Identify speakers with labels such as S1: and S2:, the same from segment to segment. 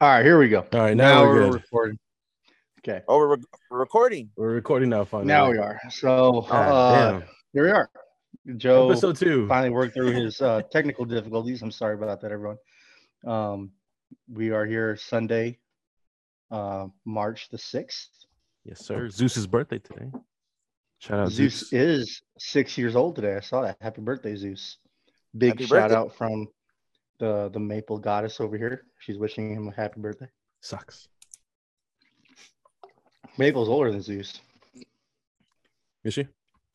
S1: All right, here we go.
S2: All right, now, we're, good.
S1: recording. Okay,
S3: Oh, we're, rec- we're recording.
S2: We're recording now. Finally,
S1: Oh, now we are. So
S2: God
S1: uh, here we are. Joe
S2: damn. episode two.
S1: finally worked through his uh, technical difficulties. I'm sorry about that, everyone. Um, we are here Sunday, uh, March the sixth.
S2: Yes, sir. Zeus's birthday today. Shout out Zeus.
S1: Zeus is six years old today. I saw that. Happy birthday, Zeus! Big
S3: Happy
S1: shout
S3: birthday.
S1: out from the the maple goddess over here. She's wishing him a happy birthday.
S2: Sucks.
S1: Maple's older than Zeus.
S2: Is she?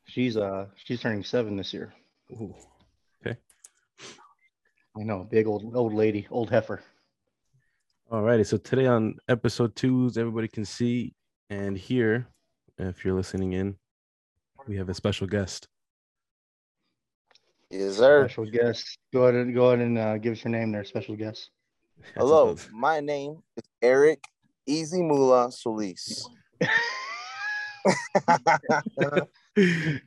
S1: She's uh she's turning seven this year.
S2: Ooh.
S1: I know, big old old lady, old heifer.
S2: Alrighty, so today on episode two, as everybody can see and hear, if you're listening in, we have a special guest.
S3: Yes, sir.
S1: Special guest. Go ahead and go ahead and uh, give us your name there, special guest.
S3: Hello, my name is Eric Easy Moolah Solis.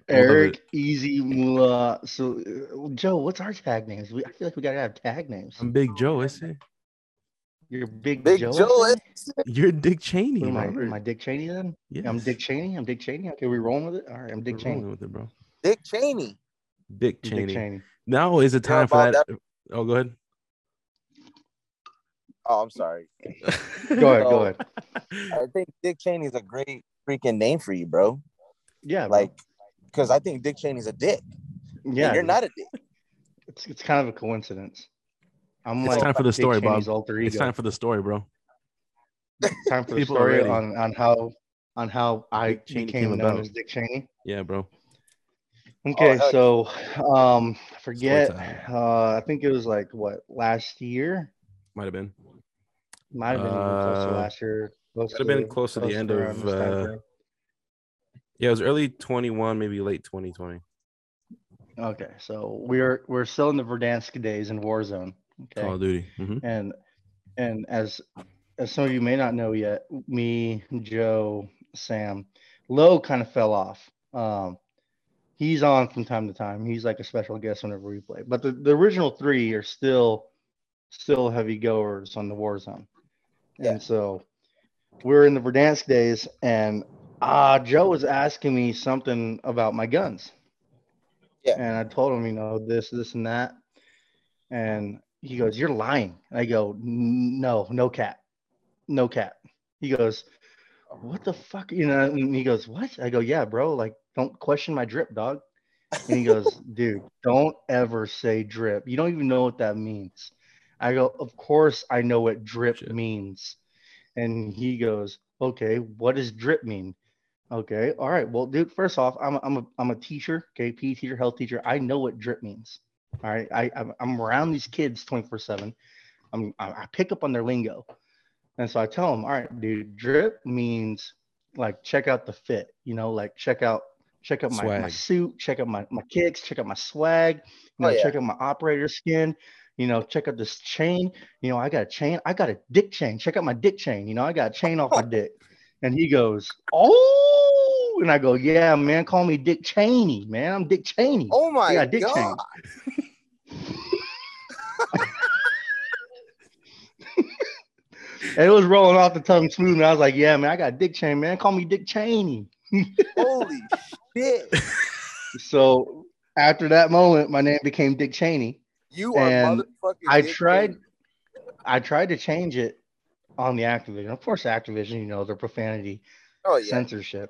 S1: Eric Easy Mula. So uh, Joe, what's our tag names? We, I feel like we gotta have tag names.
S2: I'm Big Joe. I say
S1: You're Big,
S3: Big
S1: Joe.
S3: Joe.
S1: I think?
S2: you're Dick Cheney.
S1: Who am I,
S2: remember?
S1: am I Dick Cheney then?
S2: Yes.
S1: I'm Dick Cheney. I'm Dick Cheney. Okay, we rolling with it. All right, I'm Dick
S2: We're
S1: Cheney.
S2: rolling with it, bro.
S3: Dick Cheney.
S2: Dick
S1: I'm
S2: Cheney.
S1: Dick Cheney.
S2: Now is the
S3: Yeah,
S2: time for
S3: about
S2: that. Oh, go ahead.
S3: Oh, I'm sorry.
S1: Go ahead, go
S3: Oh.
S1: ahead.
S3: I think Dick Cheney is a great freaking name for you, bro.
S1: Yeah, bro.
S3: Like, because I think Dick Cheney's a dick. Yeah,
S1: yeah,
S3: you're
S1: dude.
S3: not a dick.
S1: It's, it's kind of a coincidence. I'm
S2: It's
S1: like
S2: time for the
S1: Dick
S2: story,
S1: Cheney's
S2: Bob.
S1: alter ego.
S2: It's time for the story, bro.
S1: time for the
S2: People
S1: story
S2: already-
S1: on, on how on how I
S2: Dick Cheney
S1: became
S2: came
S1: known
S2: about. Oh,
S1: as Dick Cheney.
S2: Yeah, bro.
S1: Okay,
S3: heck.
S1: so um I forget
S2: time.
S1: uh I think it was like what last year
S2: Might have been.
S1: might have been even close to
S2: Uh,
S1: last year. Close
S2: could've been close to the end of,
S1: around this time
S2: uh,
S1: frame.
S2: Yeah, it was early 21, maybe late 2020.
S1: Okay, so we're we're still in the Verdansk days in Warzone. Okay.
S2: Call of Duty. Mhm.
S3: Mm-hmm.
S1: and and as as some of you may not know yet me joe sam lowe kind of fell off um he's on from time to time he's like a special guest whenever we play but the, the original three are still still heavy goers on the war zone
S3: Yeah.
S1: and so we're in the verdansk days and uh joe was asking me something about my guns
S3: Yeah.
S1: and i told him you know this this and that and he goes, You're lying. And I go, "N- No, no cap. No cap. He goes, What the fuck? You know, and he goes, What? I go, Yeah, bro. Like, don't question my drip, dog. And he goes, Dude, don't ever say drip. You don't even know what that means. I go, Of course, I know what drip
S2: Shit.
S1: means. And he goes, Okay, what does drip mean? Okay, all right. Well, dude, first off, I'm a, I'm a, I'm a teacher, okay, PE teacher, health teacher. I know what drip means. All right. I, I'm, I'm around these kids 24 7. I'm, I I pick up on their lingo. And so I tell them, all right, dude, drip means like check out the fit, you know, like check out, check out my, my
S2: Swag.
S1: suit, check out my, my kicks, check out my swag, you know,
S3: Oh, yeah.
S1: check out my operator skin, you know, check out this chain. You know, I got a chain, I got a dick chain. Check out my dick chain. You know, I got a chain off my dick. And he goes, Oh, and I go, Yeah, man, call me Dick Cheney, man. I'm Dick Cheney.
S3: Oh my
S1: Yeah, Dick
S3: god.
S1: Cheney. And it was rolling off the tongue smooth. And I was like, yeah, man, I got Dick Cheney, man. Call me Dick Cheney.
S3: Holy shit.
S1: So after that moment, my name became Dick Cheney.
S3: You are
S1: And
S3: motherfucking.
S1: I
S3: Dick
S1: tried
S3: Cheney.
S1: I tried to change it on the Activision. Of course, Activision, you know, their profanity
S3: Oh yeah.
S1: censorship.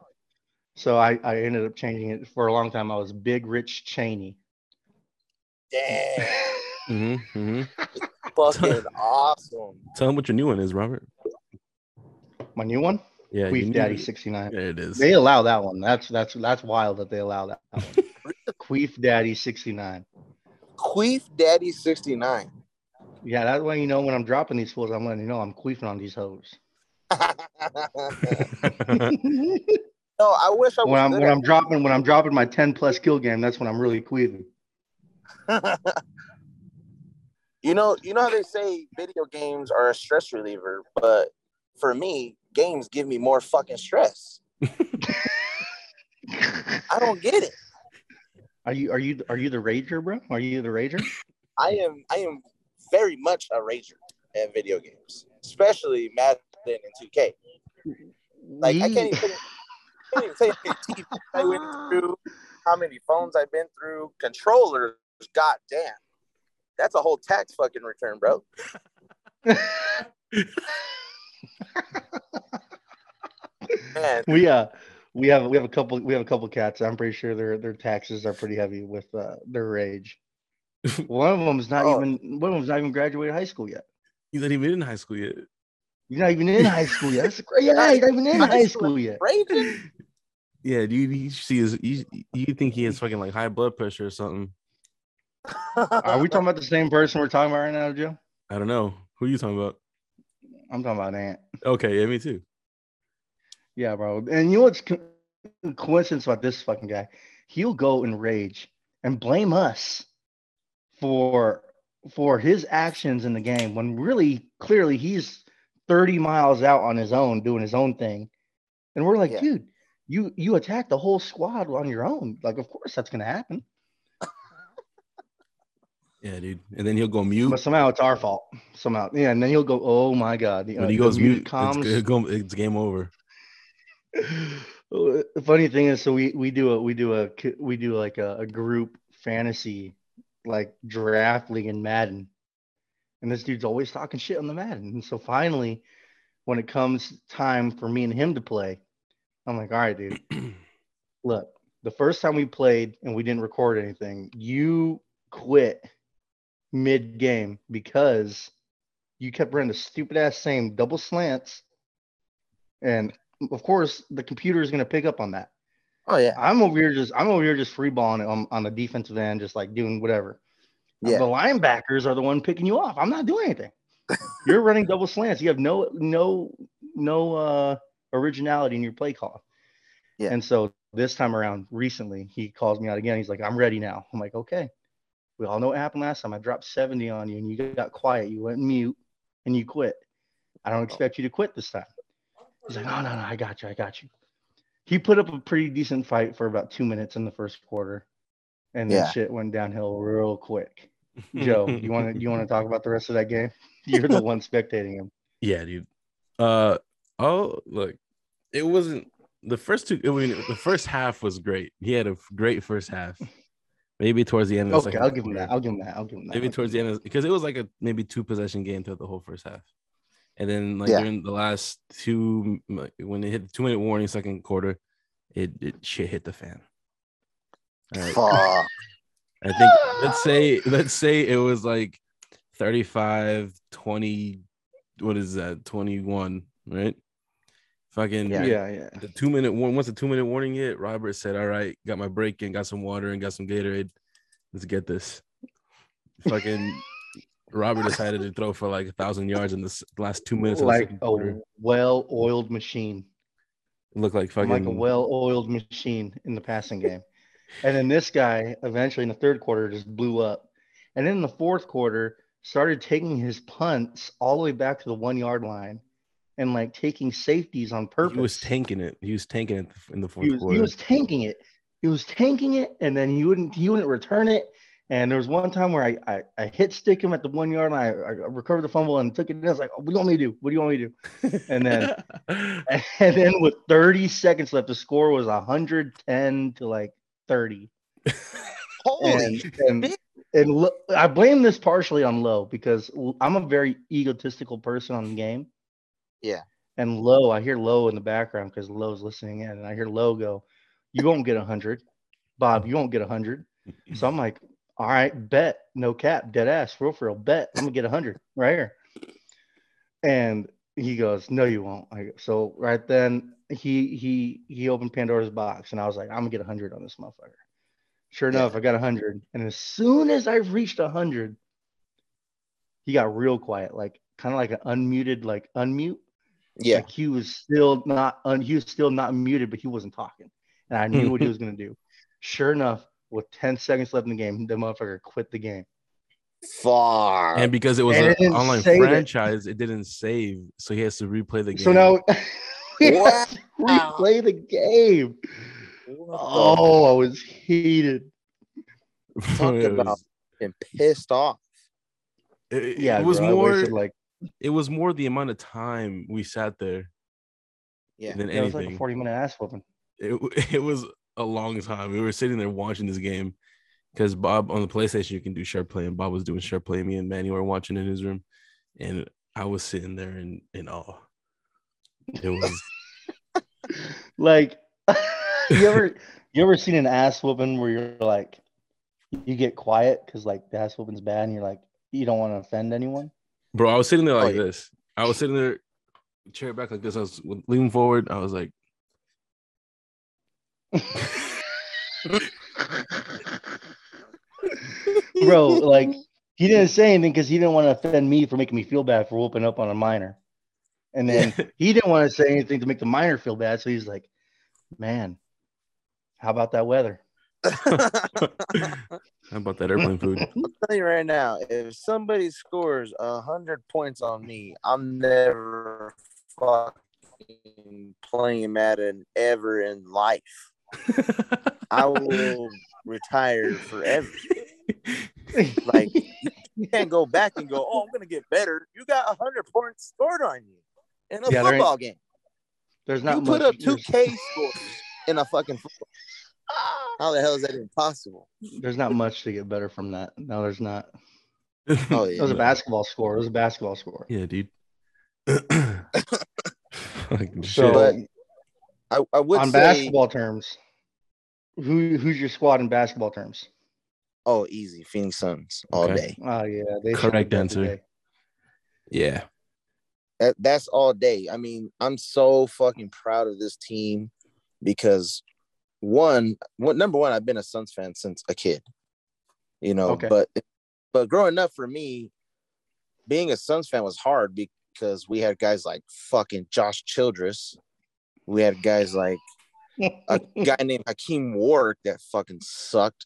S1: So I, I ended up changing it for a long time. I was Big Rich Cheney.
S3: Damn.
S2: Mhm,
S1: Mm-hmm,
S2: mhm.
S3: Fucking awesome.
S2: Tell them what your new one is, Robert.
S1: My new one,
S2: Yeah, your
S1: Queef
S2: new-
S1: Daddy 69.
S2: There it is.
S1: They allow that one. That's that's that's wild that they allow that one. Queef Daddy 69.
S3: Queef Daddy 69.
S1: Yeah, that way you know when I'm dropping these fools, I'm letting you know I'm queefing on these hoes. when
S3: no, I wish I was
S1: I'm
S3: good
S1: when I'm dropping when I'm dropping my 10 plus kill game, that's when I'm really queefing.
S3: at- You know, you know how they say video games are a stress reliever, but for me, games give me more fucking stress. I don't get it.
S1: Are you are you are you the rager, bro? Are you the rager?
S3: I am I am very much a rager at video games. especially Madden and 2K. Like I
S1: We-
S3: can't even, tell you- I can't even tell you how many TVs I went through, how many phones I've been through, controllers. God damn, that's a whole tax fucking return, bro. e-, Man,
S1: we uh we have we have a couple we have a couple cats. I'm pretty sure their their taxes are pretty heavy with uh, their age. One of them's not
S3: Oh.
S1: even one of them's not even graduated high school yet.
S2: He's not even in high school yet.
S1: You're not even in high school yet. That's great. Yeah, you're not even in high school yet.
S3: raging.
S2: Yeah, dude, you see his. You, you think he has fucking like high blood pressure or something?
S1: Are we talking about the same person we're talking about right now, Joe?
S2: I don't know. Who are you talking about?
S1: I'm talking about Ant.
S2: Okay, yeah, me too.
S1: Yeah, bro. And you know what's co- coincidence about this fucking guy? He'll go and rage and blame us for for his actions in the game when really clearly he's 30 miles out on his own doing his own thing. And we're like,
S3: Yeah.
S1: dude, you you attacked the whole squad on your own. Like, of course that's gonna happen.
S2: Yeah, dude. And then he'll go mute.
S1: But somehow it's our fault. Somehow. Yeah, and then he'll go, Oh my god. You know,
S2: when he
S1: the
S2: goes mute,
S1: comms.
S2: it's, it's, go- it's game over.
S1: Uh, funny thing is so we we do a we do a c- we do like a, a group fantasy like draft league in madden and this dude's always talking shit on the madden and so finally when it comes time for me and him to play i'm like all right dude look the first time we played and we didn't record anything you quit mid game because you kept running the stupid ass same double slants and of course the computer is going to pick up on that.
S3: Oh yeah,
S1: I'm over here just I'm over here just free balling it on, on the defensive end, just like doing whatever.
S3: Yeah.
S1: The linebackers are the one picking you off. I'm not doing anything. You're running double slants. You have no no no uh originality in your play call.
S3: Yeah.
S1: And so this time around recently he calls me out again. He's like, I'm ready now. I'm like, okay. We all know what happened last time. I dropped 70 on you and you got quiet. You went mute and you quit. I
S3: Oh.
S1: don't expect you to quit this time. He's like, oh, no, no, no, I got you. I got you. He put up a pretty decent fight for about two minutes in the first quarter. And then
S3: Yeah.
S1: shit went downhill real quick. Joe, you want to you want to talk about the rest of that game? You're the one spectating him.
S2: Yeah, dude. Uh oh, look, it wasn't the first two. I mean, the first half was great. He had a f- great first half. Maybe towards the end. Of the
S1: Okay,
S2: second
S1: I'll give him
S2: quarter.
S1: that. I'll give him that. I'll give him that.
S2: Maybe towards the end of- because it was like a maybe two possession game throughout the whole first half, and then like
S3: Yeah.
S2: during the last two like, when it hit the two minute warning second quarter, it, it shit hit the fan. All right.
S3: Fuck.
S2: I think let's say let's say it was like 35 20 what is that 21 right fucking
S1: yeah,
S3: Yeah.
S1: yeah, yeah.
S2: the two minute one once the two minute warning hit Robert said all right got my break in got some water and got some Gatorade let's get this fucking Robert decided to throw for like a thousand yards in the s- last two minutes of the
S1: Like
S2: second
S1: a
S2: quarter.
S1: well-oiled machine.
S2: looked like fucking
S1: like a well-oiled machine in the passing game. and then this guy eventually in the third quarter just blew up. And then in the fourth quarter started taking his punts all the way back to the 1-yard line and like taking safeties on purpose.
S2: he was tanking it he was tanking it in the fourth
S1: He was,
S2: quarter
S1: he was tanking it. He was tanking it, and then he wouldn't he wouldn't return it. And there was one time where I I, I hit stick him at the one yard line. I, I recovered the fumble and took it. And I was like, "What do you want me to do? What do you want me to do?" And then and then with 30 seconds left, the score was 110 to like 30.
S3: Holy
S1: And, and,
S3: shit.
S1: and Lo- I blame this partially on Low because L- I'm a very egotistical person on the game.
S3: Yeah.
S1: And Low, I hear Low in the background because Low's listening in, and I hear Low go, "You won't get 100, Bob. You won't get 100." So I'm like, "All right, bet, no cap, dead ass, real for real, bet. I'm gonna get 100 right here." And he goes, "No, you won't." I go, so right then he he he opened Pandora's box, and I was like, "I'm gonna get 100 on this motherfucker." Sure
S3: Yeah.
S1: enough, I got 100. And as soon as I reached 100, he got real quiet, like kind of like an unmuted, like unmute.
S3: yeah,
S1: Like he was still not un, he was still not muted, but he wasn't talking. And I knew what he was gonna do. Sure enough, with 10 seconds left in the game, the motherfucker quit the game.
S3: far.
S2: and because it was
S1: And
S2: an
S1: it didn't
S2: online
S1: save it.
S2: franchise, it didn't save, so he has to replay the game.
S1: So now we have to
S3: Wow.
S1: replay the game. Oh, I was heated.
S2: Bro,
S3: talk
S2: it
S3: about
S2: was-
S3: and pissed off.
S2: it, it
S1: Yeah,
S2: was
S1: bro, I
S2: more
S1: wasted, like
S2: It was more the amount of time we sat there
S3: Yeah.
S2: than
S1: It was like a
S2: anything.
S1: 40 minute ass whooping.
S2: it, it was a long time. We were sitting there watching this game because Bob on the PlayStation you can do share play, and Bob was doing share play. Me and Manny were watching in his room, and I was sitting there in in awe. It was
S1: Like, you ever you ever seen an ass whooping where you're like, you get quiet because like the ass whooping's bad, and you're like, you don't want to offend anyone.
S2: bro. I was sitting there
S3: Oh,
S2: like
S3: yeah.
S2: this. I was sitting there, chair back like this. I was leaning forward. I was like,
S1: Bro, like he didn't say anything because he didn't want to offend me for making me feel bad for whooping up on a minor, and then he didn't want to say anything to make the minor feel bad, so he's like, man, how about that weather?
S3: I'm
S2: how about that airplane food?
S3: telling you right now, if somebody scores a hundred points on me, I'm never fucking playing Madden ever in life. I will retire forever. Like you can't go back and go, oh, I'm gonna get better. You got a hundred points scored on you in a
S1: Yeah, there ain't
S3: football game.
S1: There's not
S3: You
S1: much.
S3: put up two
S1: there's-
S3: K scores in a fucking football. How the hell is that even possible?
S1: There's not much to get better from that. No, there's not.
S3: Oh
S1: It was
S3: yeah.
S1: a basketball score. It was a basketball score.
S2: Yeah, dude. Fucking
S1: So
S2: shit.
S3: But I, I would
S1: on
S3: say
S1: basketball terms, who who's your squad in basketball terms?
S3: oh easy, Phoenix Suns all
S2: Okay.
S3: day.
S1: Oh yeah, they should
S2: Correct
S1: be better
S2: answer.
S1: today.
S2: yeah.
S3: That, that's all day. I mean, I'm so fucking proud of this team because one, one number one, I've been a Suns fan since a kid. You know,
S1: Okay.
S3: but but growing up for me, being a Suns fan was hard because we had guys like fucking Josh Childress. We had guys like a guy named Hakeem Warwick that fucking sucked.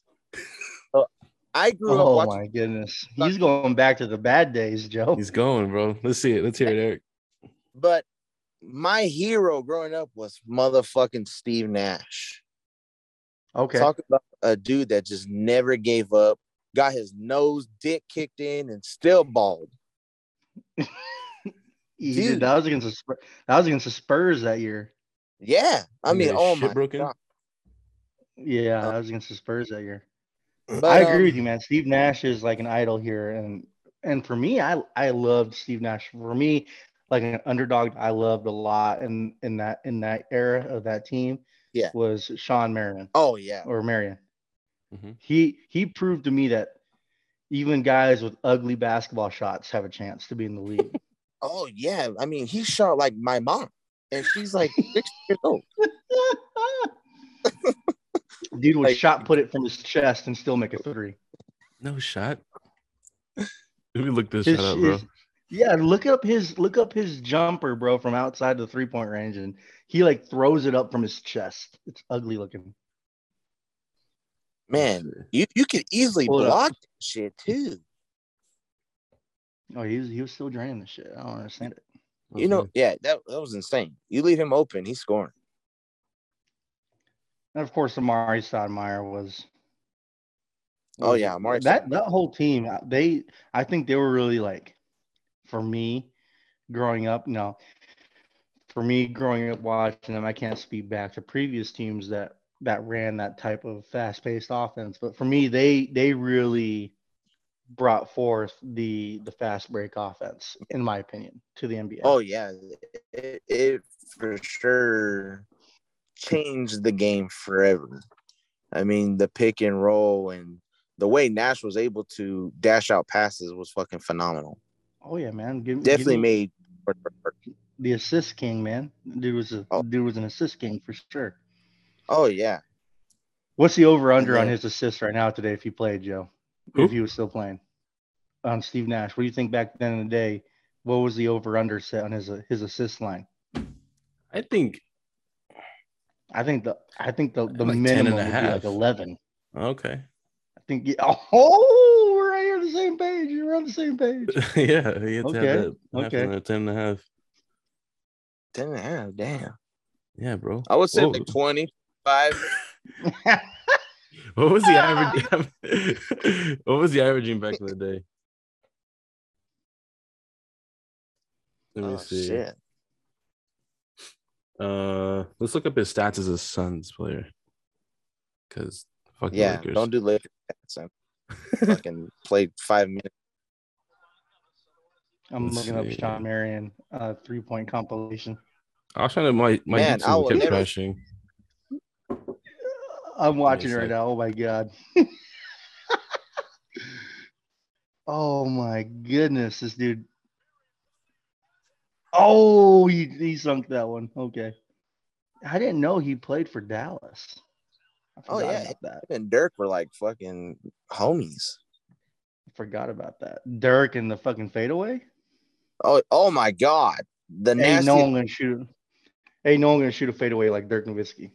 S3: Uh, I grew
S1: oh
S3: up watching
S1: my goodness, he's going back to the bad days,
S3: oh.
S1: Joe.
S2: He's going, bro. Let's see it. Let's hear it, Eric.
S3: But my hero growing up was motherfucking Steve Nash.
S1: okay,
S3: Talk about a dude that just never gave up, got his nose dick kicked in, and still bald.
S1: He
S3: dude.
S1: did- that was against the Spurs. that was against the Spurs that year.
S3: Yeah, I
S2: And
S3: mean,
S2: get his
S3: oh
S2: shit
S3: my
S2: broken?
S3: God.
S1: Yeah,
S3: Uh,
S1: that was against the Spurs that year.
S3: But,
S1: I agree
S3: um,
S1: with you, man. Steve Nash is like an idol here, and and for me, I I loved Steve Nash. For me, like an underdog, I loved a lot, and in, that in that era of that team,
S3: Yeah.
S1: was Sean Merriman
S3: Oh yeah,
S1: or Marion.
S2: Mhm.
S1: He he proved to me that even guys with ugly basketball shots have a chance to be in the league.
S3: oh yeah. I mean, he shot like my mom, and she's like six years old.
S1: Dude would
S3: Like-
S1: shot put it from his chest and still make a three.
S2: No shot. Let me look this
S1: His-
S2: shot up, bro.
S1: his- yeah, look up his look up his jumper, bro, from outside the three point range, and he like throws it up from his chest. It's ugly looking.
S3: Man, you you could easily
S1: Hold up.
S3: block that shit too.
S1: Oh, he was he was still draining the shit. I don't understand it.
S3: You know,
S2: Mm-hmm.
S3: yeah, that, that was insane. You leave him open, he's scoring.
S1: And of course, Amari Stoudemire was.
S3: Oh, yeah, Amari
S1: Mm-hmm. That that whole team, uh, they I think they were really like, for me, growing up. No, for me growing up watching them, I can't speak back to previous teams that that ran that type of fast paced offense. But for me, they they really brought forth the the fast break offense, in my opinion, to the NBA.
S3: Oh yeah, it, it for sure changed the game forever. I mean, the pick and roll and the way Nash was able to dash out passes was fucking phenomenal.
S1: oh yeah, man. Give, give
S3: Definitely
S1: me
S3: made.
S1: the assist king, man. Dude was a
S3: Oh.
S1: dude was an assist king for sure.
S3: Oh yeah,
S1: What's the over under on
S3: Yeah.
S1: his assists right now today if he played, Joe?
S2: Who?
S1: If he was still playing on Steve Nash. What do you think back then in the day? What was the over under set on his his assist line?
S2: I think
S1: I think the I think the, the
S2: Like 10 and
S1: minimum
S2: a
S1: would be
S2: half.
S1: like eleven.
S2: okay.
S1: I think yeah, oh we're right here on the same page. You're on the same page.
S2: yeah, he had to have
S1: Okay,
S2: that half
S1: okay.
S2: and a ten and a half.
S3: ten and a half. Damn,
S2: Yeah, bro.
S3: I would say
S2: Whoa.
S3: like twenty five.
S2: What was the average? what was the averaging back in the day? Let me
S3: oh
S2: see.
S3: shit!
S2: Uh, let's look up his stats as a Suns player. Because fuck the
S3: Yeah,
S2: Lakers.
S3: don't do Lakers. So fucking played five minutes.
S1: I'm
S2: Let's
S1: looking
S2: see.
S1: up Sean Marion uh, three point compilation.
S2: I was trying to my my
S3: Man, I
S2: YouTube
S3: will
S2: kept
S3: never-
S2: crashing.
S1: I'm watching it
S2: Yes,
S1: right
S2: I-
S1: now. Oh my god. oh my goodness, this dude. Oh, he, he sunk that one. Okay. I didn't know he played for Dallas. I
S3: Oh,
S1: forgot
S3: yeah.
S1: about that.
S3: Him and Dirk were like fucking homies.
S1: I forgot about that. Dirk and the fucking fadeaway.
S3: Oh, oh my god! The
S1: Ain't
S3: nasty.
S1: no one
S3: No.
S1: gonna shoot. Ain't no one gonna shoot a fadeaway like Dirk Nowitzki.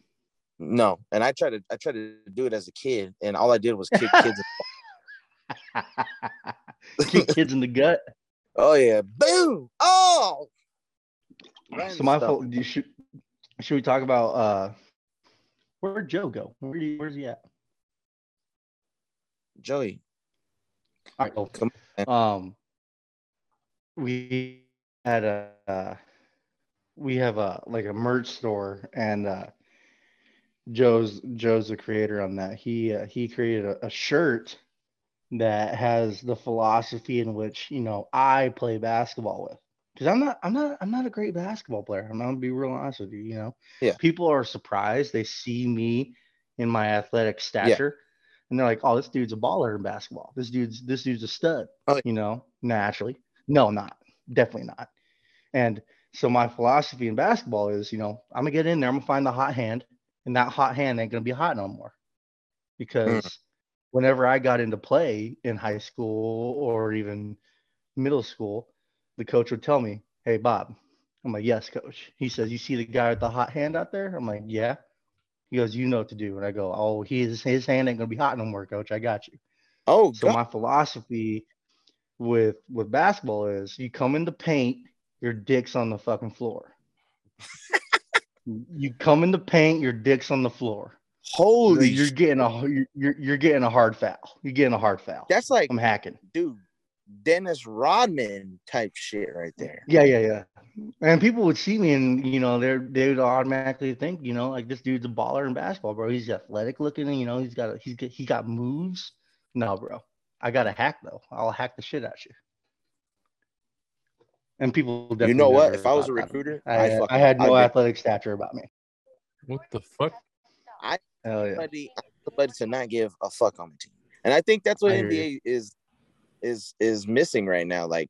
S3: and I tried to I tried to do it as a kid, and all I did was kick kids.
S1: Kick kids in the gut.
S3: Oh yeah, boom! Oh, Random
S1: So my
S3: stuff.
S1: fault. You should should we talk about uh where'd Joe go? Where do you- where's he at?
S3: Joey.
S1: All right,
S3: Oh, Come
S1: well, um, we had a uh, we have a like a merch store, and uh, Joe's Joe's the creator on that. He uh, he created a, a shirt that has the philosophy in which you know I play basketball with. Because I'm not, I'm not, I'm not a great basketball player. I'm gonna be real honest with you. You know,
S3: Yeah.
S1: People are surprised they see me in my athletic stature and they're like, "Oh, this dude's a baller in basketball. This dude's this dude's a stud."
S3: Oh, yeah.
S1: You know, naturally, no, not definitely not. And so my philosophy in basketball is, you know, I'm gonna get in there, I'm gonna find the hot hand, and that hot hand ain't gonna be hot no more,
S3: Hmm.
S1: because whenever I got into play in high school or even middle school, the coach would tell me, "Hey, Bob." I'm like, "Yes, coach." He says, "You see the guy with the hot hand out there?" I'm like, "Yeah." He goes, "You know what to do." And I go, "Oh, his his hand ain't gonna be hot no more, coach. I got you."
S3: Oh,
S1: So
S3: God.
S1: my philosophy with with basketball is, you come in the paint, your dick's on the fucking floor. you come in the paint, your dick's on the floor.
S3: holy!
S1: you're
S3: sh-
S1: getting a you're- you're you're getting a hard foul. You're getting a hard foul.
S3: that's like
S1: I'm hacking.
S3: dude, Dennis Rodman type shit right there.
S1: Yeah, yeah, yeah. And people would see me, and you know, they're they would automatically think, you know, like this dude's a baller in basketball, bro. He's athletic looking, and you know, he's got a, he's got, he got moves. No, bro, I got a hack though. I'll hack the shit out you. And people, definitely
S3: you know what?
S1: never
S3: If I was
S1: thought
S3: a
S1: that of me.
S3: recruiter, I,
S1: I,
S3: fucking,
S1: I had no
S3: I'd get
S1: athletic stature about me.
S2: What the fuck?
S1: Hell yeah.
S3: somebody, I want somebody to not give a fuck on the team, and I think that's what
S1: I hear
S3: NBA is is is missing right now. Like,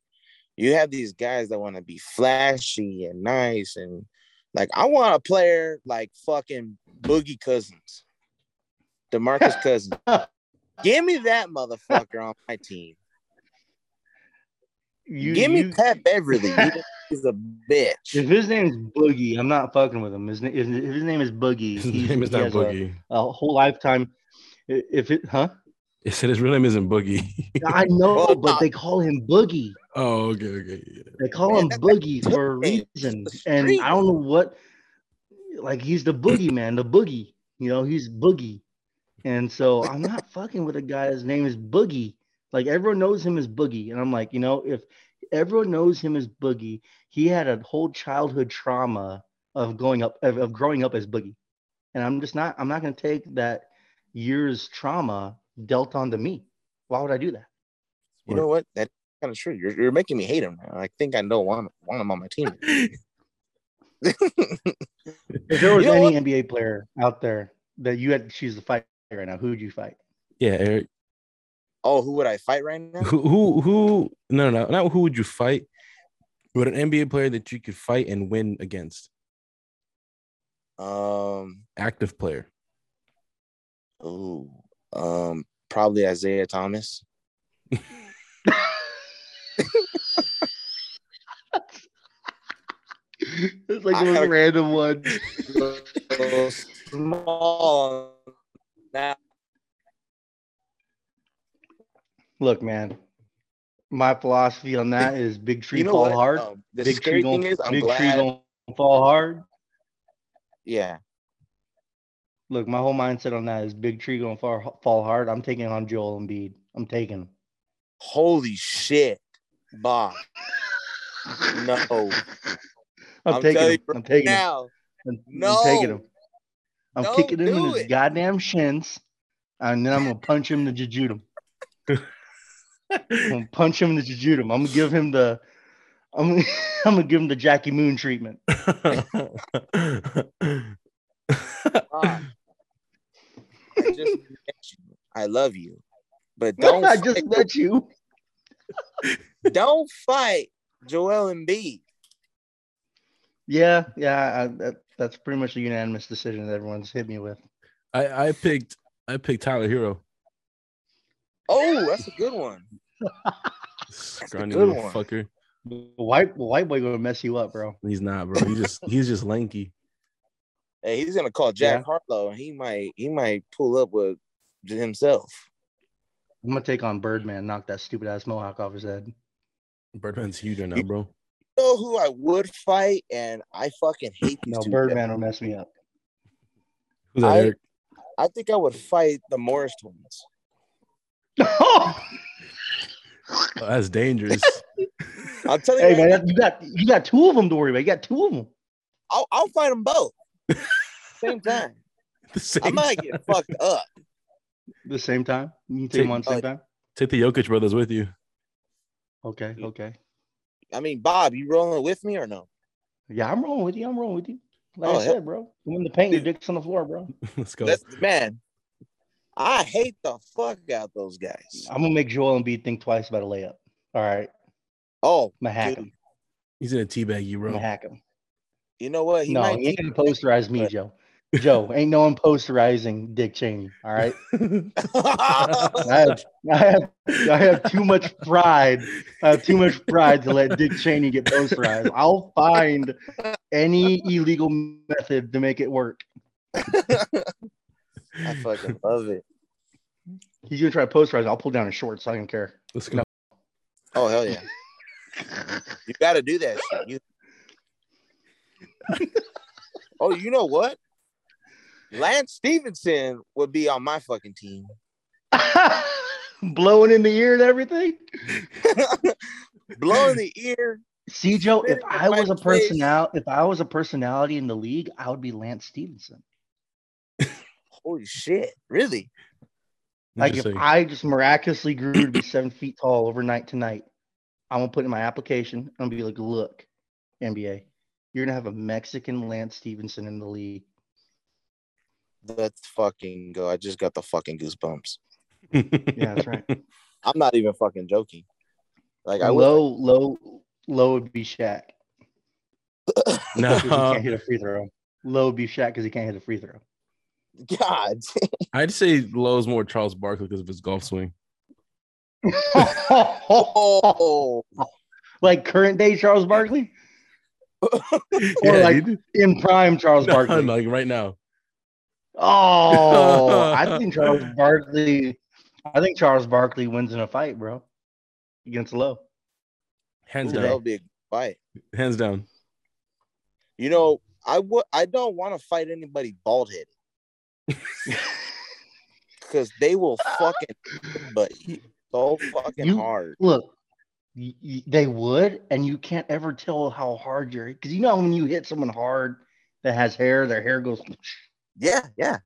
S3: you have these guys that want to be flashy and nice, and like I want a player like fucking Boogie Cousins, Demarcus Cousins. Give me that motherfucker on my team.
S1: You,
S3: Give me
S1: you-
S3: Pat Beverly. He's a bitch.
S1: If his name's Boogie, I'm not fucking with him. His, na- if if his name is Boogie.
S2: His
S1: he's-
S2: name is
S1: he
S2: not
S1: has a-
S2: Boogie.
S1: A, whole lifetime. i- If it, huh?
S2: It said his real name isn't Boogie.
S1: I know,
S3: Well,
S1: but
S3: no.
S1: they call him Boogie.
S2: oh, okay, okay. yeah.
S1: They call
S3: Man,
S1: him
S3: that-
S1: Boogie
S3: that's
S1: for a
S3: his name.
S1: reason,
S3: It's the
S1: and
S3: street.
S1: I don't know what. Like he's the Boogie man, the Boogie. You know, he's Boogie, and so I'm not fucking with a guy. His name is Boogie. Like everyone knows him as Boogie, and I'm like, you know, if everyone knows him as Boogie, he had a whole childhood trauma of going up of, of growing up as Boogie, and I'm just not. I'm not going to take that year's trauma dealt onto me. Why would I do that?
S3: You know what? That's kind of true. You're, you're making me hate him. Now. I think I don't want him, want him on my team.
S1: If there was
S3: You know
S1: any
S3: what?
S1: NBA player out there that you had to choose to fight right now, who would you fight?
S2: yeah, Eric.
S3: Oh, who would I fight right now?
S2: Who, who, who? No, no, not who would you fight, but an NBA player that you could fight and win against.
S3: Um,
S2: Active player.
S3: ooh, um, probably Isaiah Thomas.
S1: It's like
S3: I
S1: the most
S3: have-
S1: random one.
S3: Little small. Now,
S1: Look, man, my philosophy on that is big tree
S3: you know
S1: fall
S3: what?
S1: hard.
S3: Um, the
S1: big tree
S3: scary
S1: gon'
S3: thing is, I'm
S1: big tree
S3: glad.
S1: gon' fall hard.
S3: yeah,
S1: Look, my whole mindset on that is big tree gonna fall, fall hard. I'm taking on Joel Embiid. I'm taking him.
S3: holy shit, Bob. No.
S1: I'm,
S3: I'm
S1: taking
S3: telling
S1: him.
S3: you
S1: I'm taking him.
S3: Now,
S1: I'm, I'm
S3: No.
S1: taking him. I'm
S3: Don't
S1: kicking him in
S3: do
S1: his
S3: it.
S1: goddamn shins, and then I'm gonna punch him to jujut him. I'm gonna punch him to jujut him. I'm gonna give him the. I'm, I'm gonna give him the Jackie Moon treatment.
S3: Rob, I just met you. I love you, but don't
S1: I
S3: fight,
S1: just let you.
S3: don't fight Joel and B.
S1: Yeah, yeah. I, that, that's pretty much a unanimous decision that everyone's hit me with.
S2: I, I picked I picked Tyler Hero.
S3: Oh, that's a good one.
S2: Scrawny
S3: good
S2: little
S3: one.
S2: fucker.
S1: The white the white boy gonna mess you up, bro.
S2: He's not, bro. He's just he's just lanky.
S3: Hey, he's gonna call Jack Harlow, and he might he might pull up with himself.
S1: I'm gonna take on Birdman, knock that stupid ass mohawk off his head.
S2: Birdman's huge right now, bro.
S3: You know who I would fight, and I fucking hate these
S1: No,
S3: two.
S1: Birdman will mess me up.
S2: Who's that,
S3: I-
S2: Eric?
S3: I think I would fight the Morris twins.
S2: Oh, that's dangerous.
S3: I'm telling
S1: hey
S3: you,
S1: man,
S3: man,
S1: that, you got you got two of them to worry about. You got two of them.
S3: I'll, I'll fight them both. Same time.
S2: The
S3: I
S2: same-
S3: might get fucked up.
S1: The same time. You can take them on the same
S3: Oh.
S1: time.
S2: Take the Jokic brothers with you.
S1: Okay, okay.
S3: I mean, Bob, you rolling with me or no?
S1: Yeah, I'm rolling with you. I'm rolling with you. Like
S3: Oh,
S1: I
S3: yeah.
S1: said, bro. You win the paint, your dick's on the floor, bro.
S2: Let's go.
S3: That's- man, I hate the fuck out those guys.
S1: I'm gonna make Joel Embiid think twice about a layup. All right,
S3: Oh,
S1: I'm gonna hack him.
S3: dude,
S2: He's gonna teabag you,
S1: I'm
S2: bro.
S1: gonna hack him.
S3: you know what?
S1: no,
S3: might
S1: he ain't gonna
S3: take it.
S1: posterize me, Joe. Joe, ain't no one posterizing Dick Cheney. All right, I have, I have, I have too much pride. I have too much pride to let Dick Cheney get posterized. I'll find any illegal method to make it work.
S3: I fucking love it.
S1: He's gonna try to posterize. I'll pull down his shorts. I don't care.
S2: Let's go.
S3: Oh hell yeah! You got to do that shit. You... oh, you know what? Lance Stevenson would be on my fucking team.
S1: Blowing in the ear and everything.
S3: Blowing the ear.
S1: See, Joe, if
S3: Spit in
S1: I
S3: my
S1: was a
S3: face.
S1: personal, if I was a personality in the league, I would be Lance Stevenson.
S3: Holy shit! Really?
S1: Like if I just miraculously grew to be seven feet tall overnight tonight, I'm gonna put in my application. I'm gonna be like, look, NBA, you're gonna have a Mexican Lance Stevenson in the league.
S3: Let's fucking go. I just got the fucking goosebumps.
S1: Yeah, that's right.
S3: I'm not even fucking joking. Like I will.
S1: low, low, low would be Shaq
S2: no,
S1: 'cause he
S2: Uh-huh.
S1: can't hit a free throw. Low would be Shaq because he can't hit a free throw.
S3: God.
S2: I'd say Lowe's more Charles Barkley because of his golf swing.
S3: Oh.
S1: like current day Charles Barkley
S2: Yeah,
S1: like-
S2: dude.
S1: in prime Charles
S2: No,
S1: Barkley.
S2: like right now.
S1: Oh, I think Charles Barkley. I think Charles Barkley wins in a fight, bro, against Low.
S2: Hands
S1: Ooh,
S3: That
S2: down.
S3: would be a good fight.
S2: Hands down.
S3: You know, I would. I don't want to fight anybody bald headed because they will fucking but so fucking
S1: You-
S3: hard.
S1: Look, y- y- they would, and you can't ever tell how hard you're because you know when you hit someone hard that has hair, their hair goes.
S3: Yeah, yeah.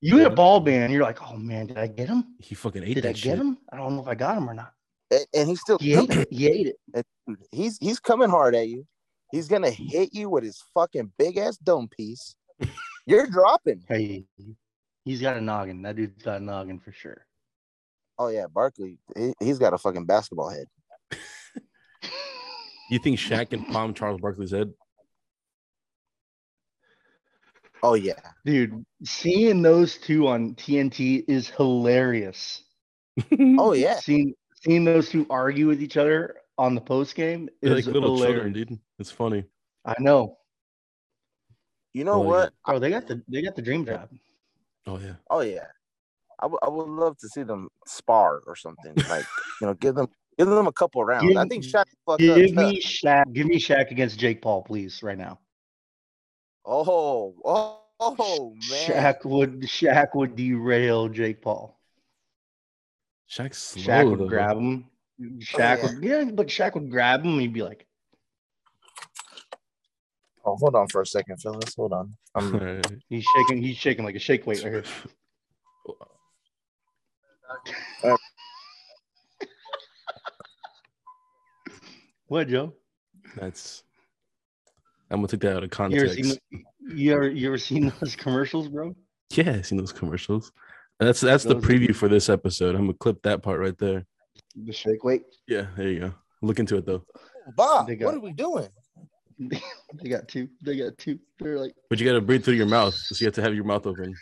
S1: You hit a ball man, you're like, oh man, did I get him?
S2: He fucking ate
S1: Did
S2: that
S1: I get
S2: shit.
S1: him? I don't know if I got him or not.
S3: And, and he's still
S1: He ate it. He ate it.
S3: he's he's coming hard at you. He's gonna hit you with his fucking big ass dome piece. You're dropping.
S1: Hey, he's got a noggin. That dude's got a noggin for sure.
S3: Oh yeah, Barkley. He, he's got a fucking basketball head.
S2: You think Shaq can palm Charles Barkley's head?
S3: Oh yeah.
S1: Dude, seeing those two on TNT is hilarious.
S3: Oh yeah.
S1: Seeing seeing those two argue with each other on the post game
S2: They're
S1: is
S2: like little
S1: hilarious.
S2: children, dude. It's funny.
S1: I know.
S3: You know
S2: Oh, yeah.
S3: what?
S1: Oh, they got the they got the dream job.
S2: Oh yeah.
S3: Oh yeah. I would I would love to see them spar or something. Like you know, give them give them a couple rounds. I think Shaq fucked up.
S1: Give
S3: tough.
S1: me Shaq. Give me Shaq against Jake Paul, please, right now.
S3: Oh, oh, oh man.
S1: Shaq would Shaq would derail Jake Paul.
S2: Shaq's slow.
S1: Shaq would
S2: though.
S3: Oh,
S1: grab him. Shaq would yeah, but Shaq would grab him. He'd be like,
S3: Oh, hold on for a second, fellas. Hold on. I'm
S2: Alright.
S1: He's shaking. He's shaking like a shake weight right here. What, Joe?
S2: That's. I'm gonna take that out of
S1: You ever,
S2: context.
S1: seen, you, ever, you ever seen those commercials, bro?
S2: yeah, I've seen those commercials. That's that's the
S1: Those are-
S2: preview for this episode. I'm gonna clip that part right there.
S1: The shake weight.
S2: Yeah, there you go. Look into it though.
S3: Oh, Bob.
S1: They got-
S3: What are we doing?
S1: They got two. They got two. They're like,
S2: But you gotta breathe through your mouth. So you have to have your mouth open.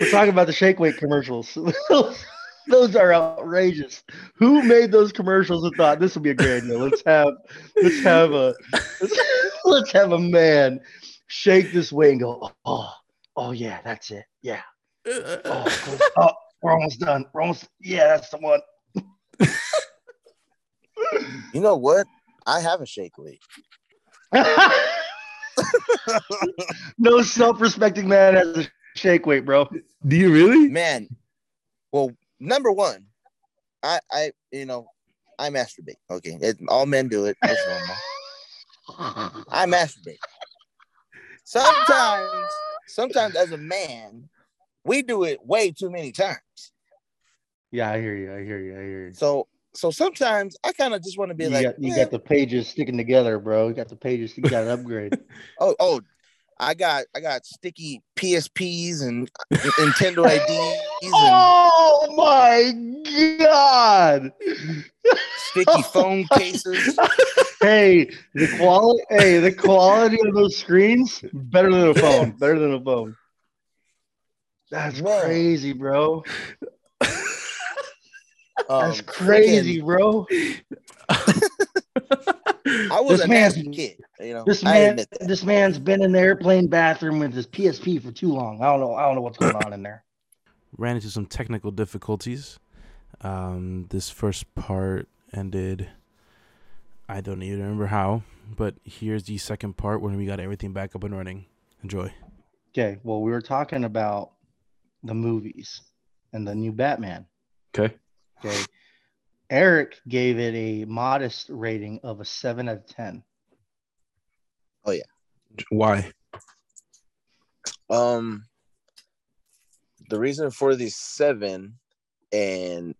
S1: we're talking about the shake weight commercials. those, those are outrageous. Who made those commercials and thought this would be a great idea? Let's have let's have a let's, let's have a man shake this weight and go, oh, oh yeah, that's it. Yeah. Oh, cool. oh, we're almost done. We're almost yeah, that's the one.
S3: You know what? I have a shake weight.
S1: no self-respecting man has a shake weight, bro.
S2: Do you really?
S3: Man, well, number one, I I you know, I masturbate. Okay. It, all men do it. It's normal. I masturbate. Sometimes, sometimes as a man, we do it way too many times.
S1: Yeah, I hear you. I hear you. I hear you.
S3: So so sometimes I kind of just want to be
S1: you,
S3: like,
S1: got, you
S3: "Man,
S1: got the pages sticking together, bro. You got the pages. You got an upgrade.
S3: Oh, oh, I got I got sticky PSPs and Nintendo IDs and
S1: oh my god!
S3: sticky phone cases.
S1: Hey, the quality. hey, the quality of those screens better than a phone. Better than a phone. That's
S3: Bro.
S1: crazy, bro.
S3: Um,
S1: That's crazy, bro.
S3: freaking- I was
S1: This
S3: a
S1: man's-
S3: nasty kid, you know.
S1: This
S3: I
S1: man,
S3: admit that.
S1: this man's been in the airplane bathroom with his PSP for too long. I don't know. I don't know what's going on in there.
S4: ran into some technical difficulties. Um, this first part ended. I don't even remember how, but here's the second part when we got everything back up and running. Enjoy.
S1: Okay. Well, we were talking about the movies and the new Batman.
S2: Okay.
S1: Okay. Eric gave it a modest rating of a seven out of ten.
S2: Why?
S3: Um, the reason for these seven, and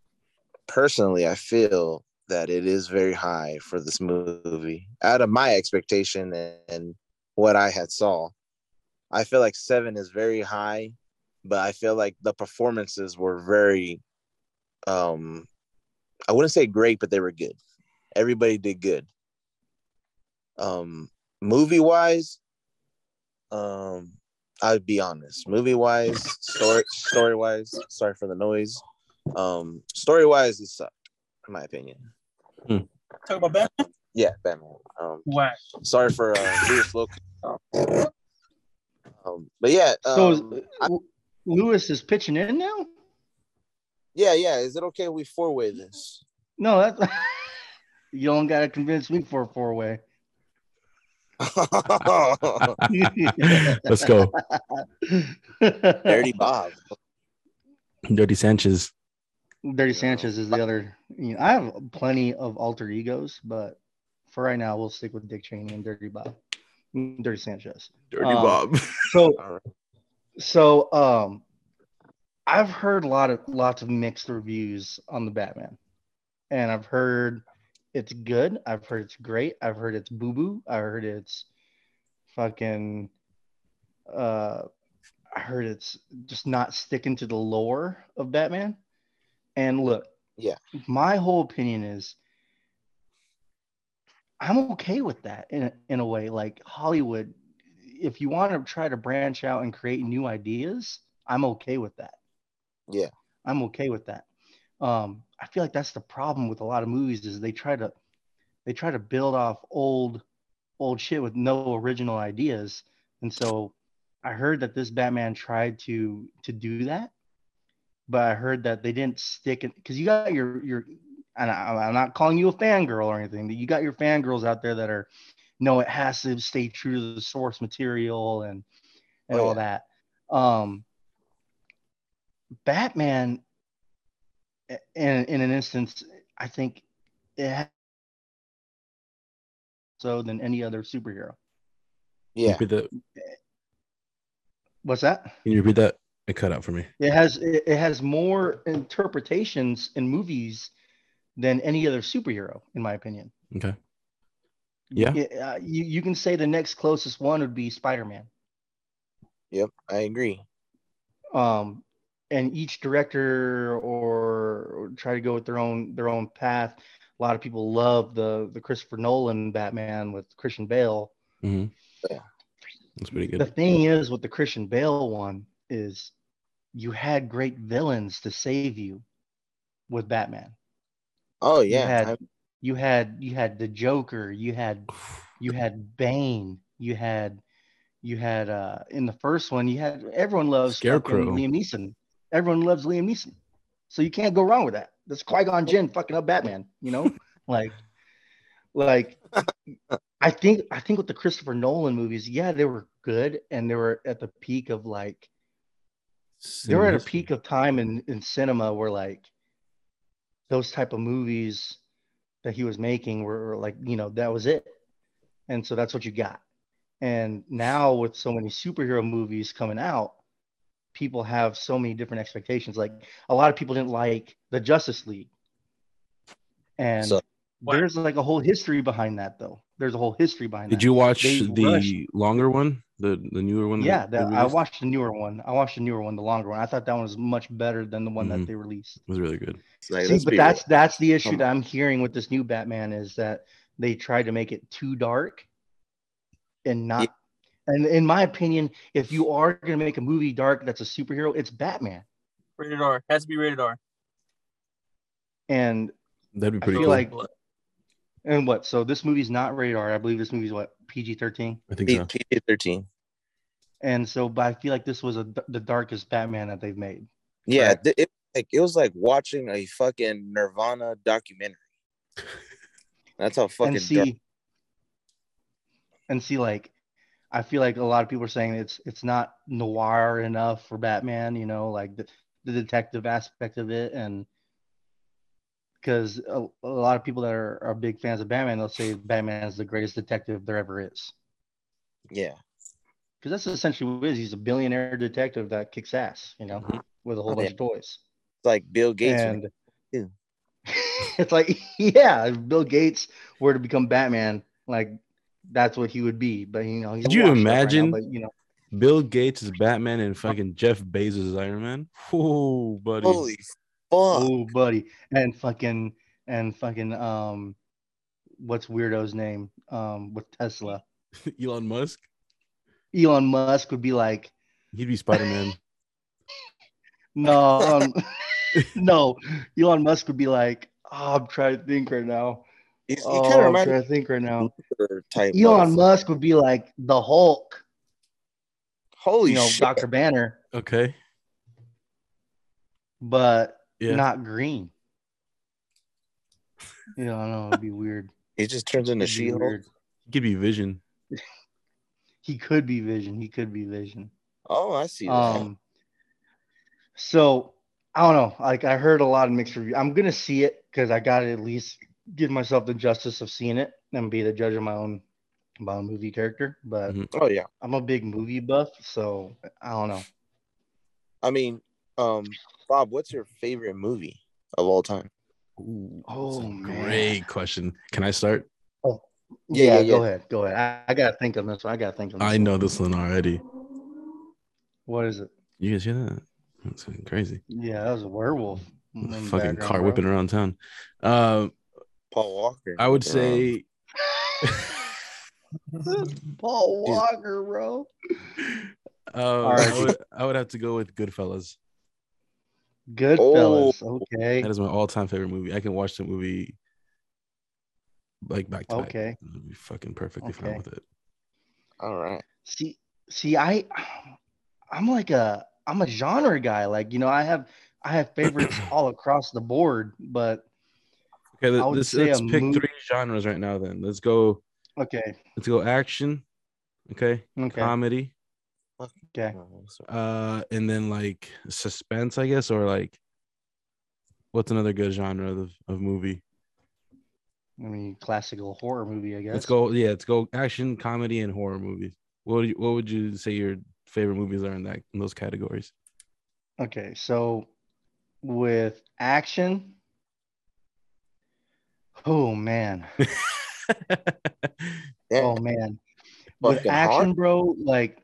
S3: personally, I feel that it is very high for this movie. Out of my expectation and what I had saw, I feel like seven is very high, but I feel like the performances were very, um, I wouldn't say great, but they were good. Everybody did good. Um, movie wise, um, I'll be honest. Movie wise, story story wise, sorry for the noise. Um, story wise, it sucked, in my opinion.
S5: Talk about that.
S3: Yeah, Batman. Um,
S5: Whack.
S3: sorry for uh, Lewis Loki. Um, but yeah,
S1: so
S3: um, I-
S1: L- Lewis is pitching in now.
S3: yeah, yeah. Is it okay if we four way this?
S1: No, that's you don't gotta convince me for a four way.
S2: Let's go.
S3: Dirty Bob.
S2: Dirty Sanchez.
S1: Dirty Sanchez is the other. You know, I have plenty of alter egos, but for right now, we'll stick with Dick Cheney and Dirty Bob, Dirty Sanchez.
S2: Dirty
S1: Um,
S2: Bob.
S1: So,
S3: All right.
S1: so um, I've heard a lot of lots of mixed reviews on the Batman, and I've heard it's good. I've heard it's great. I've heard it's boo boo. I heard it's fucking. Uh, I heard it's just not sticking to the lore of Batman. And look,
S3: Yeah.
S1: my whole opinion is I'm okay with that in a, in a way. Like Hollywood, if you want to try to branch out and create new ideas, I'm okay with that.
S3: Yeah.
S1: I'm okay with that. Um, I feel like that's the problem with a lot of movies is they try to they try to build off old old shit with no original ideas. And so I heard that this Batman tried to to do that, but I heard that they didn't stick it because you got your your and I, I'm not calling you a fangirl or anything, but you got your fangirls out there that are no, it has to stay true to the source material and and
S3: Oh,
S1: all that. Um, Batman and in an instance, I think it ha- so than any other superhero.
S3: Yeah.
S2: Repeat that.
S1: What's that?
S2: Can you repeat that? It cut out for me.
S1: It has it it has more interpretations in movies than any other superhero, in my opinion.
S2: Okay. Yeah.
S1: uh, you you can say the next closest one would be Spider Man.
S3: Yep. I agree.
S1: um, and each director or, or try to go with their own their own path. A lot of people love the the Christopher Nolan Batman with Christian Bale.
S2: hmm
S3: Yeah.
S2: That's pretty
S1: The
S2: good.
S1: thing is with the Christian Bale one is you had great villains to save you with Batman.
S3: Oh
S1: You
S3: yeah.
S1: had-
S3: I-
S1: You had you had the Joker, you had you had Bane, you had you had uh in the first one you had everyone loves
S2: Scarecrow.
S1: fucking Liam Neeson. Everyone loves Liam Neeson, so you can't go wrong with that. That's Qui Gon Jinn fucking up Batman, you know, like like I think I think with the Christopher Nolan movies, yeah, they were good and they were at the peak of like they were at a
S2: Sinister.
S1: peak of time in, in cinema where like those type of movies that he was making were, were, like you know that was it and so that's what you got and now with so many superhero movies coming out people have so many different expectations like a lot of people didn't like the justice league and
S3: So-
S1: there's like a whole history behind that though there's a whole history behind that
S2: Did you watch
S1: They
S2: the
S1: rushed-
S2: longer one, the the newer one? that
S1: yeah
S2: they
S1: that, i
S2: released?
S1: watched the newer one i watched the newer one the longer one i thought that one was much better than the one
S2: Mhm.
S1: that they released
S2: It was really good.
S3: it's like,
S1: See,
S3: let's
S1: but
S3: be
S1: that's that's the issue
S3: Come
S1: that I'm hearing with this new Batman is that they tried to make it too dark and not and in my opinion, if you are gonna make a movie dark that's a superhero, it's Batman.
S5: Rated R. Has to be rated R.
S1: And
S2: That'd be
S1: I
S2: pretty
S1: feel
S2: cool.
S1: like- and what? So this movie's not radar. I believe this movie's what PG thirteen.
S2: I think
S3: real.
S2: so.
S3: PG thirteen.
S1: And so, but I feel like this was a, the darkest Batman that they've made.
S3: Yeah. th- it, like, it was like watching a fucking Nirvana documentary. That's how fucking
S1: and see
S3: dark-
S1: and see like i feel like a lot of people are saying it's it's not noir enough for batman you know like the, the detective aspect of it and because a, a lot of people that are, are big fans of batman they'll say batman is the greatest detective there ever is
S3: Yeah.
S1: because that's essentially what it is he's a billionaire detective that kicks ass you know
S2: Mhm.
S1: with a whole
S3: Oh,
S1: bunch
S3: yeah.
S1: of toys
S3: It's like Bill Gates. when
S1: and
S3: too.
S1: it's like yeah if bill gates were to become batman like that's what he would be but you know he's
S2: Could
S1: a
S2: you
S1: washed up right now,
S2: imagine?
S1: but you know
S2: Bill Gates is Batman and fucking Jeff Bezos is Iron Man. Whoa, buddy.
S3: Holy fuck.
S1: oh buddy and fucking and fucking um what's weirdo's name um with tesla
S2: Elon Musk.
S1: elon musk would be like
S2: He'd be Spider Man.
S1: no um, no elon musk would be like oh, i'm trying to think right now
S3: He's, he
S1: oh,
S3: kind of
S1: i'm
S3: reminds me
S1: trying to think right now
S3: of Luthor type.
S1: elon
S3: motherfucker.
S1: musk would be like the hulk
S3: Holy
S1: you know
S3: shit.
S1: dr banner
S2: okay.
S1: but
S2: Yeah.
S1: not green. You know, I don't know. It'd be weird.
S3: He just turns into
S1: It'd be
S3: She Hulk.
S1: weird.
S2: Give me Vision.
S1: He could be Vision. He could be Vision.
S3: Oh, I see. That.
S1: Um. So I don't know. Like I heard a lot of mixed reviews. I'm gonna see it because I got to at least give myself the justice of seeing it and be the judge of my own my own movie character. But
S2: Mhm.
S3: oh yeah.
S1: I'm a big movie buff, so I don't know.
S3: I mean, um, Bob, what's your favorite movie of all time?
S2: Ooh,
S1: Oh,
S2: that's a
S1: man.
S2: great question. Can I start?
S3: Yeah, yeah,
S1: go ahead. Go ahead. I, I gotta think of this one. I gotta think of this.
S2: I know this one already.
S1: What is it?
S2: You guys hear that? That's fucking crazy.
S1: Yeah, that was a werewolf. in the
S2: fucking
S1: background,
S2: car
S1: bro.
S2: whipping around town. Um,
S3: Paul Walker.
S2: I would
S3: Um,
S2: say
S1: Paul
S3: Dude.
S1: Walker, bro.
S2: Uh,
S1: right.
S2: I, would, I would have to go with Goodfellas.
S1: Goodfellas. okay.
S2: Oh. That is my all-time favorite movie. I can watch the movie like back to back.
S1: Okay.
S2: I'd be fucking perfectly fine
S1: Okay.
S2: with it.
S3: all right.
S1: See, see, I, I'm like a, I'm a genre guy. Like you know, I have, I have favorites all across the board. But
S2: Okay,
S1: I
S2: let,
S1: would
S2: let's,
S1: say
S2: let's
S1: a
S2: pick
S1: movie-
S2: three genres right now. Then let's go.
S1: okay,
S2: Let's go action. Okay,
S1: okay,
S2: comedy.
S1: okay.
S3: Oh, sorry.
S2: Uh, and then like suspense, I guess, or like
S4: What's another good genre of, of movie?
S1: I mean, classical horror movie, I guess.
S2: Let's go. Yeah, let's go. Action, comedy, and horror movies. What do you, What would you say your favorite movies are in that in those categories?
S1: Okay, so with action, oh man, oh man, with
S3: Fucking
S1: action,
S3: hard.
S1: bro, like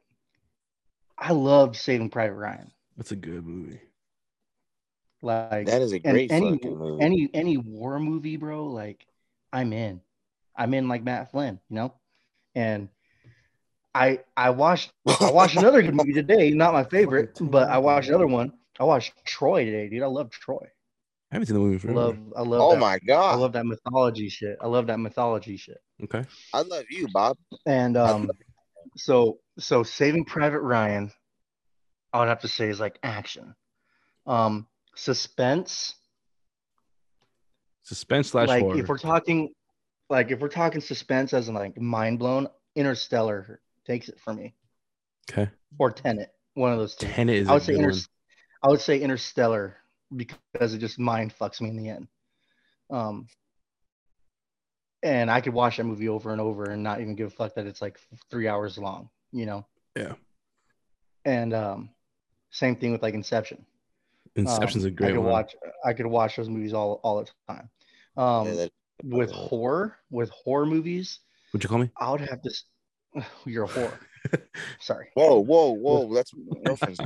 S1: I love Saving Private Ryan.
S2: That's a good movie.
S1: Like
S3: That is a
S1: and
S3: great
S1: any
S3: fucking movie.
S1: any any war movie, bro. Like I'm in, I'm in like Matt Flynn, you know. And I I watched I watched another good movie today. Not my favorite, but I watched another one. I watched Troy today, dude. I love Troy.
S4: I haven't seen the movie
S1: I
S4: for
S1: love I love.
S3: oh
S1: that-
S3: my
S1: I
S3: god! I love,
S1: love that mythology shit. I love that mythology shit.
S4: Okay.
S3: you, Bob.
S1: And um, so so Saving Private Ryan, I would have to say is like action, um, suspense.
S2: Suspense slash
S1: like
S2: horror.
S1: if we're talking, like if we're talking suspense as in like mind blown, Interstellar takes it for me,
S4: Okay.
S1: or Tenet, one of those two.
S2: Tenet is
S1: I
S2: a
S1: would say
S2: good
S1: inter-
S2: one.
S1: I would say Interstellar because it just mind fucks me in the end. Um, and I could watch that movie over and over and not even give a fuck that it's like three hours long, you know?
S2: Yeah.
S1: And um, same thing with like Inception.
S4: Inception's
S1: um,
S4: a great
S1: I could
S4: one.
S1: Watch, I could watch those movies all all the time. Um,
S3: Yeah, that-
S1: with horror, with horror movies,
S4: Would you call me?
S1: I would have to. s- You're a whore. Sorry.
S3: whoa, whoa, whoa! That's no offense.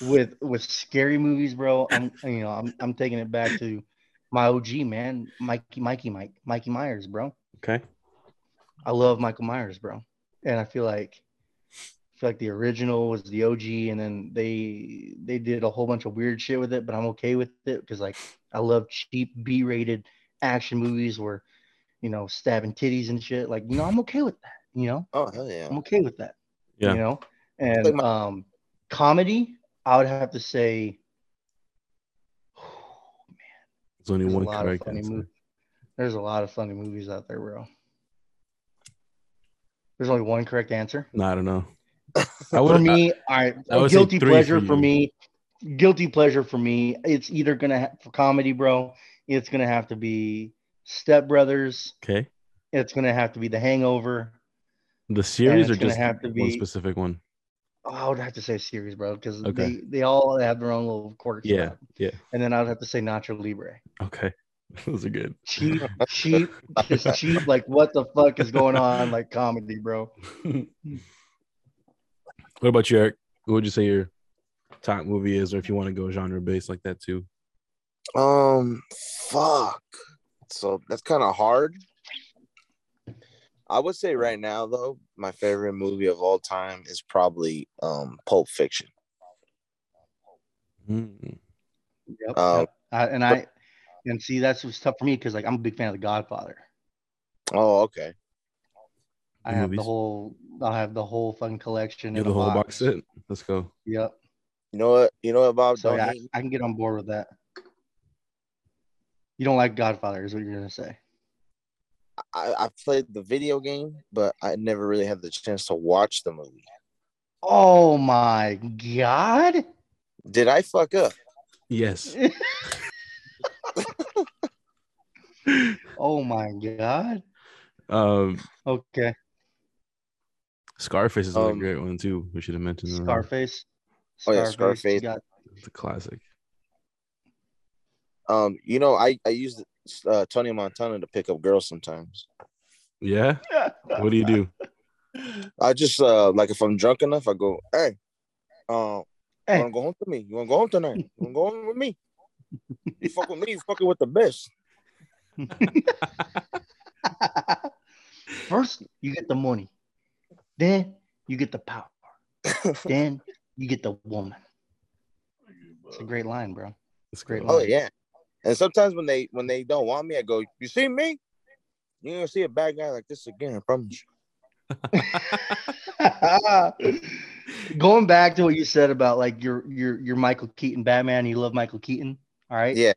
S1: with with scary movies, bro. I'm you know I'm I'm taking it back to my OG man, Mikey Mikey Mike Mikey Myers, bro.
S4: Okay.
S1: I love Michael Myers, bro, and I feel like I feel like the original was the OG, and then they they did a whole bunch of weird shit with it, but I'm okay with it because like I love cheap B-rated action movies where you know stabbing titties and shit. Like you know I'm okay with that. You know
S3: Oh hell yeah!
S1: I'm okay with that.
S4: Yeah.
S1: You know,
S3: Like
S1: and
S3: my-
S1: um, comedy, I would have to say,
S4: There's only
S1: there's a
S4: one
S1: lot of
S4: correct
S1: funny
S4: answer.
S1: movies. There's a lot of funny movies out there, bro. There's only one correct answer.
S4: No, I don't know. I
S1: For
S4: would. I,
S1: me, all right,
S2: I would say
S1: guilty
S2: three
S1: pleasure
S2: for
S1: for
S2: you.
S1: me. Guilty pleasure for me. It's either gonna ha- for comedy, bro. It's gonna have to be Step Brothers.
S4: okay.
S1: It's gonna have to be The Hangover.
S4: The series
S1: it's
S4: or
S1: gonna
S4: just
S1: have to
S4: one
S1: be-
S4: specific one?
S1: Oh, I would have to say series, bro, because
S4: Okay.
S1: they, they all have their own little quirks.
S4: Yeah,
S1: about it.
S4: yeah.
S1: And then I would have to say Nacho Libre.
S4: Okay. Those are good.
S1: cheap, cheap, just cheap. Like, what the fuck is going on? Like comedy, bro.
S2: What about you, Eric? What would you say your top movie is, or if you want to go genre based like that too?
S3: Um, fuck. So that's kind of hard. I would say right now though, my favorite movie of all time is probably um Pulp Fiction.
S2: Hmm.
S4: Mm.
S1: Yep.
S3: Um,
S1: yep. I, and I, and see, that's what's tough for me because like I'm a big fan of The Godfather.
S3: Oh, okay.
S1: I
S4: The
S1: have the
S4: movies?
S1: whole, I have the whole fucking collection.
S4: You
S1: in
S4: have the
S1: a
S4: whole box set. Let's go.
S1: Yep.
S3: You know what? You know what, Bob?
S1: So
S3: Don't
S1: yeah,
S3: hate me.
S1: I can get on board with that. You don't like Godfather, is what you're gonna say?
S3: I, I played the video game, but I never really had the chance to watch the movie.
S1: Oh my god!
S3: Did I fuck up?
S2: Yes.
S1: Oh my god!
S4: Um,
S1: Okay,
S4: Scarface is another
S3: Um,
S4: great one too. We should have mentioned that.
S1: Scarface.
S3: Oh, yeah, Scarface.
S1: got-
S4: It's a classic.
S3: Um, you know, I I used uh, Tony Montana to pick up girls sometimes.
S4: Yeah. What do you do?
S3: I just uh like if I'm drunk enough, I go, hey, um,
S1: Hey.
S3: you wanna go home to me? You wanna go home tonight? You wanna go home with me? You fuck with me, you fucking with the best.
S1: First, you get the money. Then you get the power. then you get the woman. It's a great line, bro.
S4: It's
S1: Great
S3: Oh yeah. And sometimes when they when they don't want me, I go, You see me? You gonna see a bad guy like this again, I promise you.
S1: Going back to what you said about like your your your Michael Keaton Batman, you love Michael Keaton, all right?
S3: Yeah.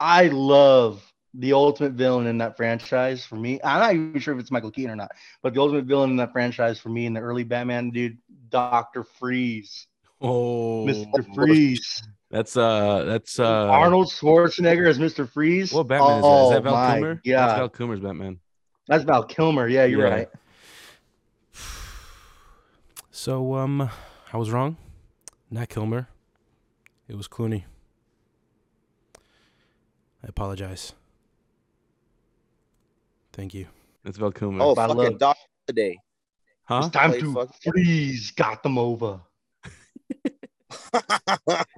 S1: I love the ultimate villain in that franchise for me. I'm not even sure if it's Michael Keaton or not, but the ultimate villain in that franchise for me in the early Batman, dude, Doctor Freeze,
S4: Oh,
S1: Mister Freeze.
S2: That's uh, that's uh,
S1: Arnold Schwarzenegger as Mr. Freeze.
S2: What Batman is that? Is that
S1: Oh,
S2: Val
S1: my
S2: Kilmer?
S1: God.
S2: That's Val Kilmer's Batman.
S1: That's Val Kilmer. Yeah, you're
S2: Yeah.
S1: right.
S4: So um, I was wrong. Not Kilmer. It was Clooney. I apologize. Thank you.
S2: That's Val Kilmer.
S3: Oh,
S1: I
S3: fucking
S1: love-
S3: Dog today.
S2: huh?
S1: It's time
S3: Play
S1: to
S3: fuck-
S1: freeze Gotham over.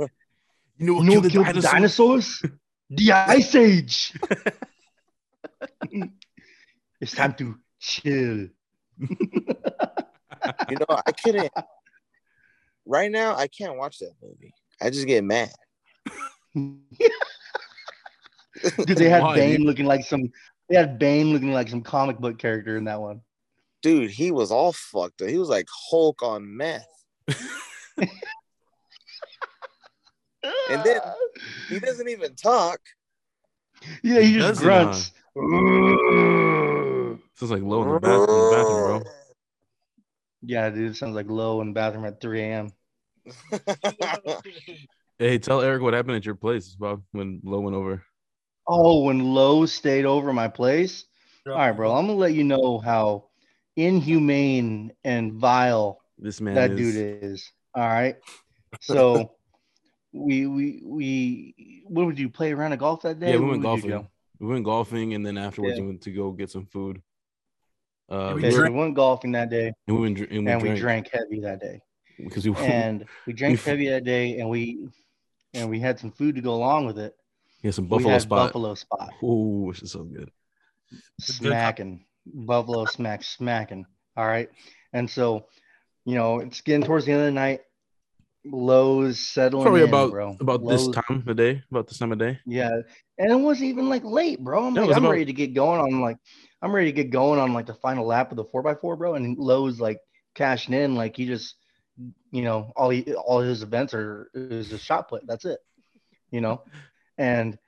S2: You know,
S1: You know, kill the dinosaurs? The Ice Age. it's time to chill.
S3: you know, I couldn't. Right now, I can't watch that movie. I just get mad.
S1: Dude, they had
S2: Why,
S1: Bane
S2: dude?
S1: looking like some. They had Bane looking like some comic book character in that one.
S3: Dude, he was all fucked up. He was like Hulk on meth. And then- He doesn't even talk.
S1: yeah, he just
S2: Doesn't,
S1: grunts.
S2: Sounds like low in the bathroom, in the bathroom bro.
S1: Yeah, dude, it sounds like low in the bathroom at 3 a.m.
S2: Hey, tell Eric what happened at your place, Bob, when Low went over.
S1: Oh, when Low stayed over my place. All right, bro, I'm gonna let you know how inhumane and vile
S2: This man
S1: that
S2: is
S1: dude is. All right. So we we we what would you play around of golf that day?
S2: Yeah, we
S1: Where
S2: went
S1: would you
S2: golfing.
S1: go?
S2: We went golfing, and then afterwards we went to go get some food. Uh,
S5: And
S2: we
S5: we
S1: Okay, so
S2: were-
S5: drank.
S1: we went golfing that day
S2: and we went, dr- and we
S1: and we
S2: drank
S1: drank heavy that day.
S2: because we,
S1: And we drank
S2: f-
S1: heavy that day and we and we had some food to go along with it.
S2: we had some
S1: We
S2: buffalo
S1: had
S2: spot.
S1: Buffalo spot.
S2: Oh, which is so good.
S1: smacking buffalo smack smacking all right and so you know it's getting towards the end of the night lows settling
S2: Probably
S1: in,
S2: about
S1: bro.
S2: about
S1: Lows-
S2: this time of day. About this time of day.
S1: yeah and it wasn't even like late bro i'm,
S2: No, it
S1: like,
S2: was
S1: I'm
S2: about-
S1: ready to get going on like i'm ready to get going on like the final lap of the 4x4 bro and lows like cashing in like he just you know all he, all his events are is a shot put that's it you know and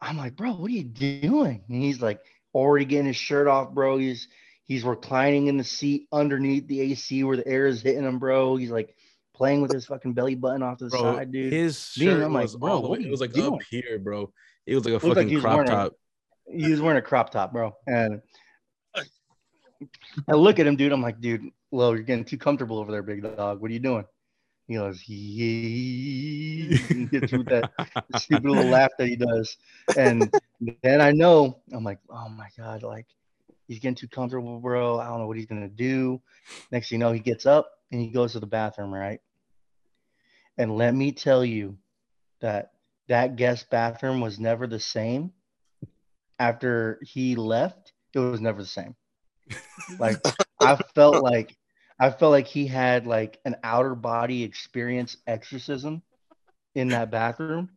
S1: i'm like bro what are you doing and he's like already getting his shirt off bro he's he's reclining in the seat underneath the ac where the air is hitting him bro he's like playing with his fucking belly button off to the
S2: Bro,
S1: side dude
S4: His
S1: Me and
S4: shirt
S2: Shirt
S1: I'm like,
S2: was
S1: bro,
S2: all the way-
S1: what
S2: It
S1: you
S2: was like up
S1: doing?
S2: here, bro. It was like a
S1: like
S2: fucking
S1: he was
S2: crop
S1: wearing a-
S2: top.
S1: he was wearing a crop top, bro. And I look at him, dude. I'm like, dude, Lo, you're getting too comfortable over there, big dog. What are you doing? He goes, yeah. He gets with that stupid little laugh that he does. And then I know, I'm like, oh my God, like he's getting too comfortable, bro. I don't know what he's going to do. Next thing you know, he gets up and he goes to the bathroom, right? And let me tell you that that guest bathroom was never the same after he left, it was never the same. Like I felt like I felt like he had like an outer body experience exorcism in that bathroom.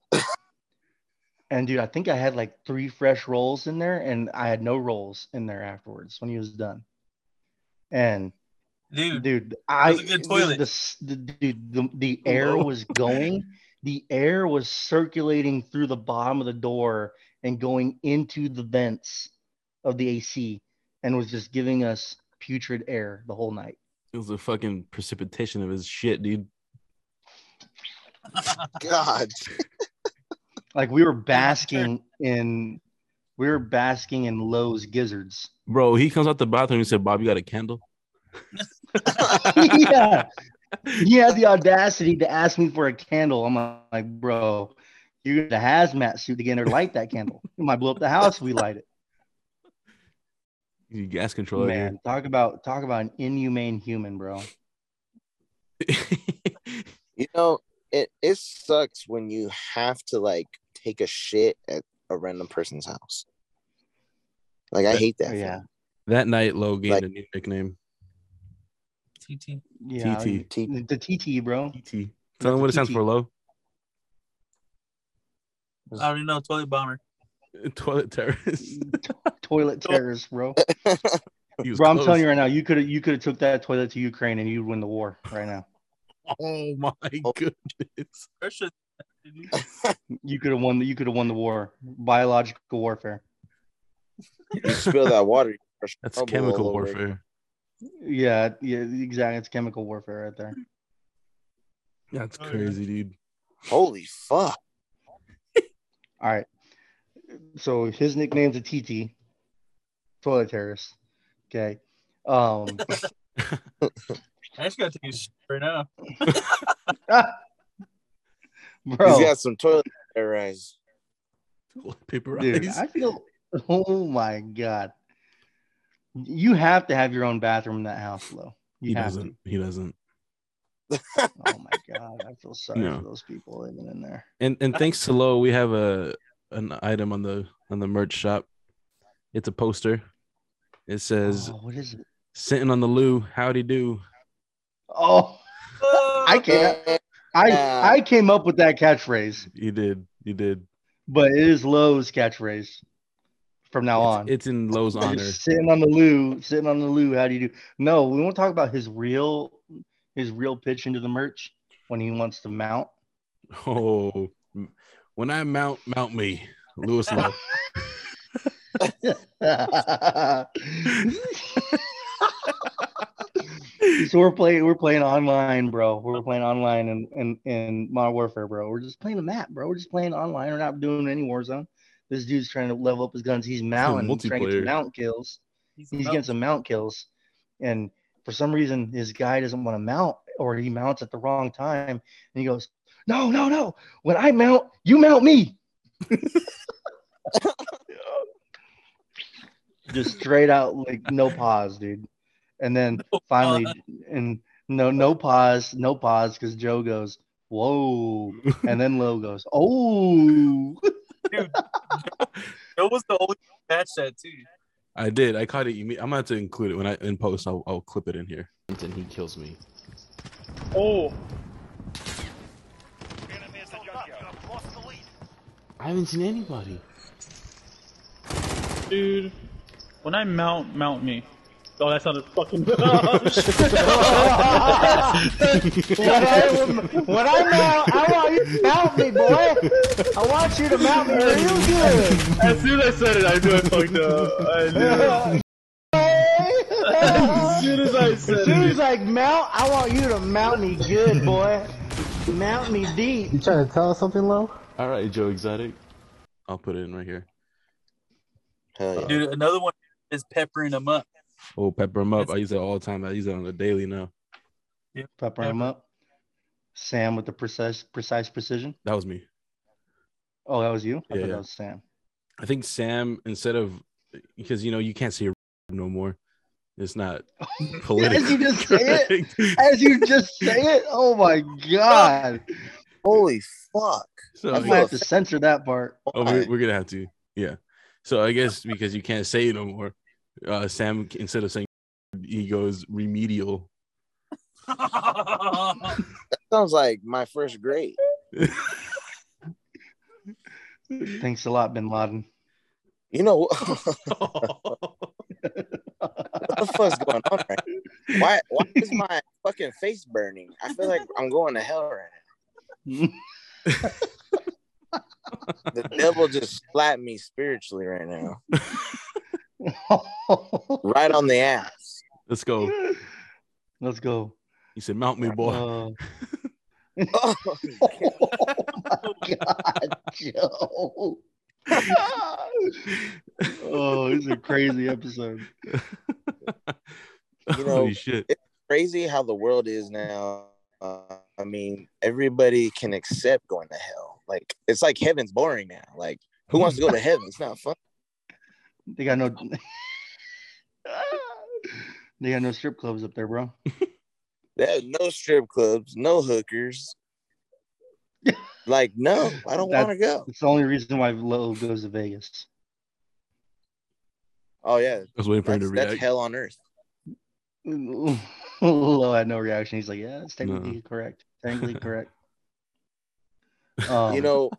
S1: And dude, I think I had like three fresh rolls in there, and I had no rolls in there afterwards when he was done. And
S5: Dude,
S1: dude, I
S5: was a good toilet.
S1: The, s- the, dude, the, the air
S2: Whoa.
S1: was going, the air was circulating through the bottom of the door and going into the vents of the AC and was just giving us putrid air the whole night.
S2: It was a fucking precipitation of his shit, dude.
S3: God.
S1: Like we were basking in we were basking in Lowe's gizzards.
S2: Bro, he comes out the bathroom. He said, "Bob, you got a candle?"
S1: yeah. He had the audacity to ask me for a candle. I'm like, bro, you need a hazmat suit to get in there to light that candle. It might blow up the house if we light it.
S2: You gas controller.
S1: Man, talk about talk about an inhumane human, bro.
S2: dude.
S3: You know, it, it sucks when you have to like take a shit at a random person's house. Like, I hate that.
S1: yeah.
S2: that night, Low gained
S3: Like-
S2: a new nickname.
S5: TT.
S1: Yeah.
S2: TT.
S1: The the TT, bro.
S2: TT. Tell him what it stands for,
S1: TT.
S2: Low.
S5: I already know. Toilet bomber.
S2: Toilet terrorist.
S1: Toilet terrors, bro.
S2: He was
S1: Bro, I'm
S2: close.
S1: telling you right now, you could have you could have took that toilet to Ukraine and you'd win the war right now.
S2: Oh my goodness.
S5: Russia.
S1: You could have won the you could have won the war. Biological warfare.
S3: You spill that water. you brush
S2: That's
S3: rubble all
S2: chemical
S3: over it.
S2: warfare.
S1: Yeah, yeah, exactly. It's chemical warfare right there.
S2: That's
S5: Oh, yeah.
S2: crazy, dude.
S3: Holy fuck.
S1: All right. So his nickname's a TT, toilet terrorist. Okay. Um,
S5: I just gotta take a shit right now.
S1: bro,
S3: He's got some toilet terrorized.
S2: Paper
S1: dude,
S2: eyes.
S1: I feel. Oh my god. You have to have your own bathroom in that house, though. You
S2: he
S1: have
S2: doesn't. He doesn't.
S1: to. Oh my god, I feel sorry
S2: No.
S1: for those people living in there.
S2: And and thanks to Lo, we have a an item on the on the merch shop. It's a poster. It says
S1: Oh, what is it?
S2: "Sitting on the loo, howdy do."
S1: Oh, I can't. I
S3: Yeah.
S1: I came up with that catchphrase,
S2: You did. You did.
S1: but it is Lowe's catchphrase from now
S2: it's,
S1: on.
S2: it's in Lo's
S1: Just
S2: honor.
S1: Sitting on the loo, sitting on the loo. How do you do? No, we won't talk about his real his real pitch into the merch when he wants to mount.
S2: Oh, m- when I mount, mount me, Lewis Low.
S1: so we're playing we're playing online, bro. We're playing online and and and Modern Warfare, bro. We're just playing a map, bro. We're just playing online. We're not doing any Warzone. This dude's trying to level up his guns. He's mounting, he's trying to get some
S2: multiplayer.
S1: mount kills.
S5: He's
S1: He's
S5: about-
S1: getting some mount kills, and for some reason, his guy doesn't want to mount, or he mounts at the wrong time, and he goes, "No, no, no! When I mount, you mount me." Just straight out, like no pause, dude. And then finally, and no, no pause, no pause, because Joe goes, "Whoa!" and then Lo goes, "Oh!"
S5: Joe was the only one to catch that too.
S2: I did. I caught it. imme- I'm gonna have to include it when I in post. I'll, I'll clip it in here.
S6: and he kills me.
S5: Oh,
S6: I haven't seen anybody.
S7: Dude, when I mount, mount me. Oh, that sounded fucking.
S1: when I when I mount, I want you to mount me, boy. I want you to mount me real good.
S7: as soon as I said it, I knew I fucked up. I knew. As soon as I said it.
S1: Dude's like, mount. I want you to mount me good, boy. Mount me deep.
S8: You trying to tell us something, Lo?
S6: All right, Joe Exotic.
S2: I'll put it in right here.
S3: Hell yeah.
S5: dude, another one is peppering him up.
S2: Oh, pepper them up. I use it all the time. I use it on the daily now.
S1: Pepper him up. Sam with the precise precise precision.
S2: That was me.
S1: Oh, that was you. I
S2: Yeah,
S1: thought
S2: yeah.
S1: that was Sam.
S2: I think Sam instead of because you know you can't see a no more. It's not
S1: As you
S2: politically
S1: just say it,
S2: correct.
S1: as you just say it. Oh my god!
S3: Holy fuck.
S2: So
S1: I
S2: I
S1: might have
S2: guess,
S1: to censor that part.
S2: oh, we- we're, gonna have to. Yeah. So I guess because you can't say it no more, uh, Sam instead of saying he goes remedial.
S3: Sounds like my first grade.
S1: Thanks a lot, Bin Laden.
S3: You know what the fuck's going on right now? Why why is my fucking face burning? I feel like I'm going to hell right now. The devil just slapped me spiritually right now. Right on the ass.
S2: Let's go.
S1: Let's go.
S2: He said, "Mount me, boy."
S1: Uh,
S3: Oh,
S1: oh my god, Joe. oh, this is a crazy episode.
S2: Holy
S3: know,
S2: shit!
S3: crazy how the world is now. Uh, I mean, everybody can accept going to hell. Like it's like heaven's boring now. Like who wants to go to heaven? It's not fun.
S1: They got no They got no strip clubs up there, bro.
S3: There's no strip clubs, no hookers. Like no, I don't want to go.
S1: It's the only reason why Lo goes to Vegas.
S3: Oh yeah,
S2: I was waiting for him to
S3: that's, that's
S2: react.
S3: hell on earth.
S1: Lo had no reaction. He's like, Yeah, that's technically
S2: No.
S1: correct. Technically correct. Um,
S3: you know,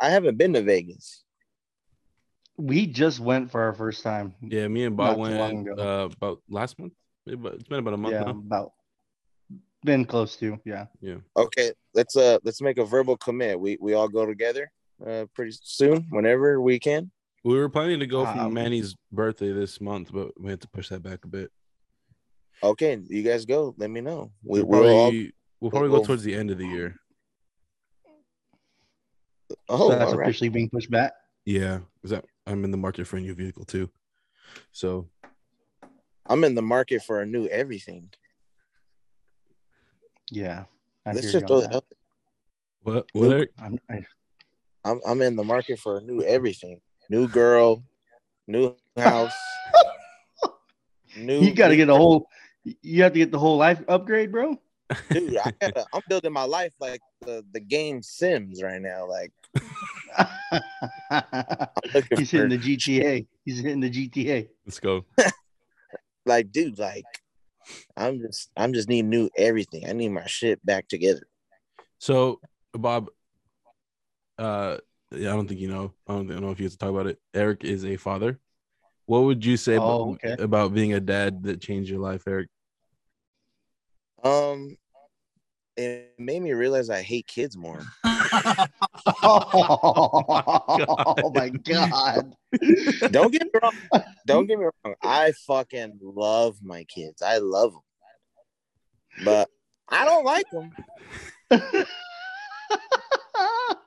S3: I haven't been to Vegas.
S1: we just went for our first time.
S2: Yeah, me and
S1: Not
S2: Bob
S1: too
S2: went
S1: long ago.
S2: uh, about last month. Maybe about- It's been about a month
S1: yeah,
S2: now.
S1: about been close to. Yeah,
S3: Okay, let's uh let's make a verbal commit. We we all go together uh pretty soon whenever we can.
S2: We were planning to go for
S1: Um,
S2: Manny's birthday this month, but we had to push that back a bit.
S3: Okay, you guys go. Let me know. We
S2: We'll
S3: we'll all
S2: probably, we'll probably go
S1: Oh,
S3: we'll-
S2: towards the end of the year.
S3: Oh,
S1: so that's
S3: all right.
S1: officially being pushed back.
S2: Yeah, 'cause I- I'm in the market for a new vehicle too. So
S3: I'm in the market for a new everything.
S1: Yeah. I
S3: Let's
S1: hear
S3: just
S1: you
S3: throw
S1: on
S3: that
S1: that.
S3: up.
S2: what? What? Eric?
S1: I'm, I,
S3: I'm I'm in the market for a new everything. New girl, new house, new.
S1: you got to get a whole. You have to get the whole life upgrade, bro.
S3: dude. I gotta, I'm building my life like the the game Sims right now. Like I'm looking
S1: He's
S3: for
S1: hitting the GTA. He's hitting the GTA.
S2: Let's go.
S3: like, dude, like. I'm just, I'm just need new everything. I need my shit back together.
S2: So, Bob, uh, yeah, I don't think you know. I don't, I don't know if you have to talk about it. Eric is a father. What would you say
S1: Oh,
S2: about,
S1: okay.
S2: about being a dad that changed your life, Eric?
S3: Um, it made me realize I hate kids more.
S1: Oh, my god!
S3: Don't get me wrong. Don't get me wrong. I fucking love my kids. I love them, but I don't like them.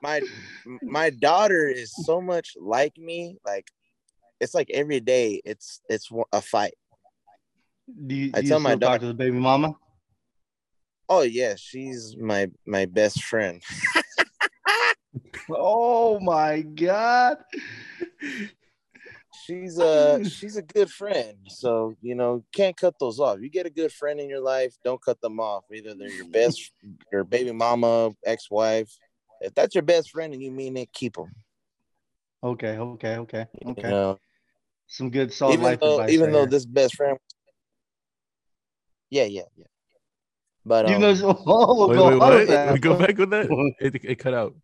S3: My my daughter is so much like me. Like it's like every day. It's it's a fight.
S1: do you,
S3: I
S1: do you
S3: tell my
S1: still talk
S3: daughter-
S1: to the baby mama?
S3: Oh yeah, she's my my best friend.
S1: Oh my god!
S3: She's a she's a good friend. So you know can't cut those off. You get a good friend in your life, don't cut them off. Either they're your best, your baby mama, ex wife. If that's your best friend and you mean it, keep them.
S1: Okay, okay, okay, okay.
S3: You know,
S1: Some good solid
S3: even
S1: life
S3: though,
S1: advice.
S3: even
S1: right
S3: though
S1: here.
S3: this best friend. Yeah, yeah, yeah. But um,
S1: even though, oh, we'll
S2: wait,
S1: go on
S2: wait,
S1: with
S2: what?
S1: that.
S2: We go back with that?
S1: What?
S2: It, it cut out.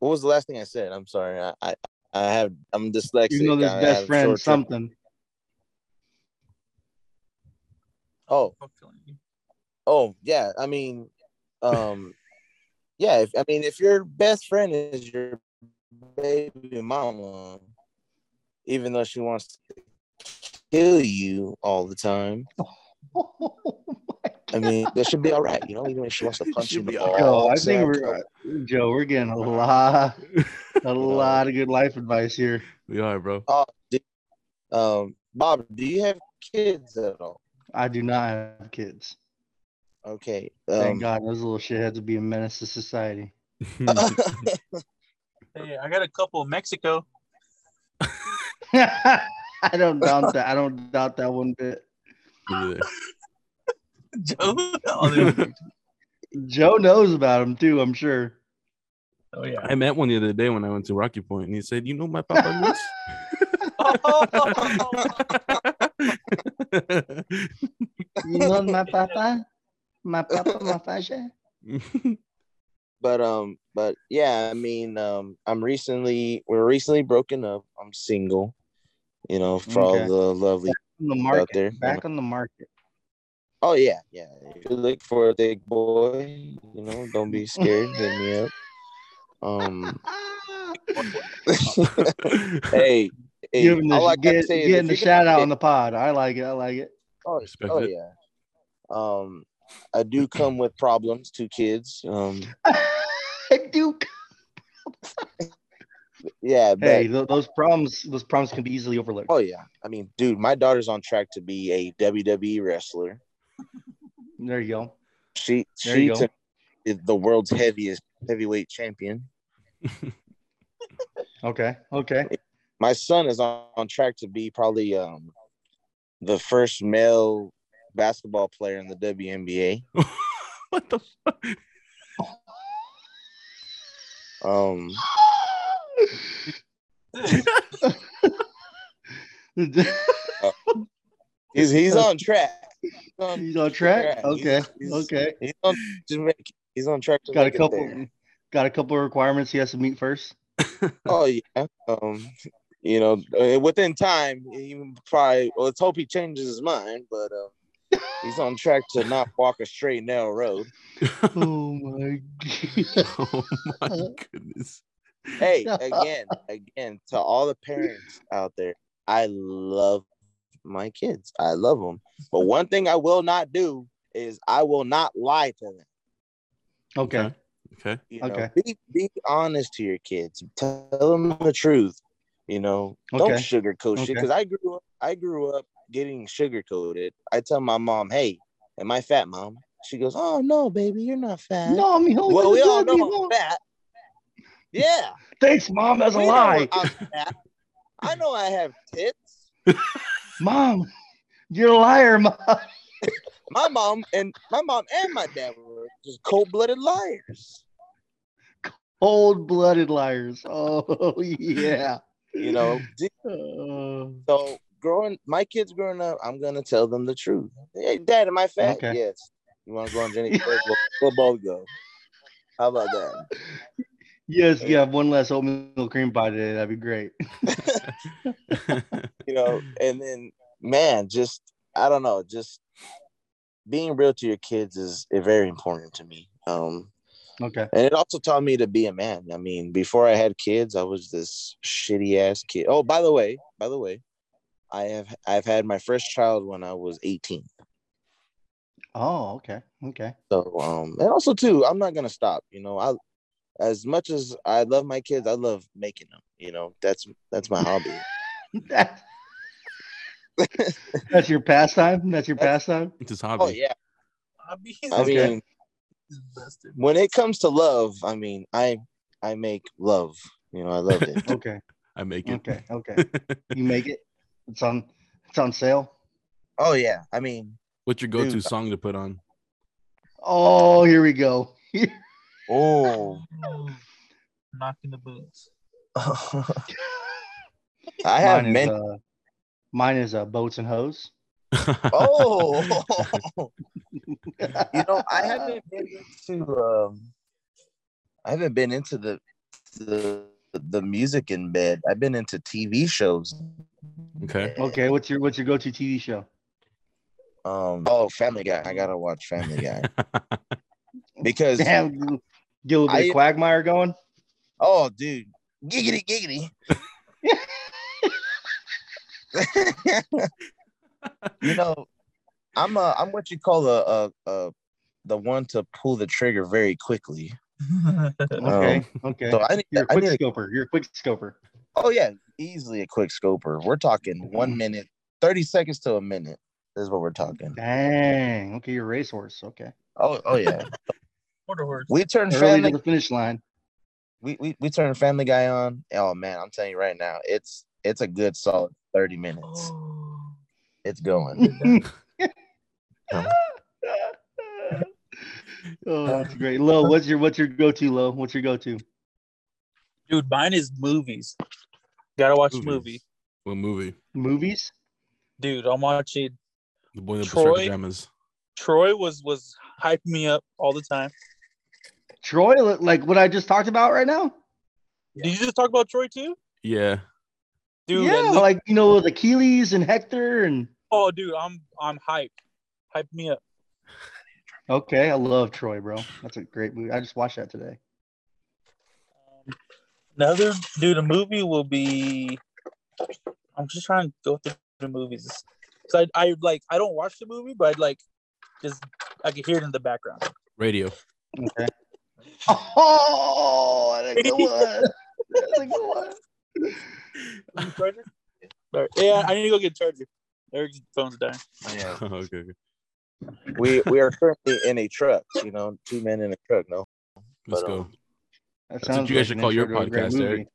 S3: what was the last thing I said? I'm sorry. I I, I have I'm dyslexic.
S1: Even though this
S3: I
S1: best
S3: have
S1: friend
S3: short-term-
S1: something.
S3: Oh,
S5: I'm feeling you.
S3: oh yeah. I mean, um, yeah. If, I mean, if your best friend is your baby mama, even though she wants to kill you all the time,
S1: Oh my
S3: I mean, that should be all right. You know, even if she wants to punch you in the
S1: God.
S3: balls.
S1: Joe, I think
S3: uh,
S1: we're Joe. We're getting a lot, a lot of good life advice here.
S2: We are, bro.
S3: Oh, dude. Um, Bob, do you have kids at all?
S1: I do not have kids.
S3: Okay.
S1: Thank
S3: Um,
S1: God, those little shitheads would be a menace to society.
S5: Hey, I got a couple in Mexico.
S1: I don't doubt that. I don't doubt that one bit.
S2: Me neither.
S5: Joe. Oh, there-
S1: Joe knows about him too. I'm sure.
S5: oh, yeah.
S2: I met one the other day when I went to Rocky Point, and he said, "You know my papa Luis."
S1: You know my papa, my papa, my fascia.
S3: but um, but yeah, I mean, um, I'm recently we're recently broken up. I'm single. You know, for
S1: Okay.
S3: all the lovely.
S1: On the market,
S3: there.
S1: back on the market.
S3: Oh yeah, yeah. If you look for a big boy, you know, don't be scared. Hit me up. Um,
S1: Ah,
S3: hey, hey,
S1: Give him
S3: all I
S1: the,
S3: gotta
S1: get,
S3: say
S1: getting the
S3: is if you're gonna
S1: shout out
S3: get-
S1: on the pod. I like it. I like it.
S3: Oh,
S2: Respect
S3: oh
S2: it.
S3: yeah. Um, I do come with problems. Two kids. Um,
S1: Duke.
S3: yeah. But,
S1: Hey, th- those problems, those problems can be easily overlooked.
S3: Oh yeah. I mean, dude, my daughter's on track to be a WWE wrestler.
S1: There you go.
S3: She
S1: There
S3: she
S1: you go.
S3: to- is the world's heaviest heavyweight champion.
S1: Okay. Okay.
S3: My son is on, on track to be probably um the first male basketball player in the WNBA.
S2: what the fuck?
S3: Um he's he's on track. He's on,
S1: He's on track.
S3: Yeah, he's-
S1: Okay.
S3: he's-
S1: Okay.
S3: he's on, to make- he's on track to
S1: Got a
S3: make it
S1: couple.
S3: there.
S1: Got a couple of requirements he has to meet first.
S3: Oh yeah. Um you know, uh, within time, he probably well, let's hope he changes his mind, but uh, he's on track to not walk a straight narrow road.
S1: Oh my god.
S2: Oh my goodness.
S3: hey, again, again, to all the parents out there, I love my kids. I love them. But one thing I will not do is I will not lie to them.
S1: Okay.
S4: Okay.
S3: You know,
S1: Okay.
S3: be be honest to your kids. Tell them the truth. You know, don't
S1: Okay.
S3: sugarcoat shit.
S1: Okay.
S3: Because I grew up, I grew up getting sugarcoated. I tell my mom, "Hey, am I fat, mom?" She goes, "Oh no, baby, you're not fat."
S1: No, I'm holding
S3: well, we
S1: the
S3: all
S1: dog, you
S3: know I'm
S1: know.
S3: fat. Yeah,
S1: Thanks, mom. That's a
S3: we know
S1: lie.
S3: I'm fat. I know I have tits.
S1: Mom, you're a liar, mom.
S3: My mom and my mom and my dad were just cold-blooded liars.
S1: Old blooded liars. Oh yeah.
S3: You know,
S1: Uh,
S3: So growing my kids growing up, I'm gonna tell them the truth. Hey, Dad, am I fat?
S1: Okay.
S3: Yes. You want to go on Jenny? Craig's? We'll, we'll both go. How about that?
S1: yes, you have one less oatmeal cream pie today. That'd be great.
S3: You know, and then man, just I don't know, just being real to your kids is eh, very important to me. Um,
S1: Okay.
S3: and it also taught me to be a man. I mean, before I had kids, I was this shitty ass kid. Oh, by the way, by the way, I have I've had my first child when I was 18.
S1: Oh, okay. Okay.
S3: So um and also too, I'm not gonna stop. You know, I as much as I love my kids, I love making them. You know, that's that's my hobby.
S1: That- that's your pastime. That's your pastime.
S4: It's his hobby.
S3: oh yeah.
S5: Hobbies.
S3: I
S1: Okay.
S3: mean,
S5: Busted.
S3: when it comes to love, I mean, I I make love. You know, I love it.
S1: Okay.
S4: I make it.
S1: Okay. Okay. You make it. It's on. It's on sale.
S3: oh yeah. I mean,
S4: What's your go-to
S1: Dude.
S4: song to put on?
S1: Oh, here we go.
S3: oh,
S5: Knocking the boots.
S3: I have
S1: mine is,
S3: many.
S1: uh, mine is uh, boats and hose.
S3: Oh, you know, I haven't been into um, I haven't been into the the the music in bed. I've been into TV shows.
S4: Okay.
S1: Okay, what's your what's your go-to TV show?
S3: Um, oh, Family Guy. I gotta watch Family Guy because
S1: Damn, you get a little bit
S3: I-
S1: of quagmire going.
S3: oh, dude, giggity giggity. you know, I'm a I'm what you call a a, a the one to pull the trigger very quickly.
S1: Okay, okay.
S3: So I need,
S1: you're a
S3: I
S1: quick
S3: need a-
S1: scoper. You're a quick scoper.
S3: oh yeah, easily a quick scoper. We're
S4: Mm-hmm.
S3: talking one minute, thirty seconds to a minute is what we're talking.
S1: Dang. Okay, you're a racehorse. Okay.
S3: Oh oh yeah,
S5: Quarter horse.
S3: we turn
S1: Early to
S3: Family
S1: the finish line.
S3: we, we we turn Family Guy on. Oh man, I'm telling you right now, it's it's a good solid 30 minutes.
S5: Oh.
S3: It's going.
S1: oh, that's great. Lo, what's your what's your go-to? Lo, what's your go-to?
S5: Dude, mine is movies. Gotta watch a
S4: Movies.
S5: movie.
S4: what movie?
S1: Movies?
S5: Dude, I'm watching
S4: The boy in the
S5: Troy.
S4: striped pajamas.
S5: Troy was was hyping me up all the time.
S1: Troy, li- like what I just talked about right now?
S5: Did you just talk about Troy too?
S4: Yeah.
S5: Dude, and
S1: yeah,
S5: look-
S1: like you know, with Achilles and Hector and
S5: oh dude, I'm I'm hyped. Hype me up.
S1: Okay, I love Troy, bro. That's a great movie. I just watched that today.
S5: Um, another dude, a movie will be. I'm just trying to go through the movies. So I, I like I don't watch the movie, but I'd like just I could hear it in the background.
S4: Radio.
S1: Okay. Oh, that's a good one. That's a good one.
S5: Charger? All right. Yeah, I need to go get a charger. Eric's phone's dying.
S3: Yeah.
S4: okay. okay.
S3: We we are currently in a truck, you know, two men in a truck, no.
S4: Let's
S3: But,
S4: go.
S3: um,
S1: That
S4: That's what you guys should
S1: an
S4: call your
S1: intro to a great
S4: podcast,
S1: movie.
S4: Eric.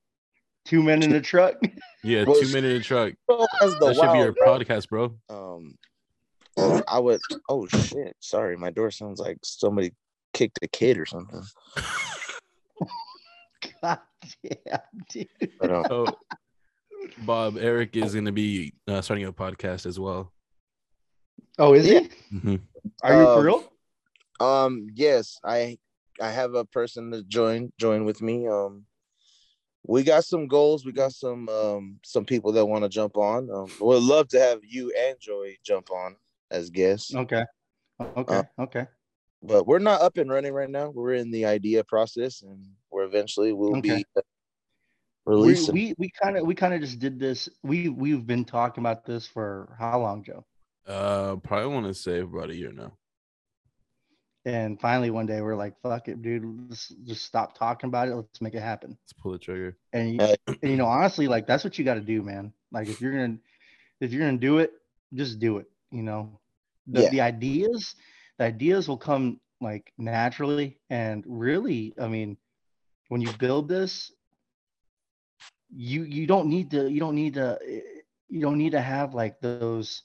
S1: Two men in a truck.
S4: Yeah,
S3: Well,
S4: two minute in the truck.
S3: Oh, that's the
S4: That should be your
S3: wild, bro.
S4: podcast, bro.
S3: Um I would oh shit, sorry, my door sounds like somebody kicked a kid or something.
S1: God damn, dude.
S3: But um,
S4: So, Bob, Eric is going to be uh, starting a podcast as well.
S1: Oh, is Oh. he? Are you
S3: Uh,
S1: for real?
S3: um yes, I I have a person to join join with me. Um we got some goals. We got some um some people that want to jump on. Um, would love to have you and Joey jump on as guests.
S1: Okay. Okay. okay.
S3: but we're not up and running right now. We're in the idea process, and we're eventually we'll
S1: Okay.
S3: be uh,
S1: We
S3: releasing.
S1: we we kind of we kind of just did this. We we've been talking about this for how long, Joe?
S4: Uh, probably want to say about a year now.
S1: And finally, one day, we're like, "Fuck it, dude! Let's just stop talking about it. Let's make it happen."
S2: Let's pull the trigger.
S1: And you,
S3: Yeah.
S1: and, you know, honestly, like that's what you got to do, man. Like if you're gonna if you're gonna do it, just do it. You know, the
S3: Yeah.
S1: the ideas the ideas will come like naturally and really. I mean, when you build this, you you don't need to you don't need to you don't need to have like those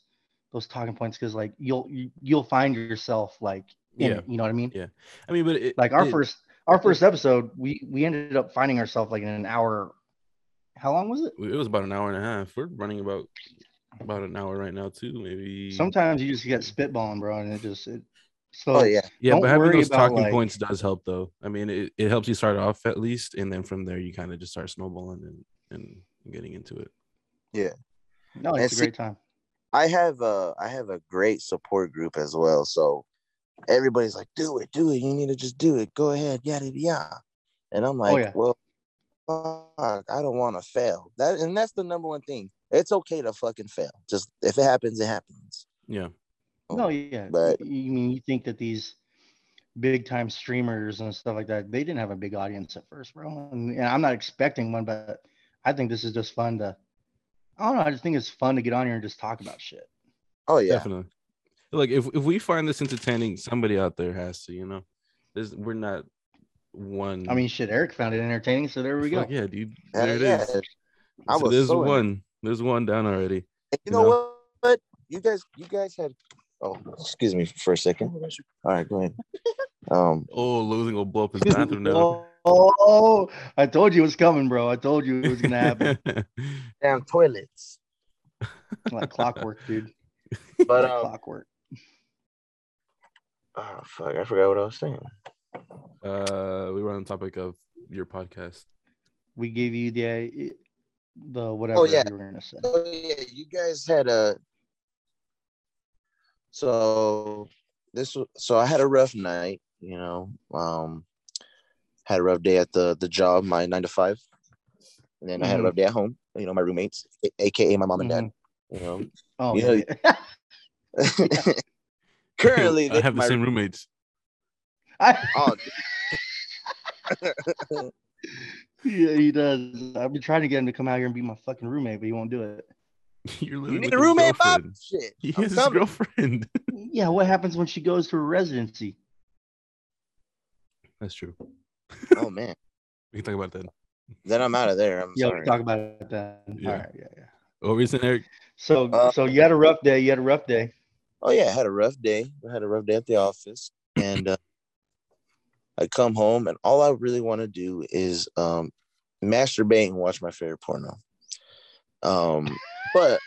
S1: those talking points because like you'll you, you'll find yourself like in
S2: Yeah.
S1: it, you know what I mean.
S2: Yeah. I mean, but it,
S1: Like our
S2: it-
S1: first our first episode, we we ended up finding ourselves like in an hour. How long was it?
S2: it was about an hour and a half. We're running about about an hour right now too. Maybe
S1: Sometimes you just get spitballing, bro, and it just it. So
S3: Oh yeah.
S2: Yeah,
S1: Don't
S2: but having
S1: worry
S2: those
S1: about,
S2: talking
S1: like-
S2: points does help, though. I mean, it, it helps you start off at least, and then from there you kind of just start snowballing and, and getting into it.
S1: no,
S3: And
S1: it's a
S3: see-
S1: great time.
S3: I have a I have a great support group as well. So everybody's like, do it, do it. You need to just do it. Go ahead, yada yada. And I'm like,
S1: yeah.
S3: well, fuck, I don't want to fail. That and that's the number one thing. It's okay to fucking fail. Just if it happens, it happens.
S2: Yeah,
S1: No, yeah,
S3: Oh, But-
S1: you mean you think that these big time streamers and stuff like that they didn't have a big audience at first, bro, and, and I'm not expecting one, but I think this is just fun to. I don't know. I just think it's fun to get on here and just talk about shit.
S3: Oh yeah.
S2: definitely. Like if if we find this entertaining, somebody out there has to, you know. This we're not one.
S1: I mean, shit. Eric found it entertaining, so there we go.
S2: fuck yeah, dude.
S3: Hell
S2: There it
S3: yeah.
S2: is.
S3: I
S2: So
S3: was
S2: there's
S3: so in-
S2: one. There's one down already.
S3: And you
S2: You
S3: know,
S2: know?
S3: what? You guys, you guys had. Oh, excuse me for a second. All right, go ahead. Um.
S2: Oh, losing will blow up his bathroom now.
S1: Oh, oh, I told you it was coming, bro. I told you it was gonna happen.
S3: Damn toilets.
S1: like clockwork, dude.
S3: But
S1: Like
S3: um.
S1: clockwork.
S3: Oh fuck! I forgot what I was saying.
S2: uh, we were on the topic of your podcast.
S1: We gave you the i- the whatever
S3: Oh, yeah.
S1: you were gonna say.
S3: Oh yeah, you guys had a. So this was so I had a rough night, you know. Um, had a rough day at the the job, my nine to five, and then I had a
S1: Mhm.
S3: rough day at home. You know, my roommates, a- aka my mom and dad. You know,
S1: Oh
S3: You know,
S1: yeah.
S3: currently
S2: I
S3: they-
S2: have the
S3: my-
S2: same roommates.
S1: I-
S3: Oh,
S1: yeah, he does. I've been trying to get him to come out here and be my fucking roommate, but he won't do it.
S2: You're living with
S3: you need a
S2: his
S3: roommate, Bob?
S2: girlfriend.
S3: Shit,
S2: He
S3: I'm
S2: has his
S3: coming.
S2: girlfriend.
S1: Yeah, what happens when she goes to her residency?
S2: That's true.
S3: Oh man,
S2: We can talk about that.
S3: then I'm out of there. I'm
S1: Yeah, we
S3: sorry.
S1: can talk about it then.
S2: Yeah.
S1: All right, yeah, yeah.
S2: What reason, Eric?
S1: So,
S3: Uh,
S1: so you had a rough day. You had a rough day.
S3: oh yeah, I had a rough day. I had a rough day at the office, and uh, I come home, and all I really want to do is um, masturbate and watch my favorite porno. Um, but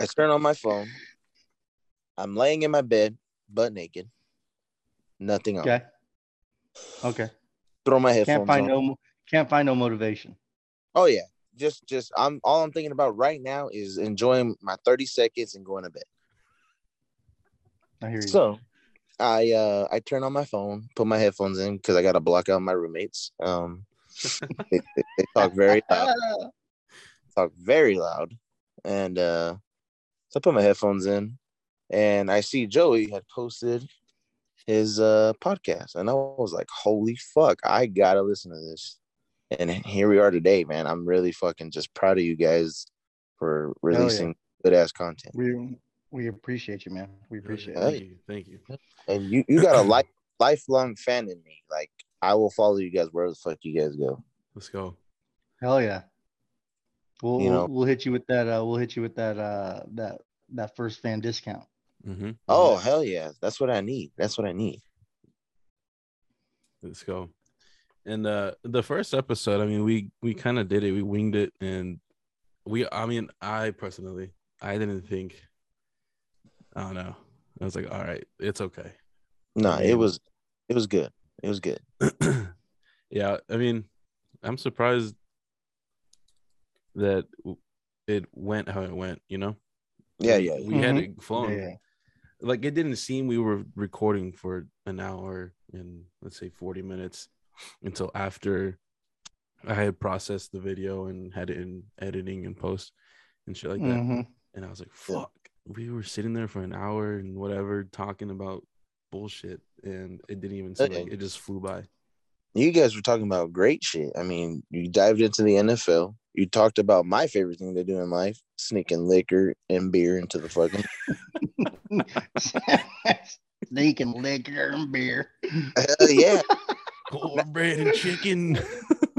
S3: I turn on my phone. I'm laying in my bed, butt naked, nothing on.
S1: Okay. Okay.
S3: Throw my headphones
S1: Can't find
S3: on.
S1: no. mo- Can't find no motivation.
S3: Oh yeah, just just I'm all I'm thinking about right now is enjoying my 30 seconds and going to bed.
S1: I hear you.
S3: So I uh I turn on my phone, put my headphones in because I gotta block out my roommates. Um they, they- they talk very loud, talk very loud. And uh so I put my headphones in and I see Joey had posted his uh podcast and I was like, Holy fuck, I gotta listen to this. And here we are today, man. I'm really fucking just proud of you guys for
S1: yeah.
S3: releasing good ass content.
S1: we we appreciate you, man. We appreciate
S3: yeah.
S1: it.
S2: Thank you. Thank you.
S3: and you you got a life lifelong fan in me. Like I will follow you guys wherever the fuck you guys go.
S2: Let's go.
S1: Hell yeah. We'll
S3: You
S1: we'll-
S3: know.
S1: we'll hit you with that. Uh, we'll hit you with that. Uh, that that first fan discount.
S2: Mm-hmm.
S3: Oh hell yeah, that's what I need. That's what I need.
S2: Let's go. And uh the first episode, I mean, we we kind of did it. We winged it, and we. I mean, I personally, I didn't think. I don't know. I was like, all right, it's okay.
S3: No,
S2: Yeah.
S3: it was it was good. It was good.
S2: yeah, I mean, I'm surprised that it went how it went. You know.
S3: Yeah, yeah.
S2: We
S3: yeah.
S2: had it flowing.
S1: Yeah.
S2: like it didn't seem we were recording for an hour and let's say 40 minutes until after I had processed the video and had it in editing and post and shit like
S3: Mm-hmm.
S2: that.
S1: Mhm.
S2: And I was like, fuck, we were sitting there for an hour and whatever talking about bullshit, and it didn't even seem like
S3: Okay.
S2: it just flew by.
S3: You guys were talking about great shit. I mean, you dived into the NFL. You talked about my favorite thing to do in life, sneaking liquor and beer into the fucking
S1: Sneaking liquor Mm-hmm. and beer.
S3: Hell yeah.
S2: Cornbread and chicken.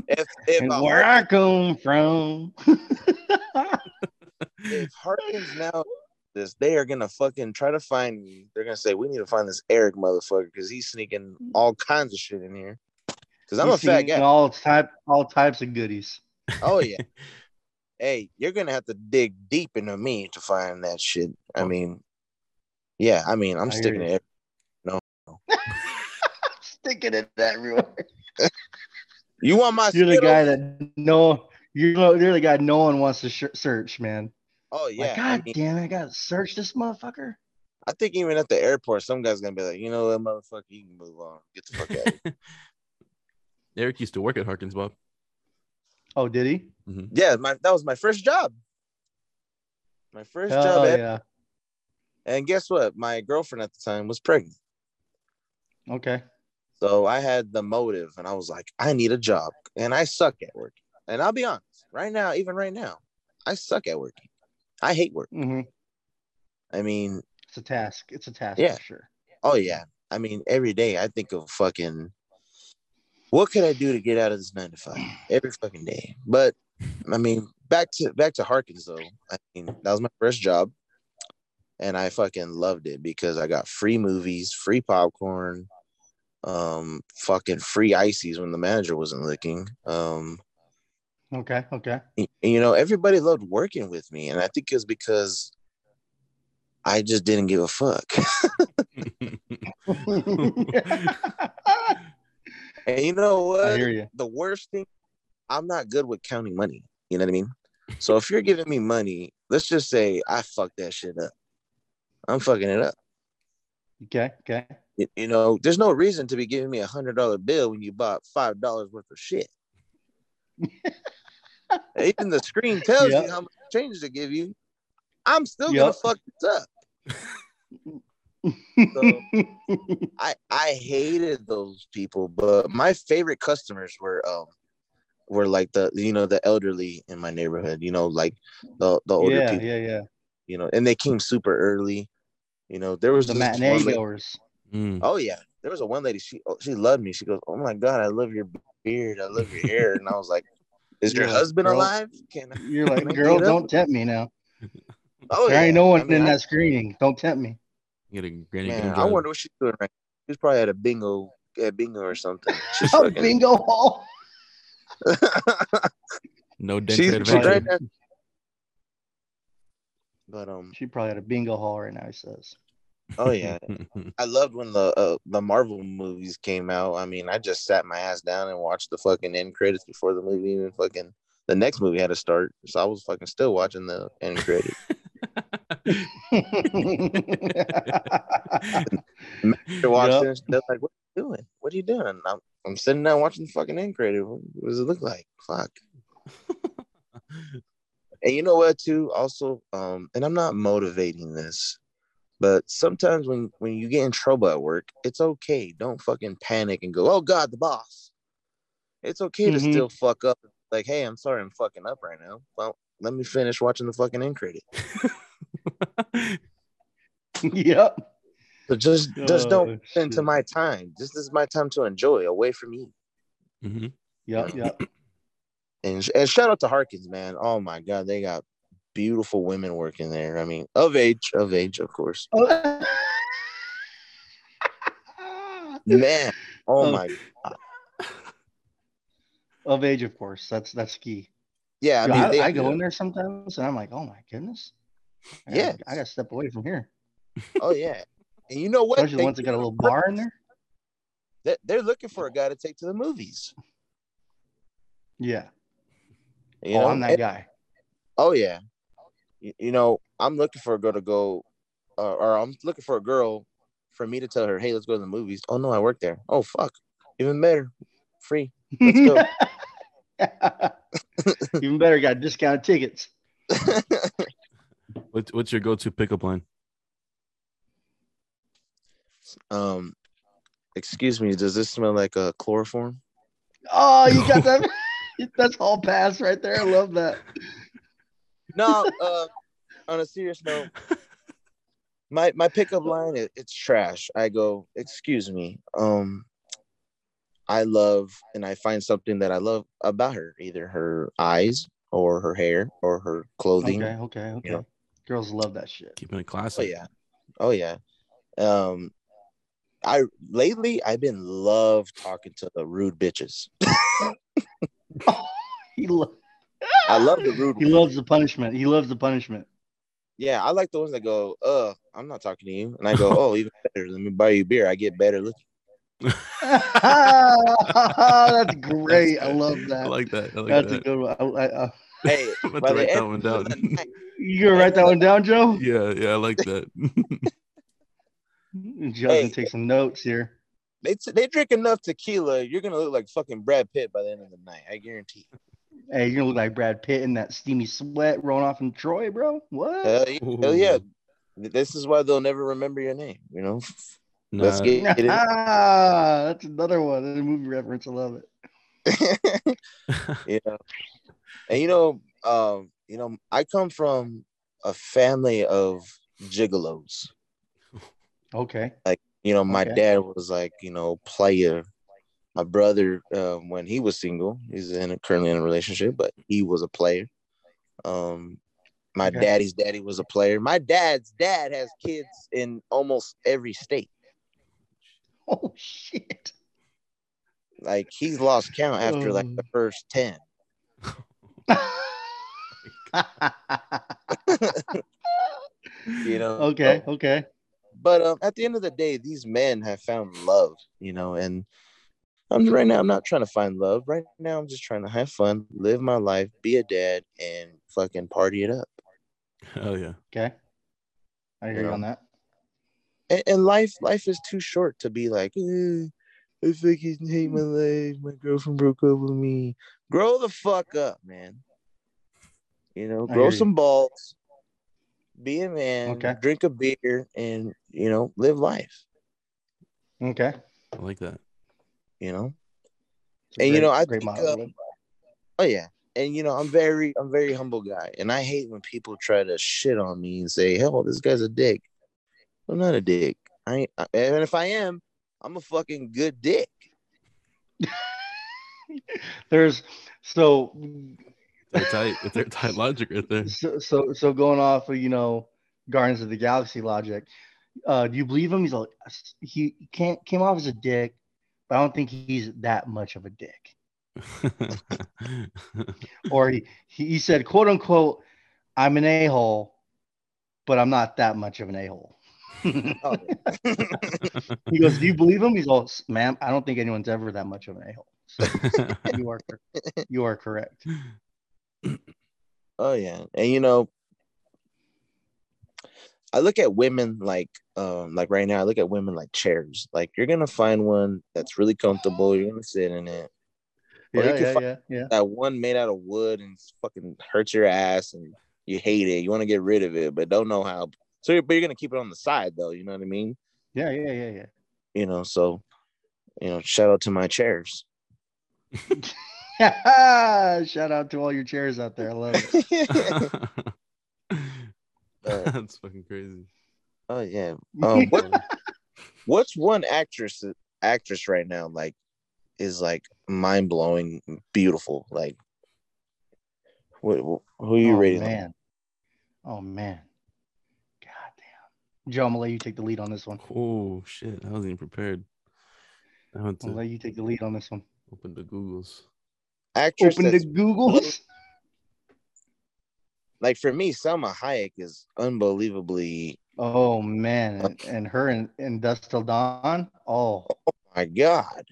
S3: If if,
S1: And
S3: I-
S1: where I come from.
S3: if Harkins now this, they are gonna fucking try to find me. They're gonna say we need to find this Eric motherfucker because he's sneaking all kinds of shit in here. Because I'm
S1: Mm. You
S3: a fat
S1: see
S3: guy.
S1: All type, all types of goodies.
S3: Oh yeah. hey, you're gonna have to dig deep into me to find that shit. I mean, yeah, I mean, I'm
S1: Oh. I hear
S3: sticking
S1: you.
S3: it.
S1: Sticking it everywhere.
S3: You want my
S1: You're the
S3: Skittles?
S1: guy that no, you're the- you're the guy no one wants to sh- search, man.
S3: Oh
S1: Yeah,
S3: yeah.
S1: like,
S3: I,
S1: God
S3: mean,
S1: damn, it, I gotta search this motherfucker.
S3: I think even at the airport, some guy's gonna be like, you know what, motherfucker, you can move on. Get the fuck out. of here.
S2: Eric used to work at Harkins, Bob.
S1: Oh, did he?
S3: yeah, my that was my first job. My first job
S1: Hell
S3: ever.
S1: yeah.
S3: And guess what? My girlfriend at the time was pregnant.
S1: Okay.
S3: So I had the motive and I was like, I need a job. And I suck at work. And I'll be honest, right now, even right now, I suck at working. I hate work.
S1: hmm
S3: I mean,
S1: It's a task. It's a task
S3: Yeah.
S1: for sure.
S3: oh yeah. I mean, every day I think of fucking what could I do to get out of this nine to five every fucking day. But I mean, back to back to Harkins though. I mean, that was my first job. And I fucking loved it because I got free movies, free popcorn, um, fucking free ices when the manager wasn't looking. Um,
S1: Okay. Okay.
S3: y- you know, everybody loved working with me, and I think it was because I just didn't give a fuck.
S1: I
S3: and you know what?
S1: hear you.
S3: The worst thing, I'm not good with counting money. You know what I mean? So if you're giving me money, let's just say I fucked that shit up. I'm fucking it up.
S1: Okay. Okay.
S3: Y- You know, there's no reason to be giving me a hundred dollar bill when you bought five dollars worth of shit. Even the screen tells
S1: Yep.
S3: you how much change to give you. I'm still gonna
S1: Yep.
S3: fuck this up. I I hated those people, but my favorite customers were um were like the you know the elderly in my neighborhood, you know, like the the older
S1: yeah,
S3: people,
S1: yeah. Yeah.
S3: you know, and they came super early. You know, there was
S1: The
S3: this one
S1: matinee
S3: lady-
S1: goers.
S4: Mm.
S3: Oh yeah, there was a one lady. She oh, she loved me. She goes, "Oh my god, I love your beard. I love your hair." And I was like, "Is your
S1: Yeah,
S3: husband
S1: girl.
S3: alive?" Can I?
S1: You're like,
S3: Make
S1: girl,
S3: it up.
S1: don't tempt me now.
S3: Oh
S1: there ain't
S3: yeah.
S1: no one
S3: I mean,
S1: in
S3: I-
S1: that screening. Don't tempt me.
S2: Get a granny
S3: Man,
S2: gun
S3: I
S2: drug.
S3: wonder what she's doing right. Now. She's probably at a bingo, at bingo or something. She's
S1: Oh,
S3: fucking.
S1: bingo hall.
S4: No dented
S3: she's, she's
S4: adventure.
S3: right now. But um,
S1: She probably had a bingo hall right now. He says.
S3: oh yeah, I loved when the uh, the Marvel movies came out. I mean, I just sat my ass down and watched the fucking end credits before the movie even fucking the next movie had to start. So I was fucking still watching the end credits. After watching,
S1: Yep.
S3: this, they're like, "What are you doing? What are you doing?" And I'm I'm sitting down watching the fucking end credit. What what does it look like? Fuck. And you know what, too? Also, um, and I'm not motivating this, but sometimes when when you get in trouble at work, it's okay. Don't fucking panic and go, "Oh God, the boss." It's okay to
S1: Mhm.
S3: still fuck up. Like, hey, I'm sorry, I'm fucking up right now. Well, let me finish watching the fucking end credit.
S1: yep.
S3: So just just
S1: Oh,
S3: don't spend into
S1: shit.
S3: my time. This is my time to enjoy away from you.
S2: hmm
S1: Yep. Yep.
S3: And, sh- and shout out to Harkins, man. Oh my God, they got beautiful women working there. I mean, of age, of age, of course. Man, oh
S1: Oh.
S3: my,
S1: of age, of course. That's that's key.
S3: yeah. I
S1: I,
S3: mean,
S1: I,
S3: they,
S1: go in there sometimes, and I'm like, oh my goodness. I gotta-
S3: Yeah.
S1: I gotta step away from here.
S3: oh yeah. And you know what?
S1: Especially
S3: They-
S1: once I got a little bar in there.
S3: they- They're looking for a guy to take to the movies.
S1: Yeah.
S3: You
S1: oh,
S3: know?
S1: I'm that
S3: And-
S1: guy.
S3: oh yeah. You, you know, I'm looking for a girl to go, uh, or I'm looking for a girl for me to tell her, hey, let's go to the movies. Oh no, I work there. Oh fuck, even better, free. Let's
S1: Even better, got discounted tickets.
S2: What, what's your go-to pickup line?
S3: Um, excuse me, does this smell like a chloroform?
S1: Oh, you got that? That's all pass right there. I love that.
S3: No. Uh, on a serious note, my my pickup line it, it's trash. I go, excuse me. Um, I love and I find something that I love about her, either her eyes or her hair or her clothing.
S1: Okay, okay, okay.
S3: Yeah.
S1: Girls love that shit.
S4: Keeping it
S3: Oh
S4: classic.
S3: yeah. Oh yeah. Um I lately I've been love talking to the rude bitches.
S1: He lo-
S3: I love the rude
S1: He loves the punishment. He loves the punishment.
S3: Yeah, I like the ones that go, uh, I'm not talking to you. And I go, Oh, even better. Let me buy you beer. I get better looking.
S1: Ah, That's great. I
S4: good.
S1: love
S4: I
S1: that.
S4: like that. I like
S1: That's a
S4: that.
S1: good one. I, I, I,
S3: Hey,
S4: I'm about
S3: by
S4: to
S3: the
S4: write that
S3: end
S4: one
S3: of
S4: down.
S3: the night,
S1: you gonna write that one down, Joe?
S4: yeah, yeah, I like that.
S1: Joe's
S3: Hey.
S1: gonna take some notes here.
S3: they, they drink enough tequila, you're gonna look like fucking Brad Pitt by the end of the night. I guarantee.
S1: Hey, you're gonna look like Brad Pitt in that steamy sweat rolling off in Troy, bro. What?
S3: Hell yeah, hell yeah.
S4: Ooh.
S3: This is why they'll never remember your name. You know, let's
S4: Nah,
S3: get it.
S1: Ah, that's another one. Another movie reference. I love it.
S3: you know and you know um you know i come from a family of gigolos
S1: Okay.
S3: you know my
S1: Okay.
S3: dad was like you know player my brother um, when he was single he's in a, currently in a relationship but he was a player um my
S1: Okay.
S3: daddy's daddy was a player my dad's dad has kids in almost every state
S1: Oh shit.
S3: like he's lost count after like the
S1: Um.
S3: first 10 you know oh.
S1: Okay.
S3: so-
S1: Okay.
S3: but um, at the end of the day, these men have found love, you know. And I'm right now. I'm not trying to find love. Right now, I'm just trying to have fun, live my life, be a dad, and fucking party it up.
S4: hell yeah.
S1: Okay. I hear you
S3: Yeah.
S1: on that.
S3: And, and life, life is too short to be like, eh, I fucking hate my life. My girlfriend broke up with me. Grow the fuck up, man. You know,
S1: I
S3: grow
S1: hear you.
S3: some balls. Be a man.
S1: Okay.
S3: Drink a beer, and you know, live life.
S1: Okay.
S4: I like that.
S3: You know.
S1: It's a
S3: And, you know, I
S1: great
S3: think,
S1: model.
S3: um, Oh yeah. And you know, I'm very I'm very humble guy. And I hate when people try to shit on me and say, hell, this guy's a dick. I'm not a dick. I ain't I- and if I am, I'm a fucking good dick.
S1: There's so
S4: They're tight. It's their tight logic right
S2: Mm.
S4: there.
S1: so so so going off of you know Guardians of the Galaxy logic. Uh, do you believe him? He's like he can't came off as a dick, but I don't think he's that much of a dick. Or he he, he said quote unquote, I'm an a hole, but I'm not that much of an a hole.
S3: Oh,
S1: he goes, do you believe him? He's all, "S- ma'am, I don't think anyone's ever that much of an a hole. So you are cor- you are correct.
S3: oh yeah. And you know, I look at women like um like right now, I look at women like chairs. Like you're gonna find one that's really comfortable, you're gonna sit in it. Or you
S1: Yeah,
S3: can
S1: yeah,
S3: find
S1: yeah, yeah.
S3: That one made out of wood and it's fucking hurts your ass and you hate it. You want to get rid of it, but don't know how. So, you're, but you're gonna keep it on the side though. You know what I mean?
S1: Yeah, yeah, yeah, yeah.
S3: you know so you know shout out to my chairs
S1: Shout out to all your chairs out there. I love it.
S4: That's fucking crazy.
S3: oh yeah um what, what's one actress actress right now like is like mind-blowing beautiful like what, who are you
S1: oh,
S3: rating like?
S1: man. Oh man. God damn. Joe, I'm gonna let you take the lead on this one.
S4: Oh shit! I wasn't even prepared. I had
S1: I'll
S4: to
S1: let you take the lead on this one.
S4: open the Googles.
S3: actress
S1: Open the
S3: that's-
S1: Googles.
S3: like for me selma hayek is unbelievably
S1: Oh man, and, and her and, and Dust Till Dawn. Oh
S3: my god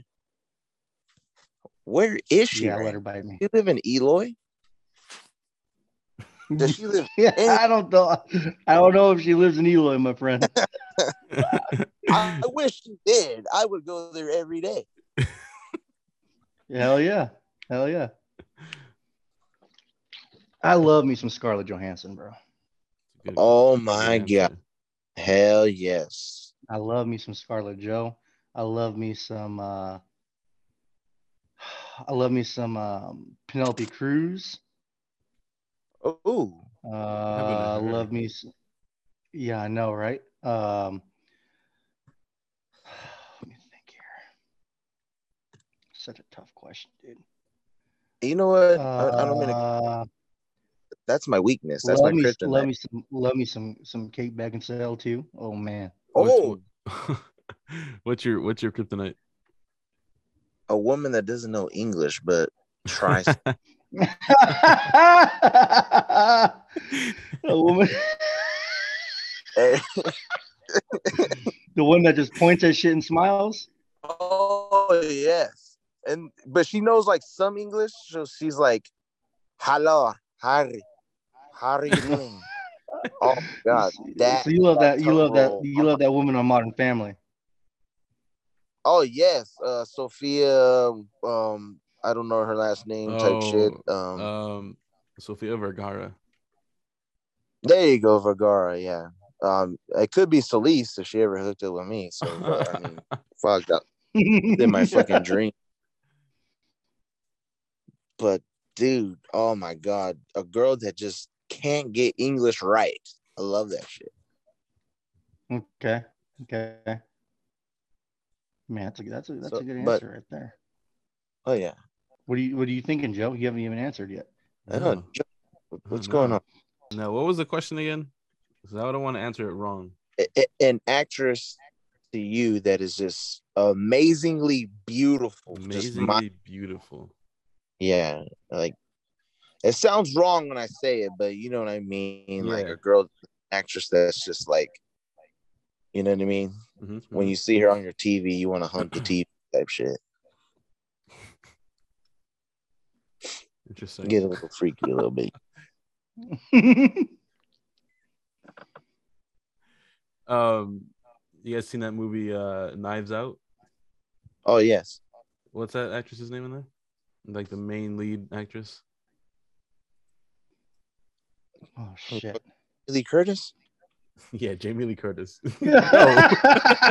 S3: where is she
S1: yeah,
S3: right
S1: let her
S3: now?
S1: bite me.
S3: Does she live in eloy does she live
S1: Yeah, I don't know. I don't know if she lives in Eloy, my friend.
S3: I, I wish she did i would go there every day
S1: Hell yeah, hell yeah. I love me some Scarlett Johansson, bro.
S4: Good-
S3: oh
S4: good
S3: my
S4: answer.
S3: god Hell yes.
S1: I love me some Scarlet Joe. I love me some. Uh, I love me some um, Penelope Cruz.
S3: Oh,
S1: Uh, I
S2: her.
S1: love me. s- Yeah, I know, right? Um, let me think here. Such a tough question, dude.
S3: you know what? I, I don't mean to,
S1: Uh,
S3: that's my weakness. That's my eh?
S1: love me,
S3: kryptonite.
S1: Love me some, love me some, some Kate Beckinsale too. Oh man,
S3: oh,
S2: what's your what's your kryptonite?
S3: a woman that doesn't know English but tries.
S1: a woman, the one that just points at shit and smiles.
S3: oh yes, and but she knows like some English, so she's like, "Hello, Harry, how are you doing?" oh my god,
S1: uh,
S3: that.
S1: so you love that, you love that,
S3: total-
S1: you love that woman on Modern Family.
S3: Oh yes, uh, Sophia. Um, I don't know her last name type shit.
S1: Oh,
S3: Um,
S1: uh,
S2: Um, Sofia Vergara.
S3: there you go, Vergara. Yeah. Um, it could be Solis if she ever hooked up with me. So but, I mean, fuck that. In my fucking dream. But dude, oh my god, a girl that just can't get English right. I love that shit.
S1: Okay. Okay. Man, that's a that's a that's
S3: So-
S1: a good
S3: but-
S1: answer right there.
S3: Oh yeah.
S1: What are you what are you thinking, Joe? You haven't even answered yet.
S3: I don't- What's going on?
S2: No, what was the question again? 'Cause I don't want to answer it wrong.
S3: A- a- An actress to you that is just amazingly beautiful. Just
S2: Amazingly
S3: my
S2: beautiful.
S3: Yeah, like it sounds wrong when I say it, but you know what I mean. Like
S2: Yeah.
S3: a girl actress that's just like, you know what I mean.
S2: Mhm,
S3: When you see her on your TV, you want to hump the TV type shit.
S2: mhm. interesting.
S3: Get a little freaky a little bit.
S2: Um, you guys seen that movie uh Knives Out?
S3: Oh yes,
S2: What's that actress's name in there? Like the main lead actress.
S1: oh shit.
S3: Billy Curtis.
S2: Yeah, Jamie Lee Curtis.
S3: Hey, hey,
S2: I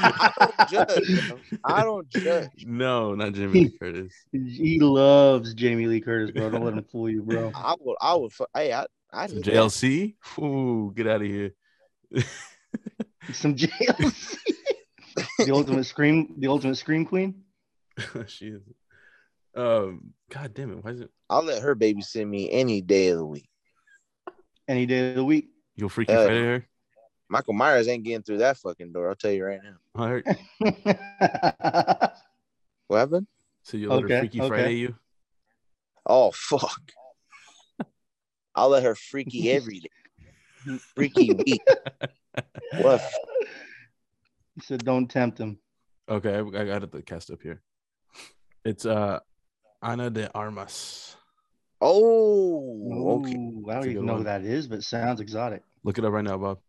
S3: don't judge, bro. I don't judge.
S2: No, not Jamie Lee Curtis.
S1: he loves Jamie Lee Curtis, bro. Don't let him fool you, bro.
S3: I would, I would. fu- Hey, I, I
S2: Some
S3: did
S2: JLC. Ooh, get out of here.
S1: Some JLC. the ultimate scream, the ultimate scream queen.
S2: she is. Um, God damn it! Why is it?
S3: I'll let her babysit me any day of the week.
S1: Any day of the week.
S2: You'll freaky
S3: Uh,
S2: Friday her.
S3: Michael Myers ain't getting through that fucking door. I'll tell you right now.
S2: All right.
S3: What happened?
S2: So you'll let
S1: Okay,
S2: her freaky
S1: okay.
S2: Friday you.
S3: Oh fuck. I'll let her freaky every day. Freaky week. What?
S1: He said, "Don't tempt him."
S2: Okay, I, I got it. The cast up here. It's uh, Ana de Armas.
S3: Oh, okay.
S1: Ooh, I don't even
S2: That's a good
S1: know
S2: one.
S1: who that is, but sounds exotic.
S2: Look it up right now, Bob.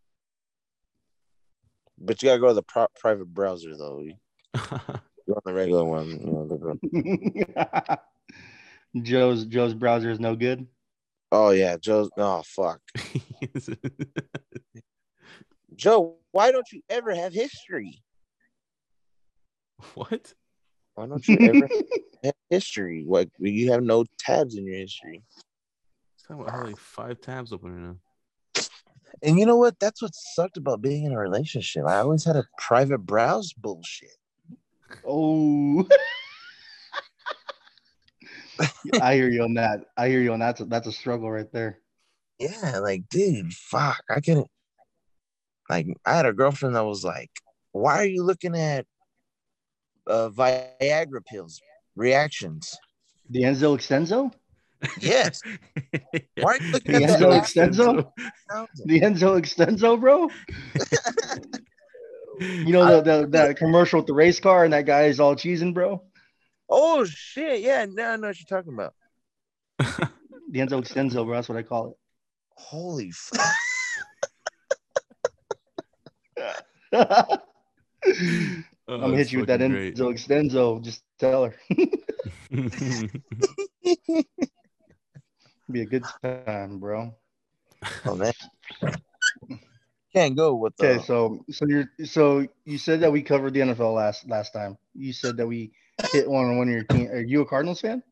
S3: But you gotta go to the pro- private browser though. You go on the regular one. You know, the-
S1: Joe's Joe's browser is no good.
S3: oh yeah, Joe's. Oh fuck,
S2: Because
S3: Joe. Why don't you ever have history?
S2: what?
S3: Why don't you ever have history? Like you have no tabs in your history.
S2: I have like five tabs open right now.
S3: And you know what? That's what sucked about being in a relationship. I always had a private browse bullshit.
S1: oh, I hear you on that. I hear you on that. That's a, that's a struggle right there.
S3: yeah, like, dude, fuck, I couldn't. Like, I had a girlfriend that was like, "Why are you looking at uh, Viagra pills reactions?
S1: D'Anzo Extenzo.
S3: Yes, Why are you looking
S1: at that?
S2: D'Angelo
S1: D'Anzo Extenzo, bro. You know the, the that commercial with the race car and that guy is all cheesing, bro.
S3: oh shit, yeah, now I know what you're talking about.
S1: D'Anzo Extenzo, bro. That's what I call
S3: Holy fuck,
S1: it.
S2: Oh,
S1: I'm gonna
S2: that's
S1: hit you with that
S2: fucking
S1: Enzo Extenzo. Just tell her.
S2: great.
S1: Be a good time, bro.
S3: oh man, can't go with the
S2: Oh.
S1: Okay, so so you're so you said that we covered the NFL last last time. You said that we hit one on one of your team. Are you a Cardinals fan?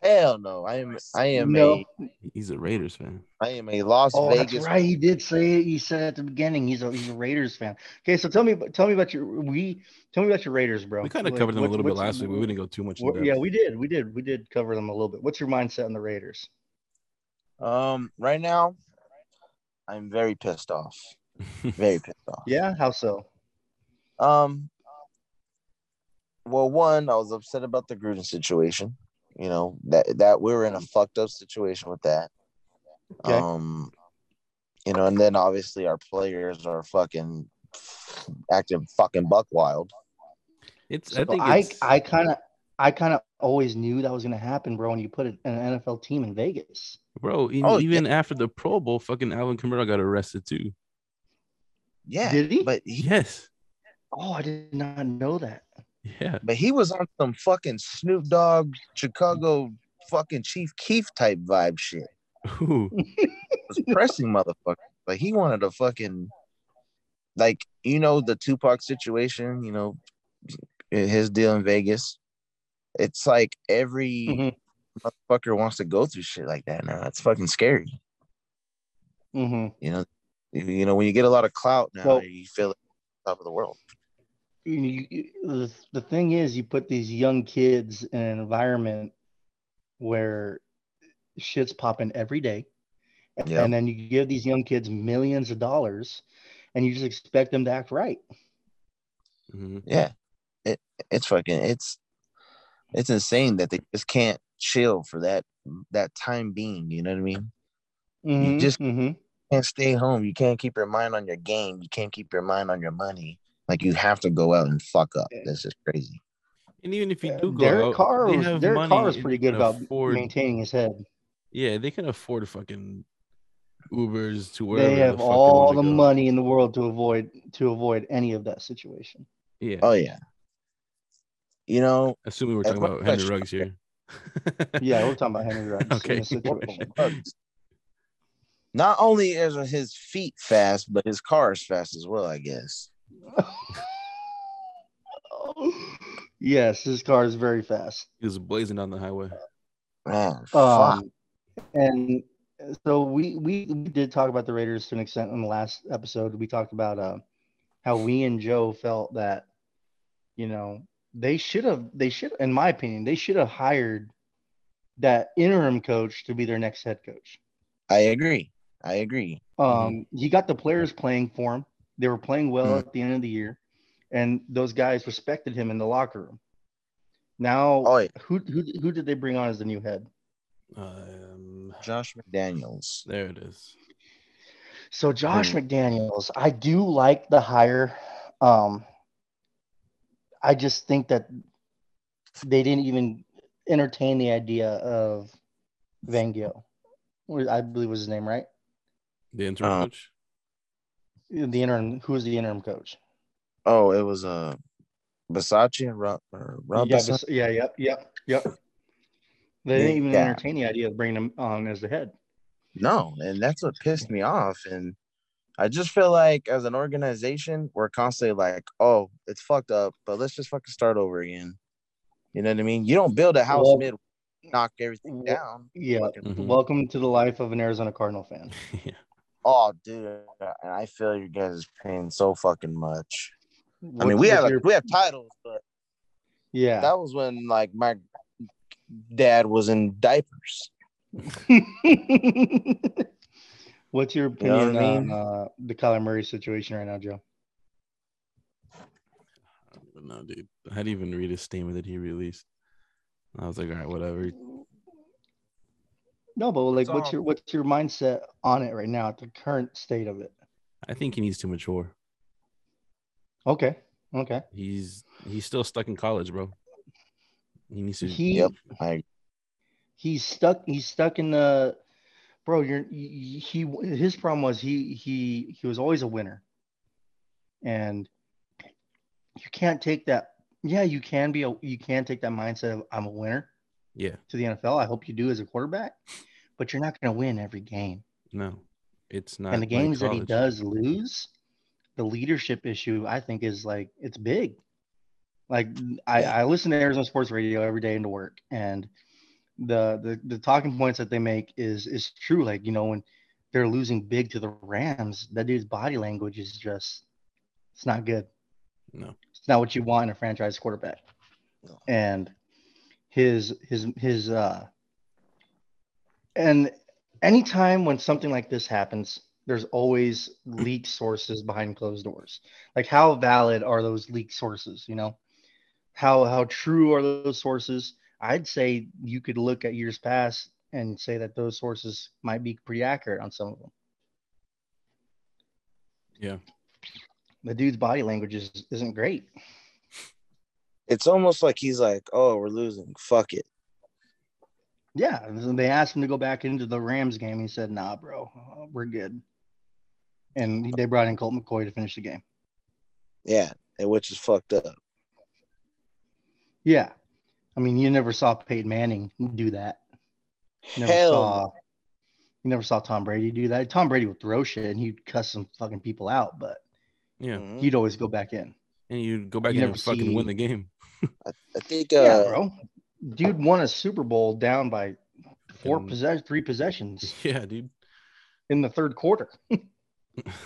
S3: hell no. I am I am a
S4: He's a Raiders fan.
S3: I am a Las
S1: Oh,
S3: Vegas.
S1: that's right. He did say it. He said at the beginning he's a he's a Raiders fan. Okay, so tell me tell me about your we tell me about your Raiders, bro.
S2: We kind of
S1: Like,
S2: covered them a
S1: what-
S2: little bit
S1: what's-
S2: last week. but We didn't go too much. In
S1: what-
S2: depth.
S1: yeah, we did. We did. We did cover them a little bit. What's your mindset on the Raiders?
S3: Um, right now, I'm very pissed off. Very pissed off.
S1: Yeah, how so?
S3: Um, well, one, I was upset about the Gruden situation. You know that that we were in a fucked up situation with that.
S1: Okay.
S3: Um, you know, and then obviously our players are fucking acting fucking buck wild.
S2: it's.
S1: So
S2: I think
S1: I
S2: it's-
S1: I kind of I kind of always knew that was going to happen, bro. When you put an an NFL team in Vegas,
S2: bro. Even,
S3: Oh, yeah.
S2: even after the Pro Bowl, fucking Alvin Kamara got arrested too.
S3: Yeah,
S1: did he?
S3: but he,
S2: Yes.
S1: oh, I did not know that.
S2: Yeah.
S3: but he was on some fucking Snoop Dogg Chicago fucking Chief Keef type vibe shit.
S2: Ooh.
S3: was pressing motherfucker. Like he wanted to fucking like you know the Tupac situation, you know his deal in Vegas. It's like every
S1: Mhm.
S3: motherfucker wants to go through shit like that now. It's fucking scary.
S1: hmm
S3: You know, you, you know when you get a lot of clout now,
S1: Well-
S3: you feel like top of the world.
S1: you, you- the, the thing is you put these young kids in an environment where shit's popping every day
S3: Yeah.
S1: and then you give these young kids millions of dollars and you just expect them to act right
S4: Mhm.
S3: Yeah. It it's fucking it's it's insane that they just can't chill for that that time being, you know what I mean?
S1: Mhm,
S3: just-
S1: mhm.
S3: can't stay home. You can't keep your mind on your game. You can't keep your mind on your money. Like you have to go out and fuck up.
S1: Yeah.
S3: That's just crazy.
S2: And even if you
S1: Uh,
S2: do go,
S1: Derek
S2: out,
S1: Carr,
S2: they
S1: was-
S2: have
S1: Derek
S2: money
S1: Carr is
S2: and
S1: pretty
S2: they
S1: good
S2: can
S1: about
S2: afford-
S1: maintaining his head.
S2: Yeah, they can afford fucking Ubers to wherever.
S1: They
S2: the
S1: have
S2: fuck
S1: all
S2: wanna
S1: the
S2: go.
S1: money in the world to avoid to avoid any of that situation.
S2: Yeah.
S1: Uh,
S3: Oh yeah. You know,
S2: Assuming we're
S3: And
S2: talking
S3: one
S2: about Henry
S3: question.
S2: Ruggs here.
S1: Yeah, we're talking about Henry Ruggs in
S2: Okay.
S1: this situation.
S3: not only is his feet fast, but his car is fast as well. I guess.
S1: yes, his car is very fast.
S2: He was blazing down the highway.
S3: Man, fuck.
S1: Um, and so we, we we did talk about the Raiders to an extent in the last episode. We talked about uh, how we and Joe felt that you know they should have they should in my opinion they should have hired that interim coach to be their next head coach.
S3: I agree. I agree.
S1: Um, He got the players playing for him. They were playing well
S3: Mhm.
S1: at the end of the year, and those guys respected him in the locker room. Now,
S3: Oh, yeah.
S1: who, who who did they bring on as the new head?
S2: Um,
S3: Josh McDaniels.
S2: there it is.
S1: So Josh
S3: Mhm.
S1: McDaniels, I do like the hire. Um, I just think that they didn't even entertain the idea of Van Gogh. I believe was his name, right?
S2: The interim
S3: Uh,
S2: coach.
S1: The interim, who was the interim coach?
S3: Oh, it was uh, Versace and Rob. Or Rob
S1: yeah,
S3: Versace?
S1: Vas- yeah, yep, yep, yep. They didn't even
S3: Yeah.
S1: entertain the idea of bringing him on as the head.
S3: No, and that's what pissed me off. And I just feel like as an organization, we're constantly like, oh, it's fucked up, but let's just fucking start over again. You know what I mean? You don't build a house
S1: Well-
S3: mid, knock everything
S1: Well-
S3: down.
S1: Yeah.
S3: Fucking-
S2: Mhm.
S1: Welcome to the life of an Arizona Cardinal fan.
S2: yeah.
S3: Oh, dude, and I feel you guys is paying so fucking much. I
S1: What's-
S3: mean, we
S1: what's
S3: have
S1: your-
S3: we have titles, but
S1: yeah.
S3: that was when like my dad was in diapers.
S1: What's your
S3: You know what I
S1: opinion
S3: mean?
S1: on uh, the Kyler Murray situation right now, Joe?
S2: I don't even know, dude. I didn't even read his statement that he released. I was like, all right, whatever.
S1: No, but like,
S5: It's
S1: what's
S5: all-
S1: your what's your mindset on it right now at the current state of it?
S2: I think he needs to mature.
S1: Okay, okay.
S2: He's he's still stuck in college, bro. He needs to.
S1: He
S3: Yep. I
S1: he's stuck. He's stuck in the bro. You're he. he- His problem was he he he was always a winner, and you can't take that. Yeah, you can be a you can take that mindset of I'm a winner
S2: yeah.
S1: to the NFL. I hope you do as a quarterback, but you're not going to win every game.
S2: No. It's not
S1: and the
S2: like
S1: games that he
S2: college.
S1: does lose, the leadership issue I think is like it's big. Like I, I listen to Arizona sports radio every day into work, and the, the the talking points that they make is is true. Like you know when they're losing big to the Rams, that dude's body language is just it's not good.
S4: No.
S1: it's not what you want in a franchise quarterback.
S3: No.
S1: And his his his uh and anytime when something like this happens, there's always leaked sources behind closed doors. Like how valid are those leaked sources? You know, how how true are those sources? I'd say you could look at years past and say that those sources might be pretty accurate on some of them.
S2: Yeah.
S1: The dude's body language is, isn't great.
S3: It's almost like he's like, oh, we're losing. Fuck it.
S1: Yeah, and they asked him to go back into the Rams game. He said, "Nah, bro, uh, we're good." And he- they brought in Colt McCoy to finish the game.
S3: Yeah, and which is fucked up.
S1: Yeah, I mean, you never saw Peyton Manning do that. You never
S3: Hell,
S1: saw. You never saw Tom Brady do that. Tom Brady would throw shit and he'd cuss some fucking people out, but
S2: Yeah,
S3: Mhm.
S1: he'd always go back in.
S2: and you go back
S1: You
S2: in
S1: never
S2: and fucking win
S1: see-
S2: the game.
S3: I think.
S1: yeah,
S3: Uh,
S1: bro, dude won a Super Bowl down by four
S2: Fucking-
S1: possess three possessions
S2: Yeah, dude.
S1: in the third quarter.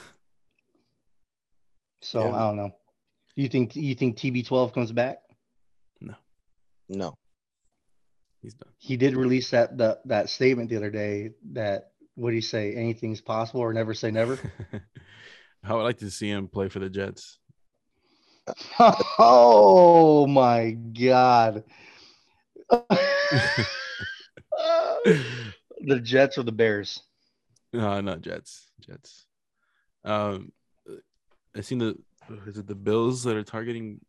S1: so
S2: Yeah.
S1: I don't know. You think you think TB12 comes back?
S3: no.
S2: He's done.
S1: he did release that the, that statement the other day that what do you say anything's possible or never say never
S2: I would like to see him play for the Jets.
S1: oh my god the jets or the bears
S2: No, not Jets. Jets. Um, I seen the is it the Bills that are targeting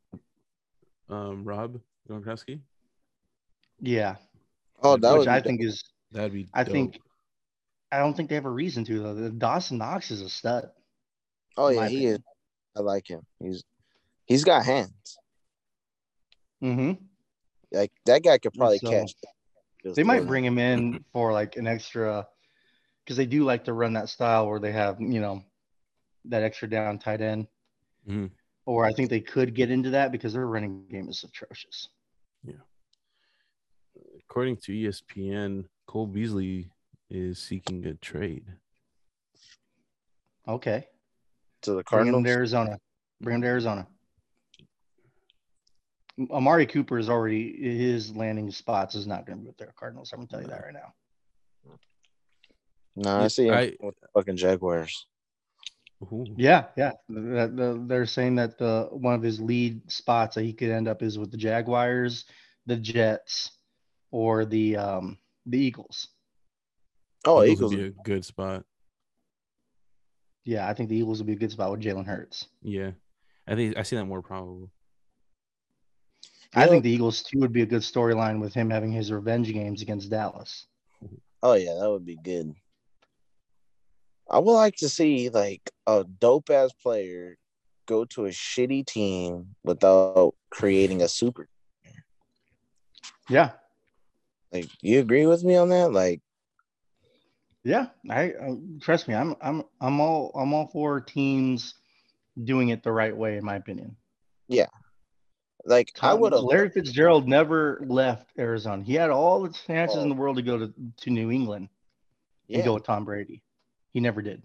S2: um Rob Gronkowski?
S1: yeah
S3: Oh, that
S1: which
S3: was.
S1: i think is
S2: That'd be.
S1: i
S2: dope.
S1: think i don't think they have a reason to though dawson knox is a stud
S3: Oh
S1: my
S3: yeah, he
S1: opinion.
S3: is. I like him. He's he's got hands.
S1: mm-hmm.
S3: Like that guy could probably
S1: So,
S3: catch.
S1: they might bring him in for like an extra because they do like to run that style where they have you know that extra down tight end
S2: Mhm.
S1: or i think they could get into that because their running game is atrocious
S2: according to E ESPN, Cole Beasley is seeking a trade.
S1: okay
S3: to the
S1: bring him to
S3: Cardinals.
S1: arizona bring him to arizona amari cooper is already his landing spots is not going to be with their cardinals i'm going to tell you that right now
S3: No, I see him
S2: I-
S3: with the fucking Jaguars.
S2: Ooh.
S1: yeah yeah The- the- they're saying that the one of his lead spots that he could end up is with the jaguars the jets or the um the eagles
S3: Oh,
S2: Eagles
S3: Eagles.
S2: would be a good spot.
S1: Yeah, I think the Eagles would be a good spot with Jalen Hurts.
S2: Yeah, I think I see that more probable.
S1: I think the Eagles too would be a good storyline with him having his revenge games against Dallas.
S3: Oh yeah, that would be good. I would like to see like a dope ass player go to a shitty team without creating a super.
S1: Yeah,
S3: Like, you agree with me on that? Like,
S1: yeah. I, I trust me. I'm I'm I'm all I'm all for teams doing it the right way, in my opinion.
S3: like I would have.
S1: Larry Fitzgerald never left Arizona. He had all the chances
S3: Oh.
S1: in the world to go to, to New England and
S3: Yeah,
S1: go with Tom Brady. He never did.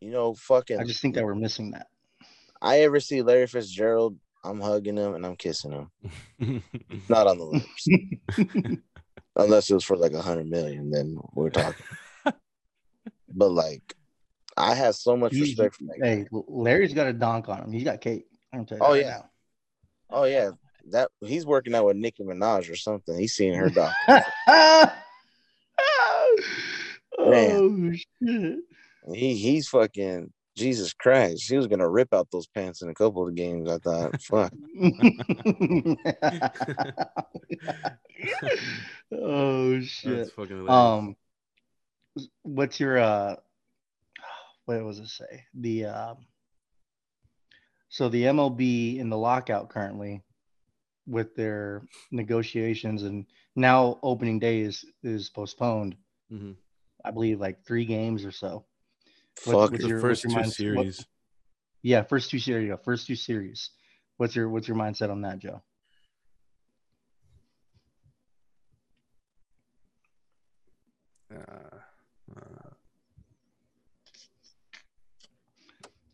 S3: you know, fucking.
S1: I just think that we're missing that.
S3: I ever see Larry Fitzgerald, I'm hugging him and I'm kissing him. Not on the lips. Unless it was for like a hundred million, then we're talking. but like, I have so much
S1: He's-
S3: respect for that. guy.
S1: Hey, Larry's got a donk on him. He's got cake. I'm telling you.
S3: Oh,
S1: that right
S3: yeah.
S1: now.
S3: Oh yeah, that he's working out with Nicki Minaj or something. He's seeing her doc.
S1: oh shit.
S3: he he's fucking Jesus Christ. He was gonna rip out those pants in a couple of the games. I thought, fuck.
S1: oh
S2: That's
S1: shit.
S2: fucking hilarious.
S1: Um what's your uh what was it say? The um so the MLB in the lockout currently with their negotiations and now opening day is is postponed,
S2: Mhm.
S1: I believe like three games or so. What's-
S3: Fuck.
S1: what's
S2: the
S1: your-
S2: first
S1: what's
S2: two
S1: your mindset- what-
S2: series.
S1: Yeah, first two series. Yeah, first two series. What's your what's your mindset on that, Joe?
S2: Uh, uh,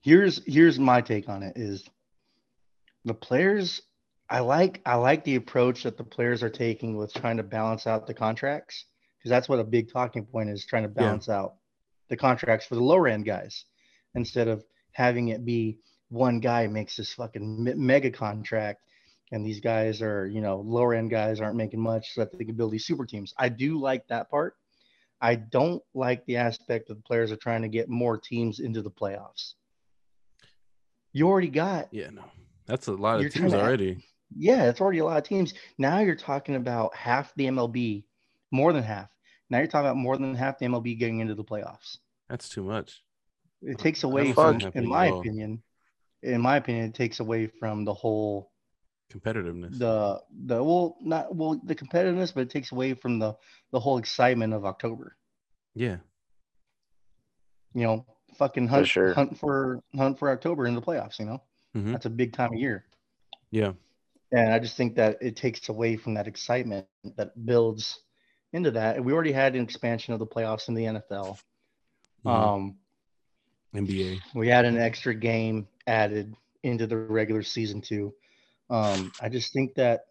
S1: here's here's my take on it is the players i like i like the approach that the players are taking with trying to balance out the contracts because that's what a big talking point is trying to
S2: Yeah.
S1: balance out the contracts for the lower end guys instead of having it be one guy makes this fucking me- mega contract and these guys are you know lower end guys aren't making much so that they can build these super teams i do like that part i don't like the aspect that the players are trying to get more teams into the playoffs you already got
S4: Yeah, no.
S2: that's a lot of
S1: You're
S2: teams
S1: tryna-
S2: already.
S1: yeah it's already a lot of teams now you're talking about half the mlb more than half now you're talking about more than half the mlb getting into the playoffs
S2: That's too much.
S1: it takes
S2: I don't
S1: away
S2: see
S1: from
S2: that happening
S1: in my
S2: at all.
S1: opinion in my opinion it takes away from the whole
S2: Competitiveness.
S1: the the well not well the competitiveness but it takes away from the the whole excitement of october
S2: yeah.
S1: you know fucking hunt
S3: sure.
S1: hunt for hunt for october in the playoffs you know
S2: Mhm.
S1: that's a big time of year
S2: Yeah.
S1: And I just think that it takes away from that excitement that builds into that. And we already had an expansion of the playoffs in the NFL.
S2: Mhm.
S1: Um,
S2: NBA.
S1: we had an extra game added into the regular season too. Um, I just think that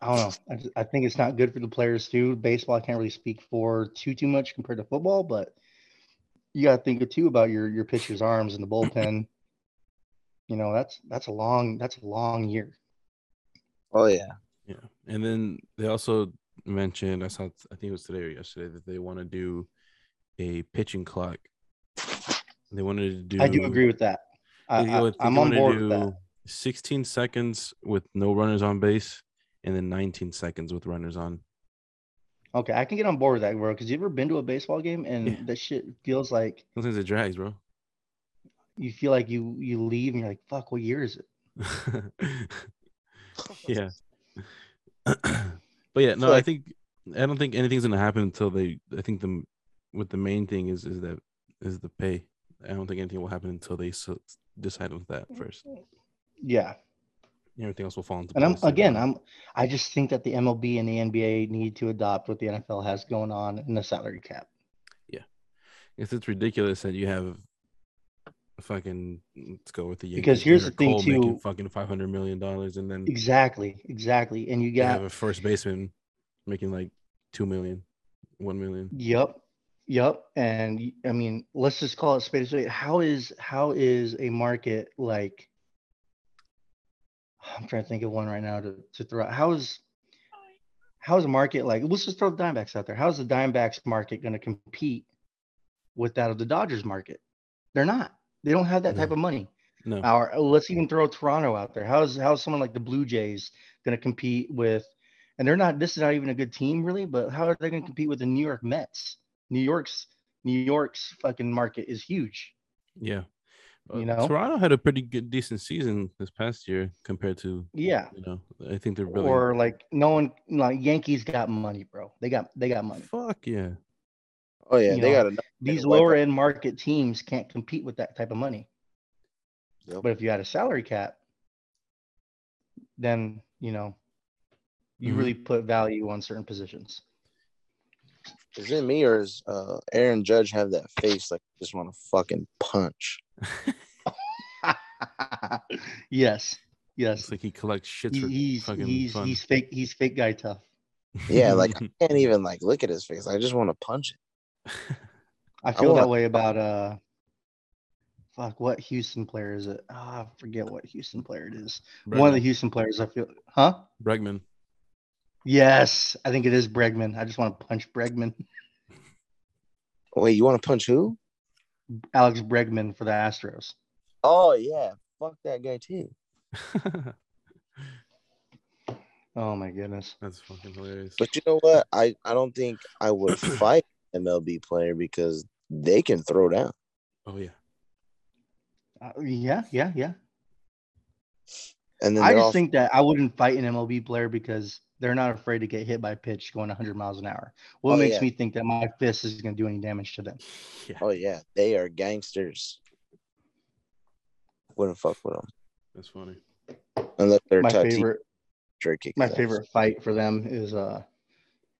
S1: I don't know. I, just, I think it's not good for the players too. Baseball, I can't really speak for too too much compared to football, but you got to think too about your your pitcher's arms in the bullpen. you know, that's that's a long that's a long year.
S3: Oh yeah.
S2: Yeah, and then they also mentioned I saw I think it was today or yesterday that they want to do a pitching clock. They wanted to do.
S1: I do agree with that. I,
S2: they wa-
S1: I,
S2: they
S1: I'm on
S2: wanna
S1: board with that.
S2: do 16 seconds with no runners on base, and then 19 seconds with runners on.
S1: Okay, I can get on board with that, bro. Because you ever been to a baseball game and
S2: Yeah.
S1: that shit feels like
S2: Sometimes it drags, bro.
S1: you feel like you you leave and you're like, fuck, what year is it?
S2: yeah. but yeah, no, I
S3: like-
S2: think I don't think anything's gonna happen until they. I think the what the main thing is is that is the pay. I don't think anything will happen until they so, decide on that
S1: Mm.
S2: first.
S1: Yeah,
S2: Everything else will fall into
S1: and I'm
S2: place.
S1: again, I'm I just think that the MLB and the NBA need to adopt what the NFL has going on in the salary cap.
S2: It's it's ridiculous that you have fucking let's go with the Yankees.
S1: Because here's the
S2: Garrett
S1: thing,
S2: Cole making
S1: too.
S2: fucking five hundred million dollars, and then
S1: Exactly, exactly. And you
S2: you
S1: got
S2: Mm. have a first baseman making like two million, one million.
S1: Yep. Yep. And y- I mean, let's just call it spade a spade. How is how is a market like I'm trying to think of one right now to, to throw out. How is how is a market like let's just throw the Diamondbacks out there. How is the Diamondbacks market going to compete with that of the Dodgers market? They're not. They don't have that type
S2: No.
S1: of money.
S2: No,
S1: Or let's even throw Toronto out there. How's how's someone like the Blue Jays going to compete with? And they're not. This is not even a good team, really. But how are they going to compete with the New York Mets? New York's New York's fucking market is huge.
S2: Yeah. Uh,
S1: You know?
S2: Toronto had a pretty good, decent season this past year compared to,
S1: Yeah.
S2: you know, I think they're really.
S1: Or like no one, like Yankees got money, bro. They got they got money.
S2: Fuck yeah.
S3: Oh yeah.
S1: You
S3: they
S1: know,
S3: got enough.
S1: These
S3: Yeah, like-
S1: lower end market teams can't compete with that type of money.
S3: Yep.
S1: But if you had a salary cap, then you know you
S3: Mm-hmm.
S2: Mhm.
S1: really put value on certain positions.
S3: Is it me or is uh, Aaron Judge have that face like just want to fucking punch?
S1: yes, yes.
S2: It's like he collects shits
S1: He-
S2: for
S1: he's
S2: fucking
S1: he's
S2: fun.
S1: he's fake. He's fake guy tough.
S3: Yeah, like I can't even like look at his face. I just want to punch it.
S1: I feel
S3: wanna-
S1: that way about uh. Fuck, what Houston player is it? Ah, I forget what Houston player it is. One of the
S2: Bregman.
S1: Houston players. I feel, huh?
S2: Bregman.
S1: Yes, I think it is Bregman. I just want to punch Bregman,
S3: Wait, you want to punch who?
S1: Alex Bregman for the Astros.
S3: Oh yeah, fuck that guy too.
S1: Oh my goodness.
S2: That's fucking hilarious.
S3: But you know what? I I don't think I would fight MLB player because they can throw down.
S2: Oh yeah.
S1: Uh, yeah, yeah, yeah.
S3: And then
S1: I
S3: they're
S1: just
S3: all-
S1: think that I wouldn't fight an MLB player because They're not afraid to get hit by a pitch going 100 miles an hour. What
S3: Oh,
S1: makes
S3: yeah.
S1: me think that my fist is going to do any damage to them?
S2: Yeah,
S3: Oh yeah, they are gangsters. Wouldn't fuck with them
S2: that's funny.
S3: unless they're
S1: My
S3: tattooed.
S1: favorite,
S3: Drake kicks
S1: my
S3: ass.
S1: favorite fight for them is uh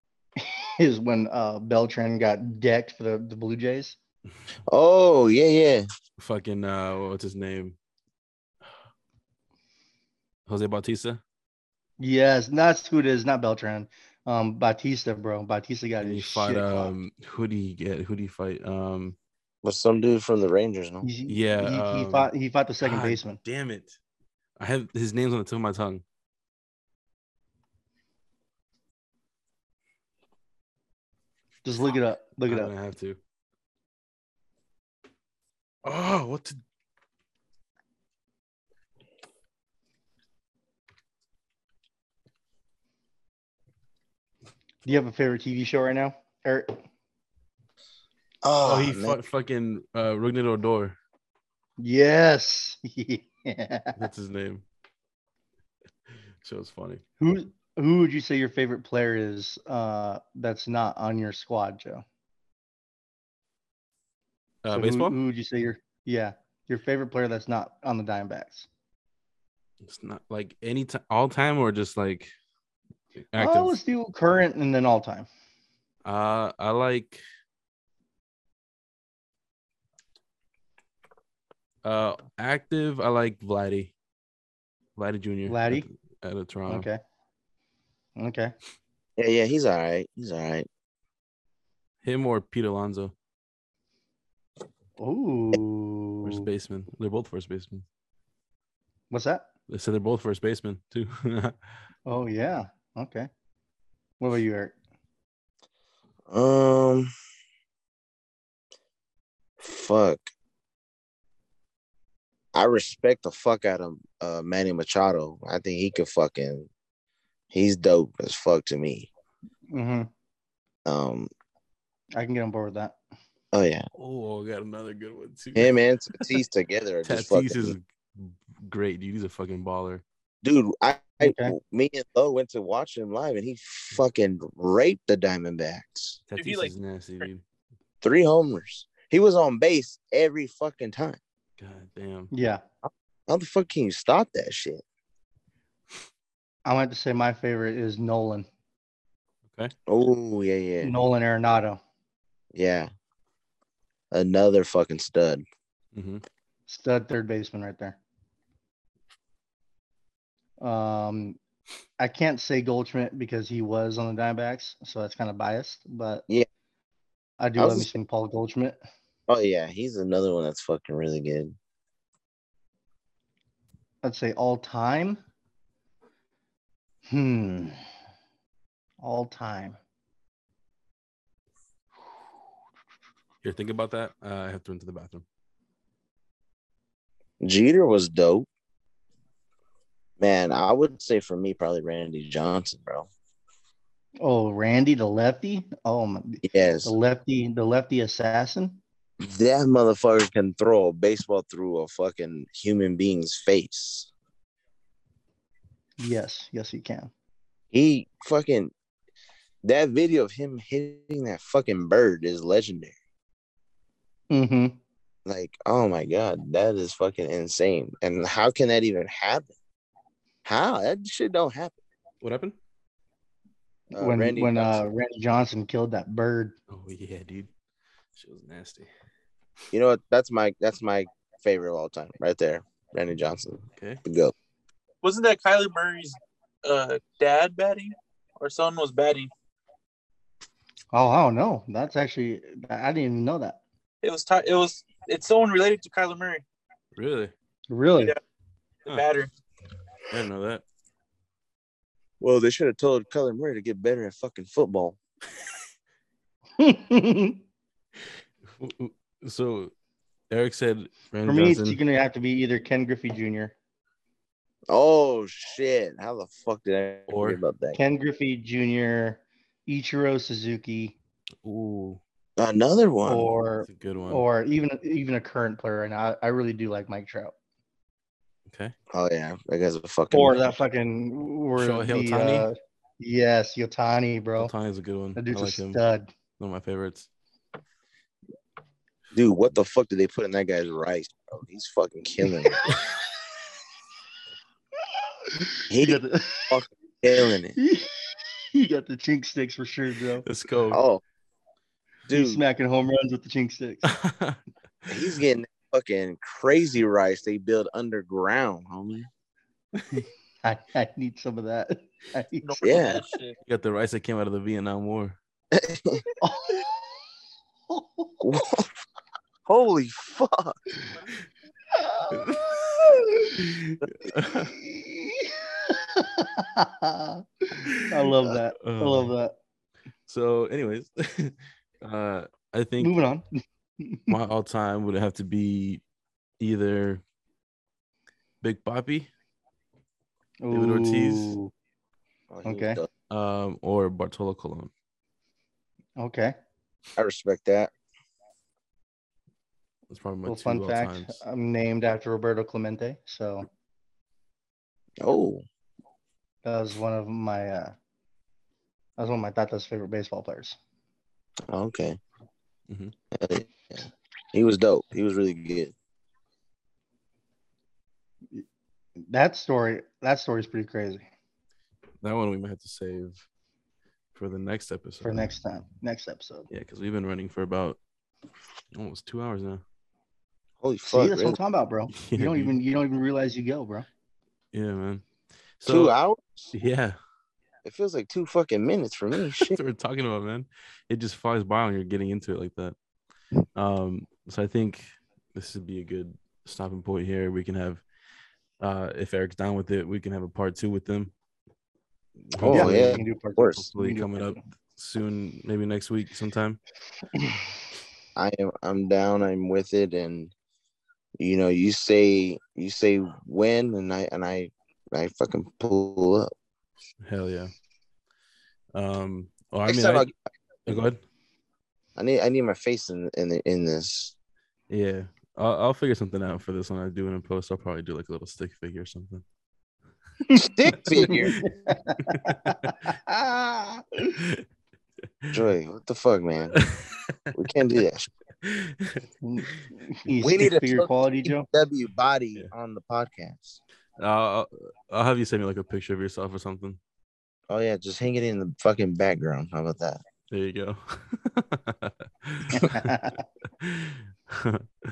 S1: is when uh Beltran got decked for the, the Blue Jays.
S3: Oh yeah, yeah.
S2: Fucking uh, what's his name? Jose Bautista.
S1: Yes, that's who it is, not Beltran. Um, Batista, bro. Batista got
S2: And he
S1: his
S2: fought
S1: shit. Um,
S2: um, who do you get? Who do you fight? Um,
S3: But some dude from the Rangers, no?
S2: yeah,
S1: he, he
S2: um,
S1: fought. He fought the second
S2: God
S1: baseman.
S2: Damn it! I have his name's on the tip of my tongue.
S1: Just look it up. Look it
S2: I'm
S1: up.
S2: gonna have to. Oh, what? The...
S1: Do you have a favorite TV show right now, Eric?
S2: Oh,
S3: Oh,
S2: he
S3: man.
S2: fought fucking uh, Rugnett Odor.
S1: Yes.
S2: That's his name. So it's funny.
S1: Who who would you say your favorite player is uh that's not on your squad, Joe?
S2: Uh,
S1: So who-
S2: baseball.
S1: Who, would you say your yeah your favorite player that's not on the Diamondbacks?
S2: It's not like any time, all time, or just like active.
S1: Oh, let's do current and then all time.
S2: Uh, I like. Uh, active. I like Vladdy. Vladdy Jr.
S1: Vladdy?
S2: at, at Toronto.
S1: Okay. Okay.
S3: yeah, yeah, he's all right. He's all right.
S2: Him or Pete Alonso, first
S1: Ooh.
S2: baseman. They're both first basemen.
S1: What's that?
S2: They said they're both first basemen too.
S1: Oh yeah. Okay. What about you, Eric?
S3: Um, fuck. I respect the fuck out of uh, Manny Machado. I think he could fucking. He's dope as fuck to me.
S1: hmm
S3: Um.
S1: I can get on board with that.
S3: Oh yeah,
S2: oh, I got another good one too.
S3: him and Tatis together. Are just
S2: Tatis
S3: fucking,
S2: is great, dude. He's a fucking baller.
S3: dude. I, I-
S1: Okay.
S3: me and Lo went to watch him live, and he fucking raped the Diamondbacks.
S2: Tatis
S5: Dude, he, like-
S2: is nasty, dude.
S3: Three homers. He was on base every fucking time.
S2: God damn.
S1: Yeah.
S3: How the fuck can you stop that shit?
S1: I want to say my favorite is Nolan.
S3: Oh yeah, yeah,
S1: Nolan Arenado.
S3: yeah. Another fucking stud.
S2: hmm
S1: Stud third baseman right there. Um I can't say Goldschmidt because he was on the Diamondbacks, so that's kind of biased, but
S3: Yeah.
S1: I do
S3: I was
S1: love me
S3: just-
S1: some Paul Goldschmidt.
S3: Oh yeah, he's another one that's fucking really good.
S1: I'd say all time. Hmm. All time.
S2: Here, think about that. Uh, I have to run to the bathroom.
S3: Jeter was dope. Man, I would say for me probably Randy Johnson, bro.
S1: Oh, Randy the lefty. Oh my
S3: Yes,
S1: the lefty, the lefty assassin.
S3: that motherfucker can throw a baseball through a fucking human being's face.
S1: Yes, yes, he can.
S3: He fucking that video of him hitting that fucking bird is legendary.
S1: Mm-hmm.
S3: Like, oh my god, that is fucking insane. And how can that even happen? How that shit don't happen.
S2: What happened?
S3: Uh,
S1: when
S3: Randy
S1: when uh
S3: Johnson.
S1: Randy Johnson killed that bird.
S2: Oh yeah, dude. She was nasty.
S3: You know what? That's my that's my favorite of all time, right there. Randy Johnson,
S2: Okay.
S3: the goat.
S5: Wasn't that Kyler Murray's uh, dad batting or someone was batting?
S1: Oh, I don't know. That's actually I I didn't even know that.
S5: It was Ty- it was it's someone related to Kyler Murray,
S2: Really?
S1: Really?
S5: Yeah. the
S2: Huh.
S5: batter.
S2: I didn't know that.
S3: Well, they should have told Kyler Murray to get better at fucking football.
S2: W- w- So, Eric said
S1: For
S2: Randy
S1: me, it's
S2: Johnson.
S1: gonna have to be either Ken Griffey Jr.
S3: Oh shit! How the fuck did I
S2: Or-
S3: forget about that?
S1: Ken Griffey Jr. Ichiro Suzuki,
S2: Ooh,
S3: Another one.
S1: or
S2: that's a good one.
S1: or even even a current player right now. I, I really do like Mike Trout.
S2: okay.
S3: oh yeah, that guy's a fucking.
S1: Or that fucking or
S2: Shohei
S1: the,
S2: Ohtani?
S1: uh, Yes, Yotani, bro.
S2: Otani's a good one. I
S1: That dude's
S2: like
S1: a
S2: him. One
S1: stud.
S2: of my favorites.
S3: Dude, what the fuck did they put in that guy's rice, bro? He's fucking killing it.
S1: He
S3: He's
S1: got the
S3: killing it.
S1: he got the chink sticks for sure, bro.
S2: Let's go.
S3: Oh,
S1: He's
S3: dude,
S1: smacking home runs with the chink sticks.
S3: he's getting fucking crazy rice they build underground, homie.
S1: I, I need some of that. I need
S5: Don't
S3: Yeah.
S5: do that shit.
S2: You got the rice that came out of the Vietnam War.
S3: Holy fuck.
S1: I love that. I
S2: Oh,
S1: love that.
S2: So, anyways, uh, I think
S1: Moving on.
S2: my all time would have to be either Big Papi David Ortiz.
S1: Ooh,
S3: Oh, he was
S1: Okay.
S3: dope.
S2: um, or Bartolo Colon.
S1: Okay.
S3: I respect that.
S2: That's probably my
S1: Well,
S2: two
S1: fun
S2: all
S1: fact: uh,
S2: times.
S1: I'm named after Roberto Clemente, so
S3: Oh,
S1: that was one of my uh, that was one of my tata's favorite baseball players.
S3: okay.
S1: Mm-hmm.
S2: Mhm.
S3: Hell yeah. He was dope. He was really good.
S1: That story, that story's pretty crazy.
S2: That one we might have to save for the next episode.
S1: For next time, next episode.
S2: Yeah, because we've been running for about almost two hours now.
S3: Holy
S1: See,
S3: fuck.
S1: that's what I'm
S3: really?
S1: talking about, bro. You
S2: Yeah,
S1: don't
S2: dude.
S1: even you don't even realize you go, bro.
S2: Yeah, man.
S3: Two hours?
S2: Yeah,
S3: It feels like two fucking minutes for me.
S2: that's
S3: Shit.
S2: what we're talking about, man. It just flies by when you're getting into it like that. Um, so I think this would be a good stopping point here. We can have, uh, if Eric's down with it, we can have a part two with them.
S3: Oh,
S2: Hopefully-
S3: yeah.
S1: You can do part two.
S3: course.
S1: You
S2: Hopefully
S1: can do
S2: coming
S1: part
S2: up soon, maybe next week sometime.
S3: I am I'm down, I'm with it and you know, you say you say when and I and I I fucking pull up.
S2: Hell yeah. Um, oh, I
S3: Next
S2: mean,
S3: time
S2: I-
S3: I'll-
S2: oh, go ahead.
S3: I need I need my face in in the, in this.
S2: Yeah, I'll, I'll figure something out for this one. I do it in post. I'll probably do like a little stick figure or something.
S3: Stick figure.
S1: two.
S3: Joy, what the fuck, man? We can't do that.
S1: You
S3: We need
S1: stick
S3: a
S1: figure
S3: trophy.
S1: quality, Joe.
S3: W body
S2: Yeah.
S3: on the podcast.
S2: I'll, I'll have you send me like a picture of yourself or something.
S3: Oh yeah, just hang it in the fucking background. How about that?
S2: There you go.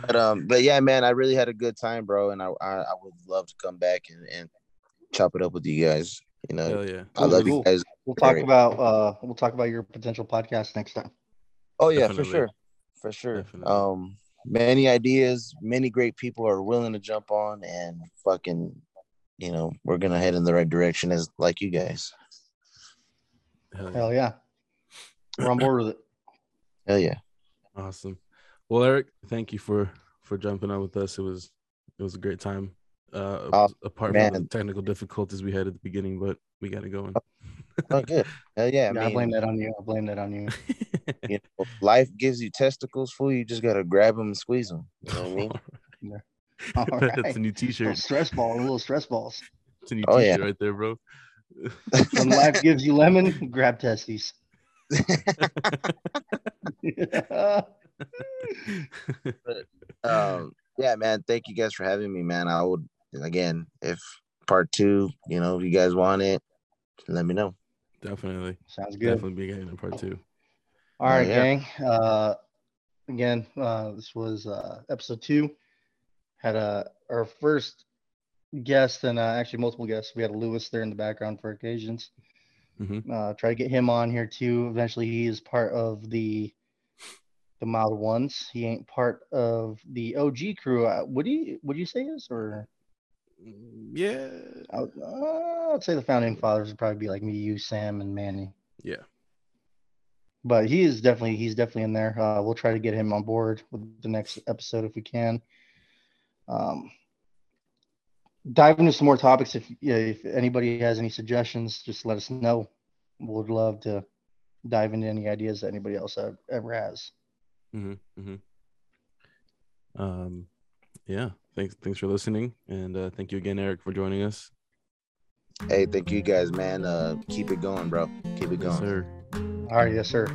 S3: But um, but yeah, man, I really had a good time, bro, and I I, I would love to come back and, and chop it up with you guys. You know,
S2: Hell yeah.
S3: I love
S1: Cool.
S3: you guys.
S1: We'll talk
S3: Great.
S1: about uh we'll talk about your potential podcast next time.
S3: Oh yeah,
S2: Definitely.
S3: for sure, for sure.
S2: Definitely.
S3: Um, many ideas, many great people are willing to jump on and fucking, you know, we're gonna head in the right direction as like you guys.
S2: Hell yeah.
S1: Hell yeah. We're on board with it.
S3: Hell yeah.
S2: Awesome. Well, Eric, thank you for for jumping on with us. It was it was a great time. Uh,
S3: Oh,
S2: apart from
S3: man.
S2: the technical difficulties we had at the beginning, but we got it going.
S3: Oh, good. Hell
S1: Yeah,
S3: yeah. I
S1: I,
S3: mean,
S1: blame that on you. I blame that on you.
S3: Oh, you know, life gives you testicles, fool. You just gotta grab them and squeeze them. You know what I mean?
S1: All
S2: That's
S1: right.
S2: a new
S1: Little
S2: T-shirt.
S1: stress ball, little stress balls.
S2: It's a new
S3: Oh, yeah.
S2: T-shirt right there, bro.
S1: When life gives you lemon, grab testes.
S3: um, yeah, man. Thank you guys for having me, man. I would again, if part two, you know, if you guys want it, let me know.
S2: Definitely,
S1: Sounds good.
S2: definitely be getting a part two.
S1: All right,
S3: Yeah.
S1: gang. Uh, again, uh, this was uh, episode two. Had uh, our first guest and uh, actually multiple guests. We had Lewis there in the background for occasions.
S3: Mm-hmm.
S2: Mhm.
S1: Uh, try to get him on here too. Eventually, he is part of the the mild ones. He ain't part of the OG crew. Uh, would he? Would you say he is or?
S2: Yeah,
S1: I would, uh, I'd say the founding fathers would probably be like me, you, Sam, and Manny.
S2: yeah.
S1: but he is definitely he's definitely in there. Uh, we'll try to get him on board with the next episode if we can. Um, dive into some more topics. If yeah, if anybody has any suggestions, just let us know. Would love to dive into any ideas that anybody else have, ever has.
S2: hmm hmm mm-hmm. Um, yeah. Thanks. Thanks for listening, and uh, thank you again, Eric, for joining us.
S3: Hey, thank you guys, man. Uh, keep it going, bro. Keep it
S2: Yes,
S3: going.
S2: sir.
S1: All right, yes, sir.